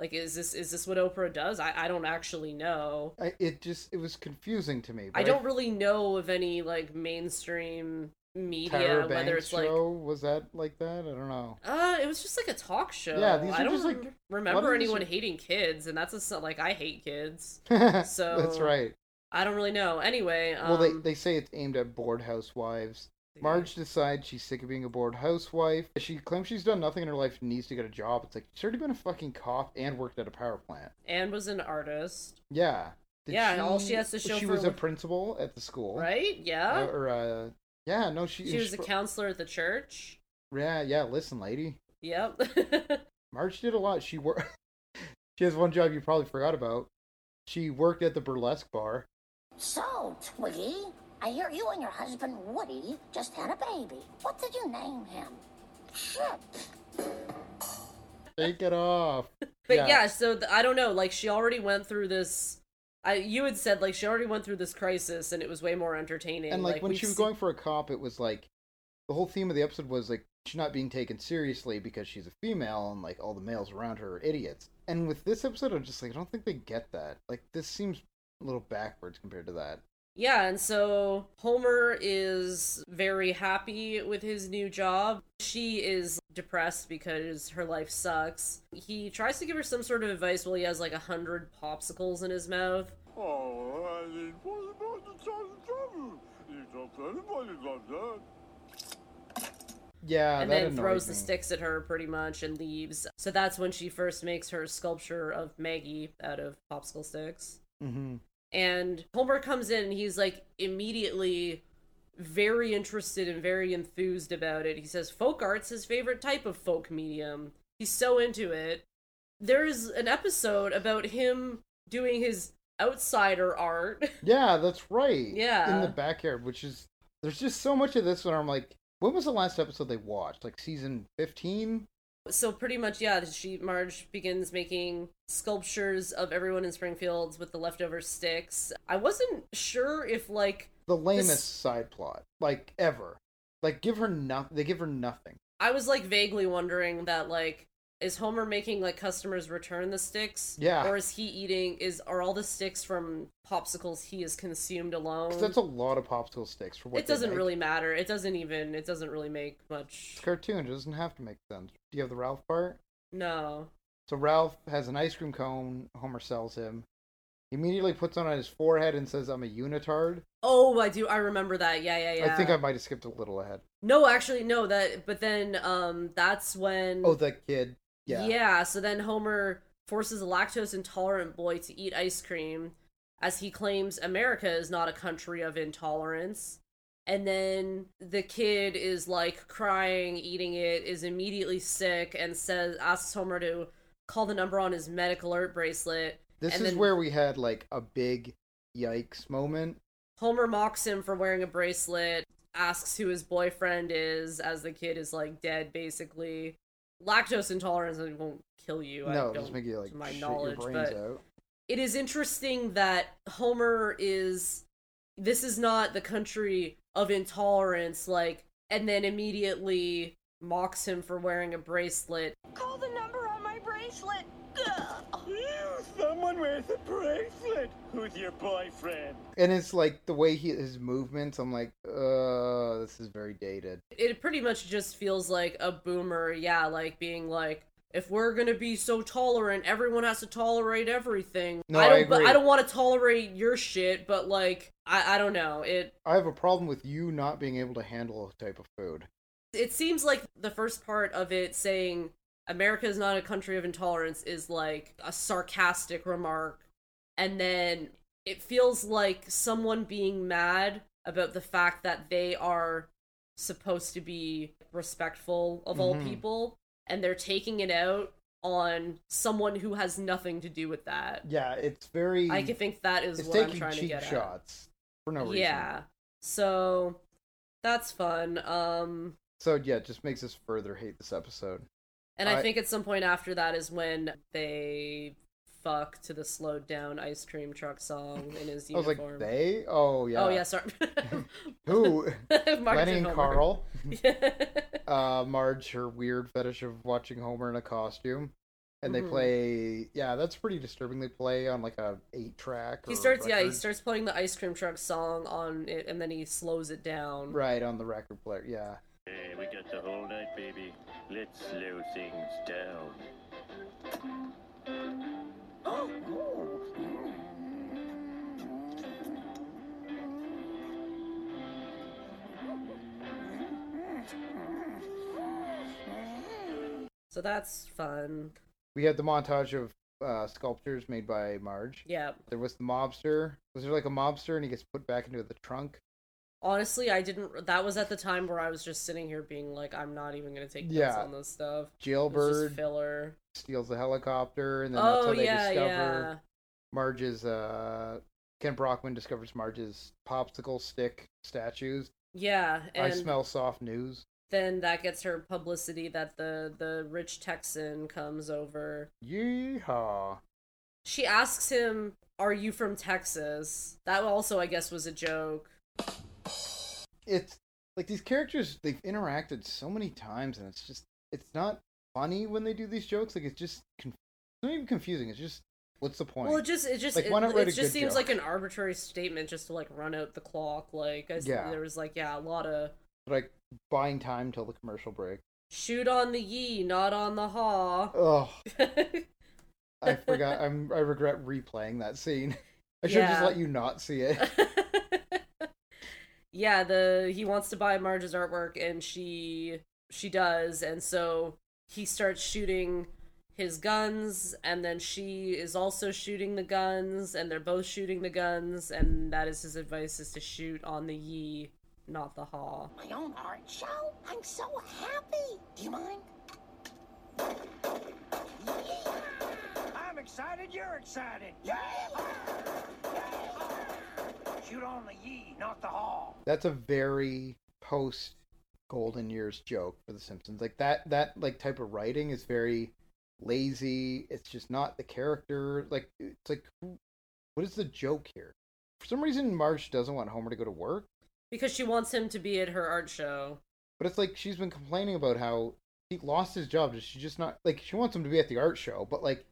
Speaker 3: like is this is this what Oprah does? I I don't actually know.
Speaker 4: I, it just it was confusing to me but
Speaker 3: I don't really know of any like mainstream media
Speaker 4: Tyra Banks
Speaker 3: whether it's like
Speaker 4: show was that like that i don't know
Speaker 3: Uh, it was just like a talk show.
Speaker 4: Yeah, these
Speaker 3: I
Speaker 4: are
Speaker 3: don't
Speaker 4: just, like,
Speaker 3: rem-
Speaker 4: lot
Speaker 3: remember
Speaker 4: of these
Speaker 3: anyone
Speaker 4: are-
Speaker 3: hating kids, and that's a s- like I hate kids. so
Speaker 4: that's right
Speaker 3: I don't really know. Anyway, um,
Speaker 4: well they, they say it's aimed at bored housewives Marge decides she's sick of being a bored housewife. She claims she's done nothing in her life and needs to get a job. It's like she's already been a fucking cop and worked at a power plant.
Speaker 3: Anne was an artist,
Speaker 4: Yeah.
Speaker 3: Yeah, all she has to show
Speaker 4: She
Speaker 3: for
Speaker 4: was a
Speaker 3: li-
Speaker 4: principal at the school,
Speaker 3: right? Yeah,
Speaker 4: Uh, or uh, yeah, no, she.
Speaker 3: she was a
Speaker 4: pro-
Speaker 3: counselor at the church.
Speaker 4: Yeah, yeah. Listen, lady,
Speaker 3: Yep.
Speaker 4: Marge did a lot. She worked. she has one job you probably forgot about. She worked at the burlesque bar.
Speaker 13: So, Twiggy, I hear you and your husband Woody just had a baby. What did you name him? Shit.
Speaker 4: Take it off.
Speaker 3: But yeah, so th- I don't know. Like she already went through this. I you had said like she already went through this crisis, and it was way more entertaining.
Speaker 4: and like, when
Speaker 3: we've
Speaker 4: she was
Speaker 3: seen-
Speaker 4: going for a cop, it was like the whole theme of the episode was like she's not being taken seriously because she's a female, and like all the males around her are idiots. And with this episode, I'm just like, I don't think they get that. Like, this seems a little backwards compared to that.
Speaker 3: Yeah, and so Homer is very happy with his new job. She is depressed because her life sucks. He tries to give her some sort of advice while he has like a hundred popsicles in his mouth.
Speaker 18: Oh, I mean, what about the time trouble? You don't tell anybody about that.
Speaker 4: Yeah,
Speaker 3: and
Speaker 4: that
Speaker 3: then
Speaker 4: annoyed
Speaker 3: throws
Speaker 4: me.
Speaker 3: the sticks at her pretty much and leaves. So that's when she first makes her sculpture of Maggie out of popsicle sticks.
Speaker 4: Mm-hmm.
Speaker 3: And Homer comes in and he's like immediately very interested and very enthused about it. He says folk art's his favorite type of folk medium. He's so into it. There's an episode about him doing his outsider art.
Speaker 4: Yeah, that's right.
Speaker 3: Yeah.
Speaker 4: In the backyard, which is there's just so much of this where I'm like, when was the last episode they watched? Like season fifteen?
Speaker 3: So pretty much, yeah. She Marge begins making sculptures of everyone in Springfield with the leftover sticks. I wasn't sure if like
Speaker 4: The lamest side plot, like ever. Like give her nothing. They give her nothing.
Speaker 3: I was like vaguely wondering that like is Homer making like customers return the sticks?
Speaker 4: Yeah.
Speaker 3: Or is he eating? Is are all the sticks from popsicles he has consumed
Speaker 4: 'Cause
Speaker 3: alone?
Speaker 4: that's a lot of popsicle sticks for what
Speaker 3: it doesn't
Speaker 4: they make.
Speaker 3: really matter. It doesn't even. It doesn't really make much.
Speaker 4: It's a cartoon. It doesn't have to make sense. Do you have the Ralph part?
Speaker 3: No.
Speaker 4: So Ralph has an ice cream cone. Homer sells him. He immediately puts it on his forehead and says, "I'm a unitard."
Speaker 3: Oh, I do. I remember that. Yeah, yeah, yeah.
Speaker 4: I think I might have skipped a little ahead.
Speaker 3: No, actually, no. That. But then, um, that's when.
Speaker 4: Oh, that kid. Yeah.
Speaker 3: so then Homer forces a lactose intolerant boy to eat ice cream as he claims America is not a country of intolerance. And then the kid is like crying, eating it, is immediately sick, and says asks Homer to call the number on his medic alert bracelet.
Speaker 4: This
Speaker 3: and
Speaker 4: is
Speaker 3: then
Speaker 4: where we had like a big yikes moment.
Speaker 3: Homer mocks him for wearing a bracelet, asks who his boyfriend is, as the kid is like dead basically. Lactose intolerance won't kill you. I
Speaker 4: no,
Speaker 3: don't,
Speaker 4: it'll just make you like
Speaker 3: to my
Speaker 4: shit
Speaker 3: knowledge,
Speaker 4: your brains
Speaker 3: but
Speaker 4: out.
Speaker 3: it is interesting that Homer is this is not the country of intolerance, like, and then immediately mocks him for wearing a bracelet.
Speaker 16: Call the number on my bracelet. Ugh.
Speaker 18: You son
Speaker 19: one wears a bracelet. Who's your boyfriend?
Speaker 4: And it's like the way he his movements. I'm like, uh, this is very dated.
Speaker 3: It pretty much just feels like a boomer, yeah, like being like, if we're gonna be so tolerant, everyone has to tolerate everything.
Speaker 4: No,
Speaker 3: I don't,
Speaker 4: I
Speaker 3: but
Speaker 4: agree.
Speaker 3: I don't want to tolerate your shit. But like, I, I don't know. It
Speaker 4: I have a problem with you not being able to handle a type of food.
Speaker 3: it seems like the first part of it saying America is not a country of intolerance is like a sarcastic remark, and then it feels like someone being mad about the fact that they are supposed to be respectful of all
Speaker 4: Mm-hmm.
Speaker 20: Mhm.
Speaker 3: people, and they're taking it out on someone who has nothing to do with that.
Speaker 4: Yeah, it's very.
Speaker 3: I can think that is
Speaker 4: it's
Speaker 3: what I'm
Speaker 4: taking
Speaker 3: trying to
Speaker 4: cheap
Speaker 3: get at.
Speaker 4: shots for no reason.
Speaker 3: Yeah. So that's fun. Um
Speaker 4: So yeah, it just makes us further hate this episode.
Speaker 3: and I, think at some point after that is when they fuck to the slowed down ice cream truck song in his
Speaker 4: I was
Speaker 3: uniform.
Speaker 4: like, they? Oh yeah.
Speaker 3: Oh yeah, sorry.
Speaker 4: Who?
Speaker 3: Marge
Speaker 4: Lenny
Speaker 3: and
Speaker 4: and
Speaker 3: Homer.
Speaker 4: Carl. uh, Marge, her weird fetish of watching Homer in a costume, and
Speaker 3: Mhm.
Speaker 4: they play. Yeah, that's pretty disturbing. They play on like a eight track.
Speaker 3: He
Speaker 4: or
Speaker 3: starts yeah, he
Speaker 4: record.
Speaker 3: starts playing the ice cream truck song on it and then he slows it down.
Speaker 4: Right on the record player. Yeah.
Speaker 15: Hey, we got the whole night, baby. Let's slow things down.
Speaker 3: So that's fun.
Speaker 4: We had the montage of uh, sculptures made by Marge.
Speaker 3: Yeah.
Speaker 4: There was the mobster. Was there like a mobster, and he gets put back into the trunk?
Speaker 3: Honestly, I didn't that was at the time where I was just sitting here being like I'm not even going to take notes
Speaker 4: Yeah.
Speaker 3: on this stuff. It was just
Speaker 4: Jailbird.
Speaker 3: filler.
Speaker 4: steals the helicopter, and then that's
Speaker 3: Oh,
Speaker 4: how they
Speaker 3: yeah,
Speaker 4: discover
Speaker 3: yeah.
Speaker 4: Marge's. Uh, Ken Brockman discovers Marge's popsicle stick statues.
Speaker 3: Yeah,
Speaker 4: I
Speaker 3: and-
Speaker 4: smell soft news.
Speaker 3: then that gets her publicity that the the rich Texan comes over.
Speaker 4: Yeehaw!
Speaker 3: She asks him, "Are you from Texas?" That also, I guess, was a joke.
Speaker 4: It's like these characters they've interacted so many times, and it's just it's not funny when they do these jokes. Like it's just conf- it's not even confusing. It's just what's the point?
Speaker 3: Well, it just it just
Speaker 4: like
Speaker 3: it,
Speaker 4: why not
Speaker 3: it
Speaker 4: write a
Speaker 3: just
Speaker 4: good
Speaker 3: seems
Speaker 4: joke?
Speaker 3: like an arbitrary statement just to like run out the clock. Like I s-
Speaker 4: Yeah.
Speaker 3: there was like yeah a lot of
Speaker 4: like buying time till the commercial break.
Speaker 3: shoot on the ye, not on the haw.
Speaker 4: Oh, I forgot. I'm I regret replaying that scene. I should have just
Speaker 3: Yeah.
Speaker 4: let you not see it.
Speaker 3: yeah the he wants to buy marge's artwork and she she does and so he starts shooting his guns and then she is also shooting the guns and they're both shooting the guns and that is his advice is to shoot on the ye not the haw
Speaker 13: My own art show? I'm so happy. Do you mind?
Speaker 19: I'm excited, you're excited. Shoot on the ye, not the hall.
Speaker 4: That's a very post golden years joke for the Simpsons. Like that that like type of writing is very lazy. It's just not the character. Like it's like who- what is the joke here? For some reason Marge doesn't want Homer to go to work,
Speaker 3: because she wants him to be at her art show
Speaker 4: but it's like she's been complaining about how he lost his job. Does she just not like she wants him to be at the art show, but like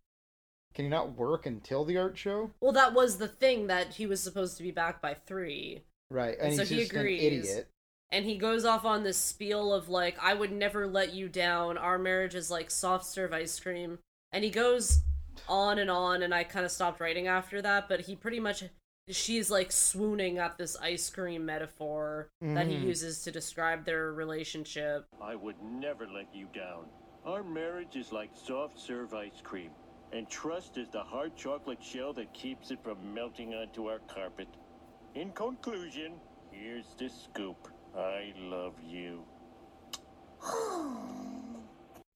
Speaker 4: can he not work until the art show?
Speaker 3: well that was the thing that he was supposed to be back by three
Speaker 4: Right. And
Speaker 3: so
Speaker 4: he's
Speaker 3: he
Speaker 4: just an
Speaker 3: agrees.
Speaker 4: idiot.
Speaker 3: And he goes off on this spiel of like, I would never let you down. Our marriage is like soft serve ice cream. And he goes on and on, and I kind of stopped writing after that. But he pretty much, she's like swooning at this ice cream metaphor that he
Speaker 15: Mhm.
Speaker 3: uses to describe their relationship.
Speaker 15: I would never let you down. Our marriage is like soft serve ice cream, and trust is the hard chocolate shell that keeps it from melting onto our carpet. In conclusion, here's the scoop I love you.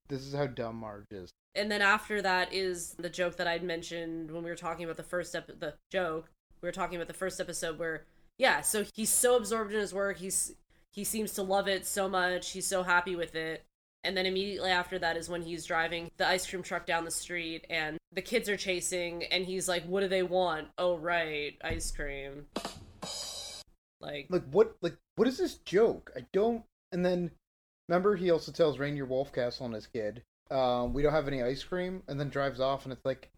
Speaker 4: This is how dumb Marge is.
Speaker 3: And then after that is the joke that I'd mentioned when we were talking about the first ep- the joke. We were talking about the first episode where yeah, so he's so absorbed in his work, he's he seems to love it so much, he's so happy with it. And then immediately after that is when he's driving the ice cream truck down the street and the kids are chasing and he's like, "What do they want?" "Oh right, ice cream." Like
Speaker 4: like what like what is this joke i don't and then remember he also tells reindeer wolfcastle and his kid um, we don't have any ice cream and then drives off and it's like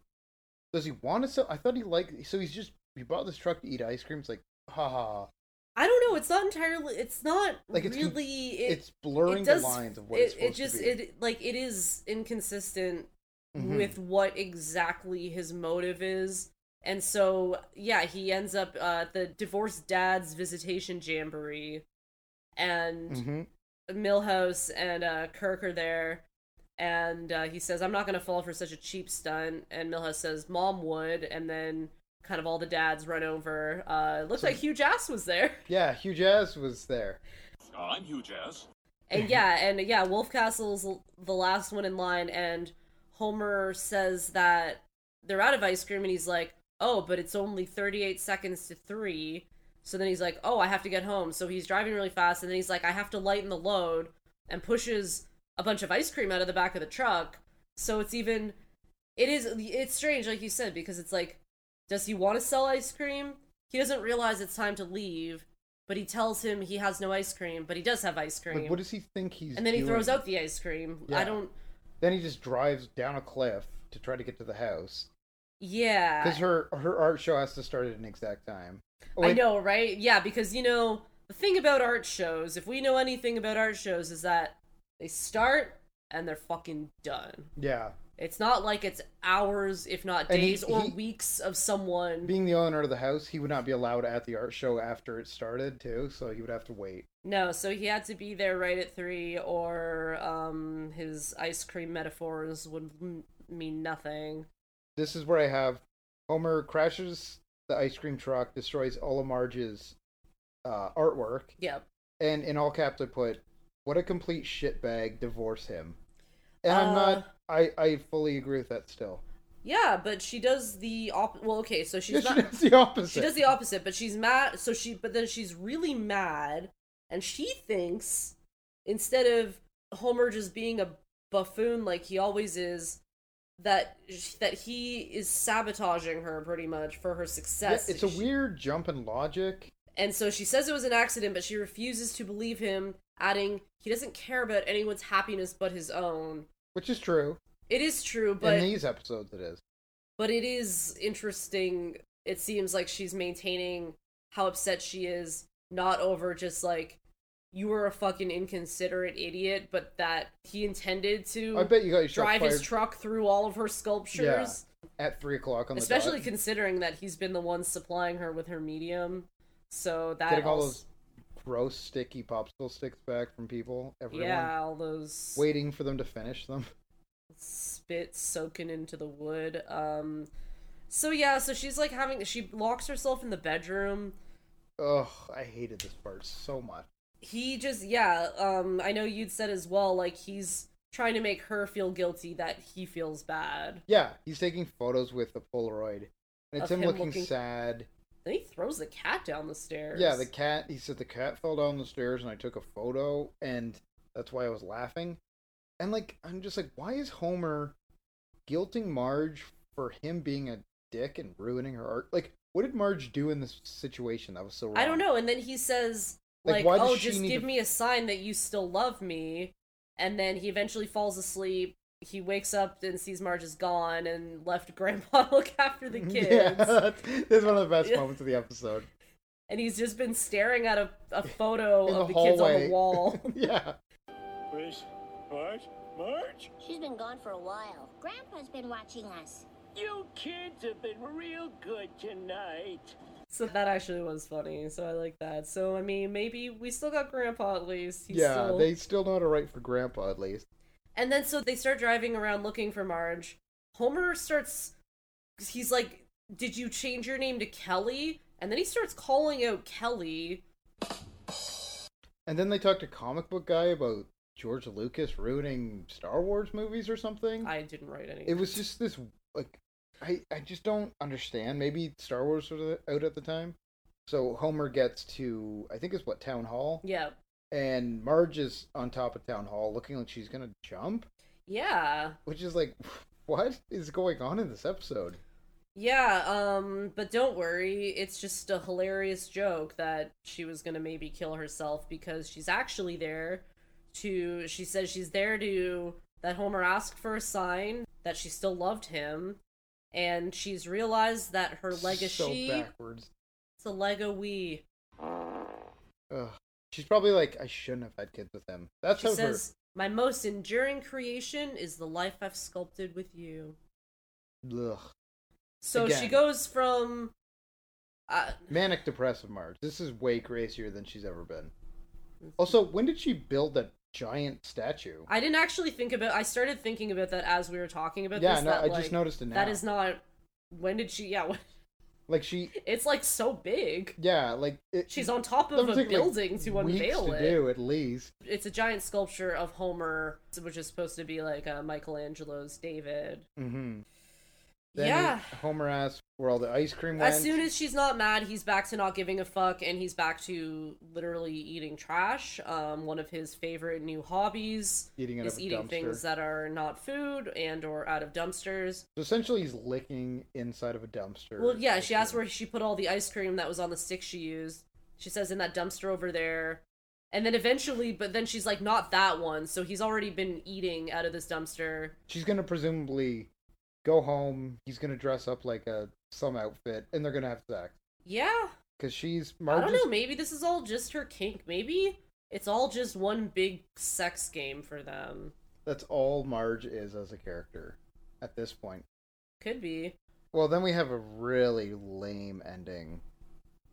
Speaker 4: Does he want to sell? I thought he liked. So he's just he bought this truck to eat ice cream. It's like, haha.
Speaker 3: I don't know. It's not entirely. It's not
Speaker 4: Like, it's con-
Speaker 3: really. it-
Speaker 4: it's blurring
Speaker 3: it
Speaker 4: the
Speaker 3: does-
Speaker 4: lines of what
Speaker 3: it,
Speaker 4: it's supposed
Speaker 3: it just
Speaker 4: to be.
Speaker 3: it like it is inconsistent
Speaker 4: Mhm.
Speaker 3: with what exactly his motive is, and so yeah, he ends up uh, at the divorced dad's visitation jamboree, and
Speaker 4: Mhm.
Speaker 3: Milhouse and uh, Kirk are there, and uh, he says, "I'm not going to fall for such a cheap stunt." And Milhouse says, "Mom would," and then kind of all the dads run over. Uh, it looks
Speaker 4: So-
Speaker 3: like Hugh Jass was there,
Speaker 4: Yeah, Hugh Jazz was there.
Speaker 14: I'm Hugh Jazz.
Speaker 3: and yeah, and yeah, Wolfcastle's l- the last one in line, and Homer says that they're out of ice cream, and he's like, "Oh, but it's only 38 seconds to three. So then he's like, "Oh, I have to get home." So he's driving really fast, and then he's like, "I have to lighten the load," and pushes a bunch of ice cream out of the back of the truck. So it's even, it is, it's strange, like you said, because it's like, does he want to sell ice cream? He doesn't realize it's time to leave, but he tells him he has no ice cream, but he does have ice cream.
Speaker 4: Like, what does he think he's?
Speaker 3: and then he throws
Speaker 4: doing?
Speaker 3: out the ice cream. I
Speaker 4: Yeah.
Speaker 3: don't.
Speaker 4: Then he just drives down a cliff to try to get to the house
Speaker 3: Yeah.
Speaker 4: because her her art show has to start at an exact time. Oh,
Speaker 3: I
Speaker 4: wait,
Speaker 3: know, right? Yeah, because you know the thing about art shows, if we know anything about art shows, is that they start and they're fucking done.
Speaker 4: Yeah,
Speaker 3: It's not like it's hours, if not
Speaker 4: And he-
Speaker 3: days or
Speaker 4: he-
Speaker 3: weeks of someone.
Speaker 4: being the owner of the house, he would not be allowed at the art show after it started too, so he would have to wait.
Speaker 3: No, so he had to be there right at three, or um, his ice cream metaphors would m- mean nothing.
Speaker 4: This is where I have Homer crashes the ice cream truck, destroys all of Marge's uh, artwork,
Speaker 3: Yep.
Speaker 4: and in all caps I put, "What a complete shitbag! Divorce him." And I'm
Speaker 3: Uh.
Speaker 4: not. I I fully agree with that still.
Speaker 3: Yeah, but she does the op. Well, okay, so she's
Speaker 4: Yeah,
Speaker 3: not.
Speaker 4: she does the opposite.
Speaker 3: She does the opposite, but she's mad. So she, but then she's really mad, and she thinks instead of Homer just being a buffoon like he always is, that that he is sabotaging her pretty much for her
Speaker 4: Yeah,
Speaker 3: success.
Speaker 4: it's a weird jump in logic.
Speaker 3: And so she says it was an accident, but she refuses to believe him, adding he doesn't care about anyone's happiness but his own.
Speaker 4: Which is true.
Speaker 3: It is true, but
Speaker 4: in these episodes, it is.
Speaker 3: but it is interesting it seems like she's maintaining how upset she is not over just like you were a fucking inconsiderate idiot but that he intended to
Speaker 4: I bet you got yourself
Speaker 3: drive his
Speaker 4: fired.
Speaker 3: truck through all of her sculptures
Speaker 4: Yeah, at three o'clock on the
Speaker 3: especially
Speaker 4: dot,
Speaker 3: considering that he's been the one supplying her with her medium so that
Speaker 4: getting all
Speaker 3: als-
Speaker 4: those gross sticky popsicle sticks back from people. Everyone
Speaker 3: yeah all those
Speaker 4: waiting for them to finish them.
Speaker 3: spit soaking into the wood. Um, so yeah, so she's like having she locks herself in the bedroom.
Speaker 4: Ugh, I hated this part so much.
Speaker 3: He just yeah. Um, I know you'd said as well, like he's trying to make her feel guilty that he feels bad.
Speaker 4: Yeah, he's taking photos with a Polaroid, and
Speaker 3: Of
Speaker 4: it's him,
Speaker 3: him
Speaker 4: looking,
Speaker 3: looking-
Speaker 4: sad.
Speaker 3: Then he throws the cat down the stairs.
Speaker 4: Yeah, the cat. He said the cat fell down the stairs, and I took a photo, and that's why I was laughing. And like, I'm just like, why is Homer guilting Marge for him being a dick and ruining her art? Like, what did Marge do in this situation that was so wrong?
Speaker 3: I don't know. And then he says
Speaker 4: Like,
Speaker 3: like,
Speaker 4: why does
Speaker 3: oh,
Speaker 4: she
Speaker 3: just
Speaker 4: need
Speaker 3: give
Speaker 4: to-
Speaker 3: me a sign that you still love me. And then he eventually falls asleep. He wakes up and sees Marge is gone and left Grandpa to look after the kids.
Speaker 4: Yeah, that's, that's one of the best
Speaker 3: Yeah.
Speaker 4: moments of the episode.
Speaker 3: and he's just been staring at a, a photo
Speaker 4: In
Speaker 3: of
Speaker 4: the
Speaker 3: the, kids on
Speaker 4: hallway.
Speaker 3: the wall.
Speaker 4: yeah.
Speaker 15: Where's Marge? Marge?
Speaker 13: She's been gone for a while. Grandpa's been watching us.
Speaker 15: You kids have been real good tonight.
Speaker 3: so that actually was funny. So I like that. So I mean, maybe we still got Grandpa at least. He's
Speaker 4: yeah,
Speaker 3: still...
Speaker 4: they still know how to write for Grandpa at least.
Speaker 3: And then so they start driving around looking for Marge. Homer starts. He's like, "Did you change your name to Kelly?" And then he starts calling out Kelly.
Speaker 4: And then they talked to comic book guy about George Lucas ruining Star Wars movies or something.
Speaker 3: I didn't write any.
Speaker 4: It was just this like I I just don't understand. Maybe Star Wars was out at the time. So Homer gets to I think it's what town hall
Speaker 3: Yeah.
Speaker 4: and Marge is on top of town hall looking like she's going to jump,
Speaker 3: Yeah.
Speaker 4: which is like what is going on in this episode?
Speaker 3: Yeah, um, but don't worry, it's just a hilarious joke that she was gonna maybe kill herself because she's actually there to she says she's there to that Homer asked for a sign that she still loved him and she's realized that her legacy
Speaker 4: So backwards.
Speaker 3: it's a Lego Wii.
Speaker 4: Ugh. She's probably like, I shouldn't have had kids with him. That's
Speaker 3: she
Speaker 4: how
Speaker 3: says, "My most enduring creation is the life I've sculpted with you."
Speaker 4: her. Ugh.
Speaker 3: So she
Speaker 4: Again.
Speaker 3: goes from uh,
Speaker 4: Manic depressive Marge. This is way crazier than she's ever been. Also, when did she build that giant statue?
Speaker 3: I didn't actually think about. I started thinking about that as we were talking about
Speaker 4: Yeah,
Speaker 3: this.
Speaker 4: no,
Speaker 3: that,
Speaker 4: I just
Speaker 3: like,
Speaker 4: noticed it
Speaker 3: That
Speaker 4: now.
Speaker 3: is not. When did she? Yeah, when-
Speaker 4: Like she,
Speaker 3: it's like so big.
Speaker 4: yeah, like it,
Speaker 3: She's on top
Speaker 4: that
Speaker 3: of
Speaker 4: would
Speaker 3: a
Speaker 4: take, like,
Speaker 3: building to
Speaker 4: weeks
Speaker 3: unveil
Speaker 4: to
Speaker 3: it.
Speaker 4: do at least.
Speaker 3: It's a giant sculpture of Homer, which is supposed to be like uh, Michelangelo's David.
Speaker 4: Mm-hmm.
Speaker 3: Yeah.
Speaker 4: Homer asks where all the ice cream went.
Speaker 3: As soon as she's not mad, he's back to not giving a fuck, and he's back to literally eating trash. Um, one of his favorite new hobbies
Speaker 4: Eating out
Speaker 3: is
Speaker 4: of a
Speaker 3: eating
Speaker 4: dumpster.
Speaker 3: things that are not food and or out of dumpsters.
Speaker 4: so essentially, he's licking inside of a dumpster.
Speaker 3: Well, yeah, she asked where she put all the ice cream that was on the stick she used. She says in that dumpster over there. And then eventually, but then she's like, not that one. So he's already been eating out of this dumpster.
Speaker 4: She's gonna presumably go home. He's gonna dress up like a some outfit, and they're gonna have sex
Speaker 3: Yeah.
Speaker 4: because she's Marge.
Speaker 3: I don't
Speaker 4: is-
Speaker 3: know. Maybe this is all just her kink. Maybe it's all just one big sex game for them.
Speaker 4: That's all Marge is as a character at this point.
Speaker 3: Could be.
Speaker 4: Well, then we have a really lame ending.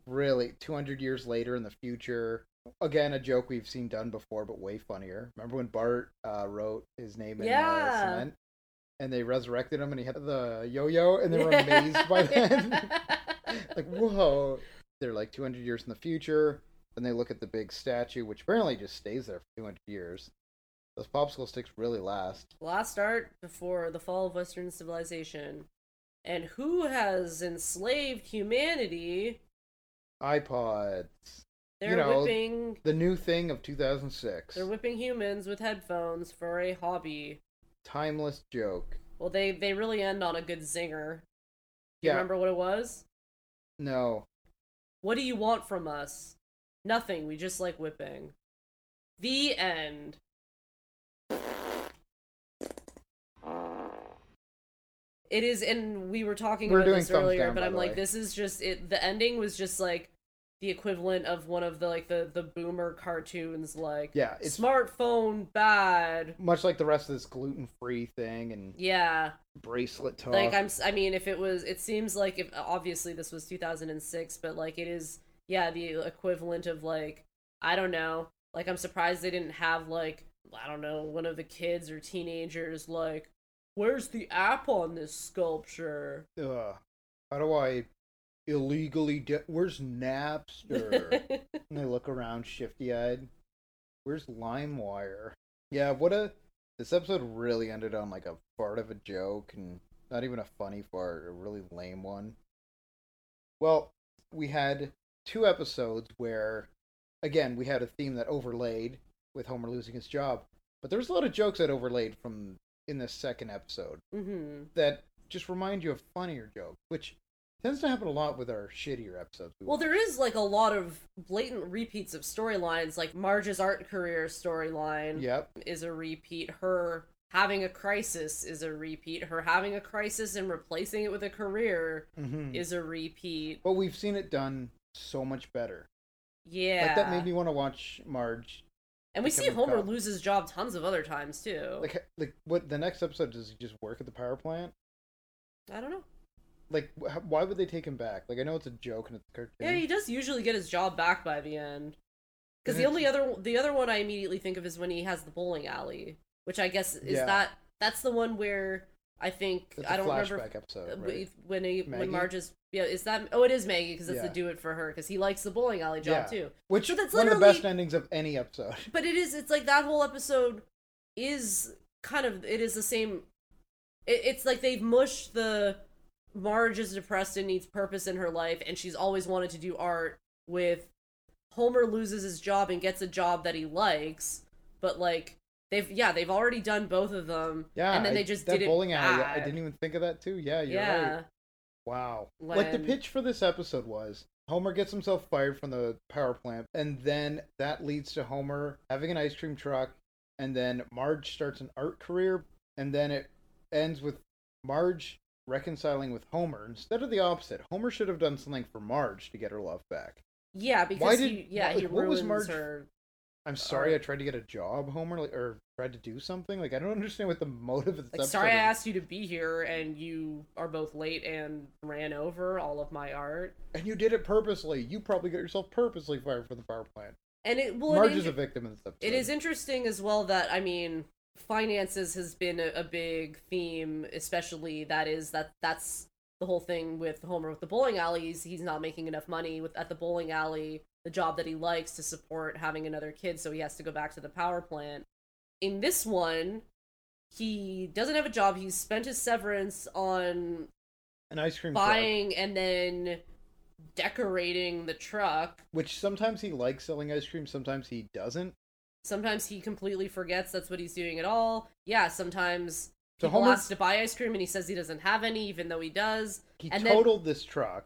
Speaker 4: Really, 200 years later in the future. Again, a joke we've seen done before, but way funnier. Remember when Bart uh, wrote his name in uh,
Speaker 3: Yeah.
Speaker 4: cement? And they resurrected him and he had the yo yo, and they were amazed by that. like, whoa. They're like 200 years in the future. Then they look at the big statue, which apparently just stays there for 200 years. Those popsicle sticks really last.
Speaker 3: Last art before the fall of Western civilization. And who has enslaved humanity?
Speaker 4: iPods.
Speaker 3: They're whipping-
Speaker 4: the new thing of 2006.
Speaker 3: They're whipping humans with headphones for a hobby.
Speaker 4: Timeless joke.
Speaker 3: Well, they they really end on a good zinger. Do you
Speaker 4: Yeah.
Speaker 3: remember what it was?
Speaker 4: No,
Speaker 3: What do you want from us? Nothing. We just like whipping. The end. It is, and we were talking
Speaker 4: We're
Speaker 3: about
Speaker 4: doing
Speaker 3: this
Speaker 4: thumbs
Speaker 3: earlier,
Speaker 4: down,
Speaker 3: but
Speaker 4: by
Speaker 3: I'm
Speaker 4: the
Speaker 3: like,
Speaker 4: way.
Speaker 3: this is just it. The ending was just like the equivalent of one of the like the the boomer cartoons, like
Speaker 4: Yeah, it's-
Speaker 3: smartphone bad.
Speaker 4: much like the rest of this gluten-free thing and
Speaker 3: Yeah,
Speaker 4: bracelet talk.
Speaker 3: like i'm s- i mean if it was it seems like if obviously this was 2006 but like it is yeah the equivalent of like i don't know like i'm surprised they didn't have like i don't know one of the kids or teenagers like where's the app on this sculpture
Speaker 4: Ugh. How do I illegally? De- Where's Napster? and they look around, shifty-eyed. Where's LimeWire? Yeah, what a. This episode really ended on like a fart of a joke, and not even a funny fart, a really lame one. Well, we had two episodes where, again, we had a theme that overlaid with Homer losing his job, but there was a lot of jokes that overlaid from in this second episode
Speaker 3: mm-hmm
Speaker 4: that just remind you of funnier jokes, which tends to happen a lot with our shittier episodes.
Speaker 3: well there is like a lot of blatant repeats of storylines like marge's art career storyline
Speaker 4: Yep.
Speaker 3: is a repeat. Her having a crisis is a repeat. Her having a crisis and replacing it with a career
Speaker 4: Mhm.
Speaker 3: is a repeat.
Speaker 4: But we've seen it done so much better.
Speaker 3: Yeah.
Speaker 4: Like that made me want to watch Marge.
Speaker 3: and we
Speaker 4: become
Speaker 3: see
Speaker 4: a
Speaker 3: Homer
Speaker 4: cop.
Speaker 3: lose his job tons of other times too.
Speaker 4: Like, like what? The next episode does he just work at the power plant?
Speaker 3: I don't know.
Speaker 4: Like, wh- why would they take him back? Like, I know it's a joke and it's a cartoon.
Speaker 3: Yeah, he does usually get his job back by the end. Because the
Speaker 4: Mhm.
Speaker 3: only other the other one I immediately think of is when he has the bowling alley, which I guess is
Speaker 4: Yeah.
Speaker 3: that that's the one where I think
Speaker 4: That's
Speaker 3: I
Speaker 4: a
Speaker 3: don't remember
Speaker 4: flashback episode,
Speaker 3: uh,
Speaker 4: right?
Speaker 3: when he,
Speaker 4: Maggie?
Speaker 3: when Marge is yeah is that oh it is Maggie because that's
Speaker 4: Yeah.
Speaker 3: the do it for her because he likes the bowling alley job too
Speaker 4: Which
Speaker 3: so that's
Speaker 4: one
Speaker 3: literally
Speaker 4: of the best endings of any episode.
Speaker 3: but it is it's like that whole episode is kind of it is the same it, it's like they've mushed the marge is depressed and needs purpose in her life and she's always wanted to do art with homer loses his job and gets a job that he likes but like they've yeah they've already done both of them
Speaker 4: Yeah,
Speaker 3: and then
Speaker 4: I-
Speaker 3: they just
Speaker 4: that
Speaker 3: did
Speaker 4: bowling
Speaker 3: it
Speaker 4: alley. I
Speaker 3: bad.
Speaker 4: didn't even think of that too. Yeah, you're
Speaker 3: yeah
Speaker 4: right. Wow. Like the
Speaker 3: When-
Speaker 4: pitch for this episode was Homer gets himself fired from the power plant, and then that leads to Homer having an ice cream truck, and then Marge starts an art career, and then it ends with Marge reconciling with Homer instead of the opposite. Homer should have done something for Marge to get her love back.
Speaker 3: Yeah, because
Speaker 4: Why did-
Speaker 3: he, yeah,
Speaker 4: like,
Speaker 3: he
Speaker 4: what was
Speaker 3: ruins
Speaker 4: Marge-
Speaker 3: her.
Speaker 4: I'm sorry, I tried to get a job, Homer, like, or tried to do something. Like I don't understand what the motive of this
Speaker 3: Like,
Speaker 4: episode
Speaker 3: sorry, I
Speaker 4: is.
Speaker 3: asked you to be here, and you are both late and ran over all of my art.
Speaker 4: And you did it purposely. You probably got yourself purposely fired from the power plant.
Speaker 3: And it well, it
Speaker 4: Marge
Speaker 3: is-
Speaker 4: is a victim in this episode.
Speaker 3: It is interesting as well that I mean, finances has been a, a big theme, especially that is that that's the whole thing with Homer with the bowling alleys. He's not making enough money with at the bowling alley, the job that he likes to support having another kid, so he has to go back to the power plant. In this one, he doesn't have a job. He's spent his severance on
Speaker 4: an ice cream truck,
Speaker 3: buying and then decorating the truck
Speaker 4: which sometimes he likes selling ice cream, sometimes he doesn't.
Speaker 3: Sometimes he completely forgets that's what he's doing at all. Yeah, sometimes
Speaker 4: So
Speaker 3: people
Speaker 4: Homer-
Speaker 3: ask to buy ice cream and he says he doesn't have any, even though he does.
Speaker 4: He
Speaker 3: and then-
Speaker 4: totaled this truck.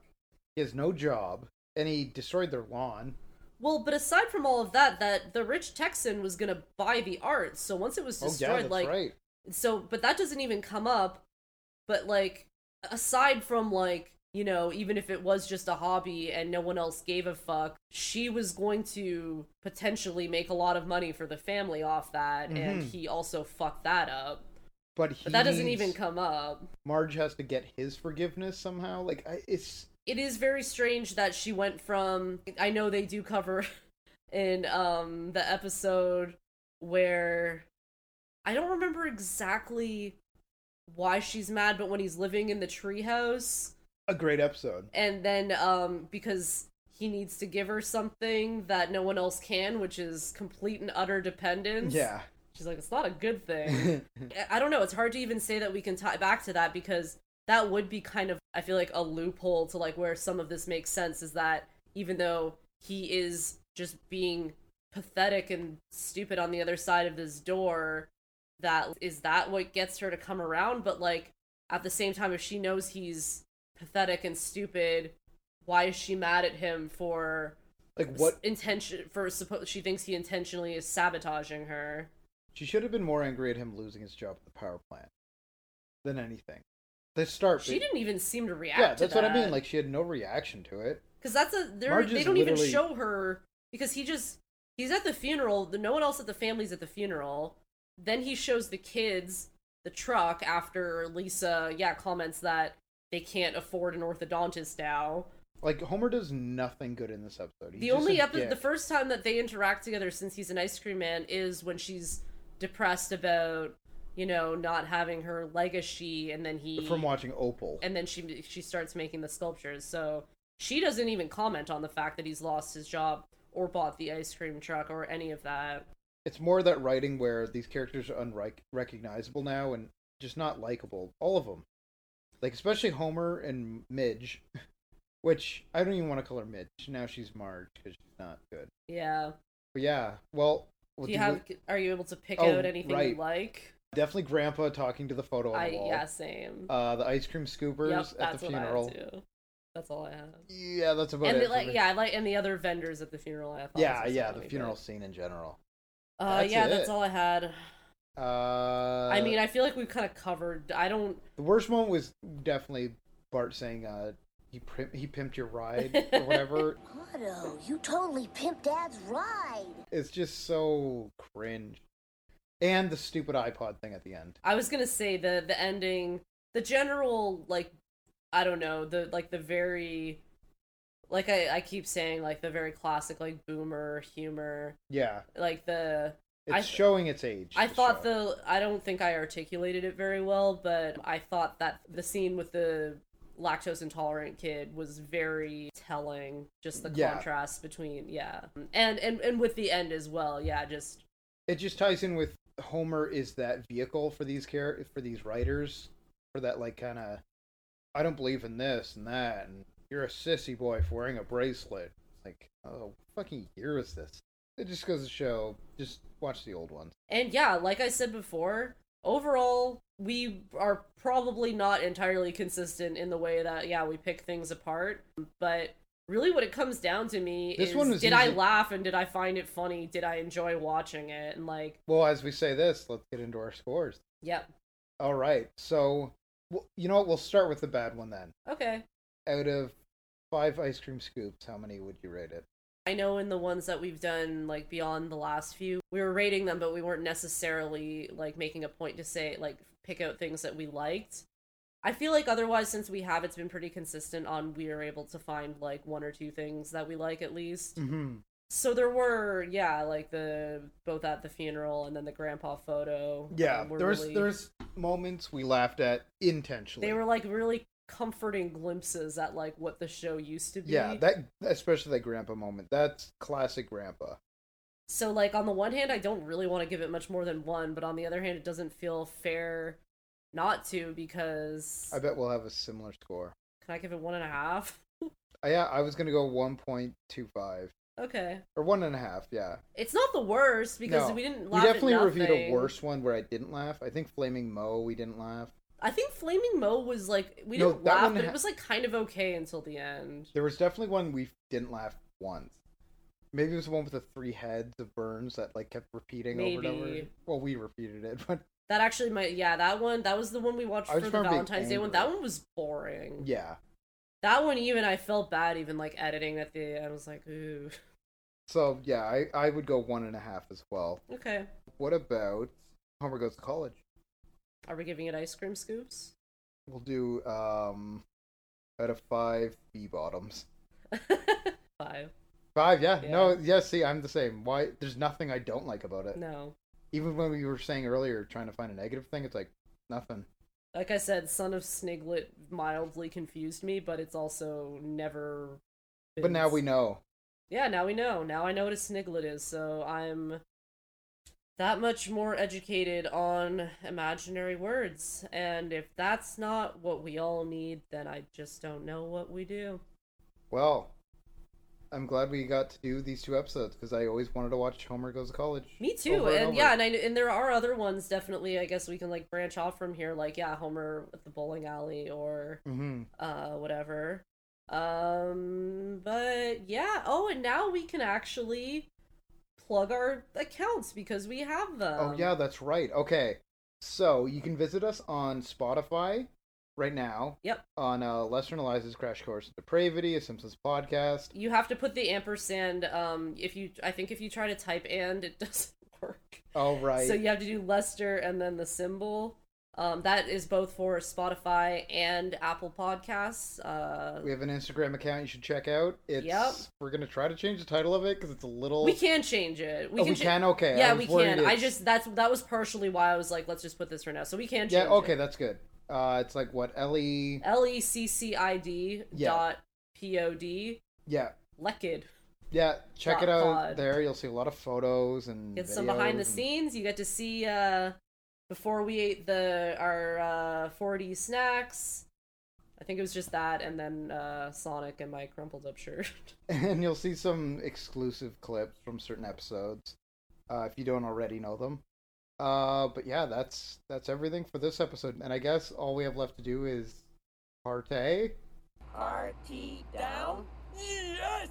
Speaker 4: He has no job, and he destroyed their lawn.
Speaker 3: well, but aside from all of that, that the rich Texan was gonna buy the art. So once it was
Speaker 4: Oh yeah,
Speaker 3: destroyed,
Speaker 4: that's
Speaker 3: like
Speaker 4: right.
Speaker 3: so, but that doesn't even come up. But like, aside from like you know, even if it was just a hobby and no one else gave a fuck, she was going to potentially make a lot of money for the family off that, and
Speaker 4: Mhm.
Speaker 3: he also fucked that up.
Speaker 4: But, he
Speaker 3: But that doesn't
Speaker 4: needs-
Speaker 3: even come up.
Speaker 4: Marge has to get his forgiveness somehow. Like I, it's
Speaker 3: It is very strange that she went from I know they do cover in um the episode where I don't remember exactly why she's mad, but when he's living in the treehouse
Speaker 4: a great episode.
Speaker 3: and then um because he needs to give her something that no one else can, which is complete and utter dependence.
Speaker 4: Yeah.
Speaker 3: She's like, it's not a good thing. I- I don't know. It's hard to even say that we can tie back to that because that would be kind of, I feel like, a loophole to like where some of this makes sense is that even though he is just being pathetic and stupid on the other side of this door, that is that what gets her to come around? But like at the same time, if she knows he's pathetic and stupid, why is she mad at him for
Speaker 4: Like what?
Speaker 3: intention for suppose she thinks he intentionally is sabotaging her?
Speaker 4: She should have been more angry at him losing his job at the power plant than anything. The start.
Speaker 3: She didn't even seem to react.
Speaker 4: Yeah, that's what I mean. Like she had no reaction to it.
Speaker 3: because that's a they're,
Speaker 4: Marge
Speaker 3: they
Speaker 4: is
Speaker 3: don't even
Speaker 4: literally-
Speaker 3: show her because he just he's at the funeral. the- No one else at the family's at the funeral. Then he shows the kids the truck after Lisa. Yeah, comments that they can't afford an orthodontist now.
Speaker 4: Like Homer does nothing good in this episode. He's
Speaker 3: The
Speaker 4: just
Speaker 3: only
Speaker 4: a
Speaker 3: episode, the
Speaker 4: dick.
Speaker 3: first time that they interact together since he's an ice cream man is when she's depressed about you know not having her legacy, and then he
Speaker 4: from watching Opal.
Speaker 3: E and then she she starts making the sculptures. So she doesn't even comment on the fact that he's lost his job or bought the ice cream truck or any of that.
Speaker 4: It's more that writing where these characters are unrecognizable now and just not likable. All of them, like especially Homer and Midge, which I don't even want to call her Midge. Now she's Marge because she's not good.
Speaker 3: Yeah.
Speaker 4: But yeah, well,
Speaker 3: do
Speaker 4: well, do
Speaker 3: you have? Are you able to pick
Speaker 4: Oh,
Speaker 3: out anything you
Speaker 4: right.
Speaker 3: like?
Speaker 4: definitely Grandpa talking to the photo on
Speaker 3: I
Speaker 4: the wall.
Speaker 3: yeah, same.
Speaker 4: Uh, the ice cream
Speaker 3: yep,
Speaker 4: scoopers
Speaker 3: that's
Speaker 4: at the
Speaker 3: what
Speaker 4: funeral.
Speaker 3: I have too. That's all I have.
Speaker 4: Yeah, that's about
Speaker 3: and
Speaker 4: it.
Speaker 3: the,
Speaker 4: for
Speaker 3: like
Speaker 4: me.
Speaker 3: yeah, I like and the other vendors at the funeral. I thought
Speaker 4: yeah,
Speaker 3: was
Speaker 4: yeah,
Speaker 3: funny,
Speaker 4: the
Speaker 3: but-
Speaker 4: funeral scene in general.
Speaker 3: Uh,
Speaker 4: That's
Speaker 3: yeah,
Speaker 4: it.
Speaker 3: that's all I had.
Speaker 4: Uh,
Speaker 3: I mean, I feel like we've kind of covered. I don't.
Speaker 4: The worst moment was definitely Bart saying, uh, he, prim- he pimped your ride or whatever.
Speaker 13: Otto, Oh, you totally pimped Dad's ride.
Speaker 4: it's just so cringe. And the stupid iPod thing at the end.
Speaker 3: I was gonna say the the ending, the general like, I don't know the like the very, like I I keep saying like the very classic like boomer humor,
Speaker 4: Yeah.
Speaker 3: like the
Speaker 4: It's
Speaker 3: I-
Speaker 4: showing its age.
Speaker 3: I
Speaker 4: the
Speaker 3: thought
Speaker 4: show.
Speaker 3: the I don't think I articulated it very well, but I thought that the scene with the lactose intolerant kid was very telling. Just the
Speaker 4: Yeah.
Speaker 3: contrast between yeah, and and and with the end as well. Yeah, just
Speaker 4: It just ties in with Homer is that vehicle for these char- for these writers, for that, like, kind of, I don't believe in this and that, and you're a sissy boy for wearing a bracelet. Like, oh, fucking year is this? It just goes to show, just watch the old ones.
Speaker 3: and yeah, like I said before, overall we are probably not entirely consistent in the way that yeah we pick things apart, but. Really, what it comes down to me
Speaker 4: This
Speaker 3: is:
Speaker 4: one was
Speaker 3: Did I
Speaker 4: easy.
Speaker 3: laugh and did I find it funny? Did I enjoy watching it? And like,
Speaker 4: Well, as we say this, let's get into our scores.
Speaker 3: yep,
Speaker 4: All right. So Well, you know what? We'll start with the bad one then.
Speaker 3: Okay.
Speaker 4: Out of five ice cream scoops, how many would you rate it?
Speaker 3: I know in the ones that we've done, like beyond the last few, we were rating them, but we weren't necessarily like making a point to say, like, pick out things that we liked. I feel like otherwise, since we have, it's been pretty consistent on we are able to find like one or two things that we like at least.
Speaker 4: Mm-hmm.
Speaker 3: So there were, yeah, like the both at the funeral and then the grandpa photo.
Speaker 4: Yeah,
Speaker 3: um, were
Speaker 4: there's
Speaker 3: really-
Speaker 4: there's moments we laughed at intentionally.
Speaker 3: they were like really comforting glimpses at like what the show used to be.
Speaker 4: yeah, that especially that grandpa moment. That's classic grandpa.
Speaker 3: So like on the one hand, I don't really want to give it much more than one, but on the other hand, it doesn't feel fair not to because
Speaker 4: I bet we'll have a similar score.
Speaker 3: can I give it one and a half?
Speaker 4: I, yeah, I was gonna go one point two five
Speaker 3: Okay,
Speaker 4: or one and a half. Yeah,
Speaker 3: it's not the worst because
Speaker 4: No.
Speaker 3: we didn't.
Speaker 4: We
Speaker 3: Laugh
Speaker 4: definitely
Speaker 3: at
Speaker 4: reviewed a
Speaker 3: nothing.
Speaker 4: worse one where I didn't laugh. I think Flaming Mo, we didn't laugh.
Speaker 3: I think Flaming Mo was like we
Speaker 4: No,
Speaker 3: didn't
Speaker 4: that
Speaker 3: laugh,
Speaker 4: one
Speaker 3: but
Speaker 4: ha-
Speaker 3: it was like kind of okay until the end.
Speaker 4: There was definitely one we didn't laugh once. Maybe it was the one with the three heads of Burns that like kept repeating over and over.
Speaker 3: Maybe.
Speaker 4: Well, we repeated it, but
Speaker 3: That actually might, yeah, that one. That was the one we watched
Speaker 4: I
Speaker 3: for
Speaker 4: just
Speaker 3: the
Speaker 4: remember being
Speaker 3: Valentine's Day one.
Speaker 4: angry.
Speaker 3: That one was boring.
Speaker 4: yeah.
Speaker 3: That one even I felt bad even like editing at the I was like ooh
Speaker 4: So yeah, I I would go one and a half as well.
Speaker 3: okay.
Speaker 4: What about Homer Goes to College?
Speaker 3: Are we giving it ice cream scoops?
Speaker 4: We'll do um out of five B bottoms.
Speaker 3: Five.
Speaker 4: Five, yeah.
Speaker 3: Yeah.
Speaker 4: No, yeah, see, I'm the same. Why there's nothing I don't like about it.
Speaker 3: No.
Speaker 4: Even when we were saying earlier trying to find a negative thing, it's like nothing.
Speaker 3: Like I said, Son of Sniglet mildly confused me, but it's also never.
Speaker 4: But
Speaker 3: been
Speaker 4: now we
Speaker 3: s-
Speaker 4: know.
Speaker 3: Yeah, now we know. Now I know what a Sniglet is, so I'm that much more educated on imaginary words. And if that's not what we all need, then I just don't know what we do.
Speaker 4: Well, I'm glad we got to do these two episodes because I always wanted to watch Homer Goes to College.
Speaker 3: Me too,
Speaker 4: over
Speaker 3: and
Speaker 4: over.
Speaker 3: yeah, and I, and there are other ones definitely. I guess we can like branch off from here, like yeah, Homer at the bowling alley or
Speaker 4: Mhm.
Speaker 3: uh whatever. Um, but yeah. Oh, and now we can actually plug our accounts because we have them.
Speaker 4: Oh yeah, that's right. Okay, so you can visit us on Spotify right now.
Speaker 3: Yep.
Speaker 4: On uh, Lester and Eliza's Crash Course in Depravity, a Simpsons podcast.
Speaker 3: You have to put the ampersand. Um, if you, I think if you try to type and, it doesn't work.
Speaker 4: All right.
Speaker 3: So you have to do Lester and then the symbol. Um, that is both for Spotify and Apple Podcasts. Uh,
Speaker 4: We have an Instagram account you should check out. It's
Speaker 3: Yep.
Speaker 4: we're gonna try to change the title of it because it's a little.
Speaker 3: We can change it. We
Speaker 4: Oh,
Speaker 3: can.
Speaker 4: we
Speaker 3: cha-
Speaker 4: can? Okay, I
Speaker 3: Yeah,
Speaker 4: was
Speaker 3: we
Speaker 4: worried
Speaker 3: can. I
Speaker 4: it's-
Speaker 3: just that's that was partially why I was like, let's just put this for now. So we can. Change
Speaker 4: Yeah. Okay,
Speaker 3: It.
Speaker 4: that's good. Uh, it's like what Ellie.
Speaker 3: L e c c i d
Speaker 4: Yeah.
Speaker 3: dot p o d
Speaker 4: Yeah.
Speaker 3: lekid.
Speaker 4: Yeah. Check it
Speaker 3: Dot
Speaker 4: out
Speaker 3: pod.
Speaker 4: there. You'll see a lot of photos and
Speaker 3: Get some behind the
Speaker 4: videos and-
Speaker 3: scenes. You get to see uh before we ate the our uh 4D snacks. I think it was just that, and then uh Sonic and my crumpled up shirt.
Speaker 4: and you'll see some exclusive clips from certain episodes uh, if you don't already know them. Uh, but yeah, that's that's everything for this episode, and I guess all we have left to do is partay.
Speaker 19: RT down? Yes!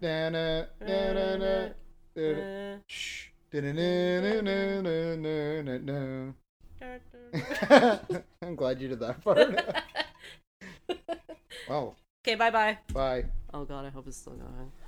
Speaker 4: Na-na, na-na-na, na-na. Shh. Da-na-na-na-na-na-na-na. I'm glad you did that part. wow.
Speaker 3: okay, bye bye.
Speaker 4: Bye.
Speaker 3: Oh god, I hope it's still going.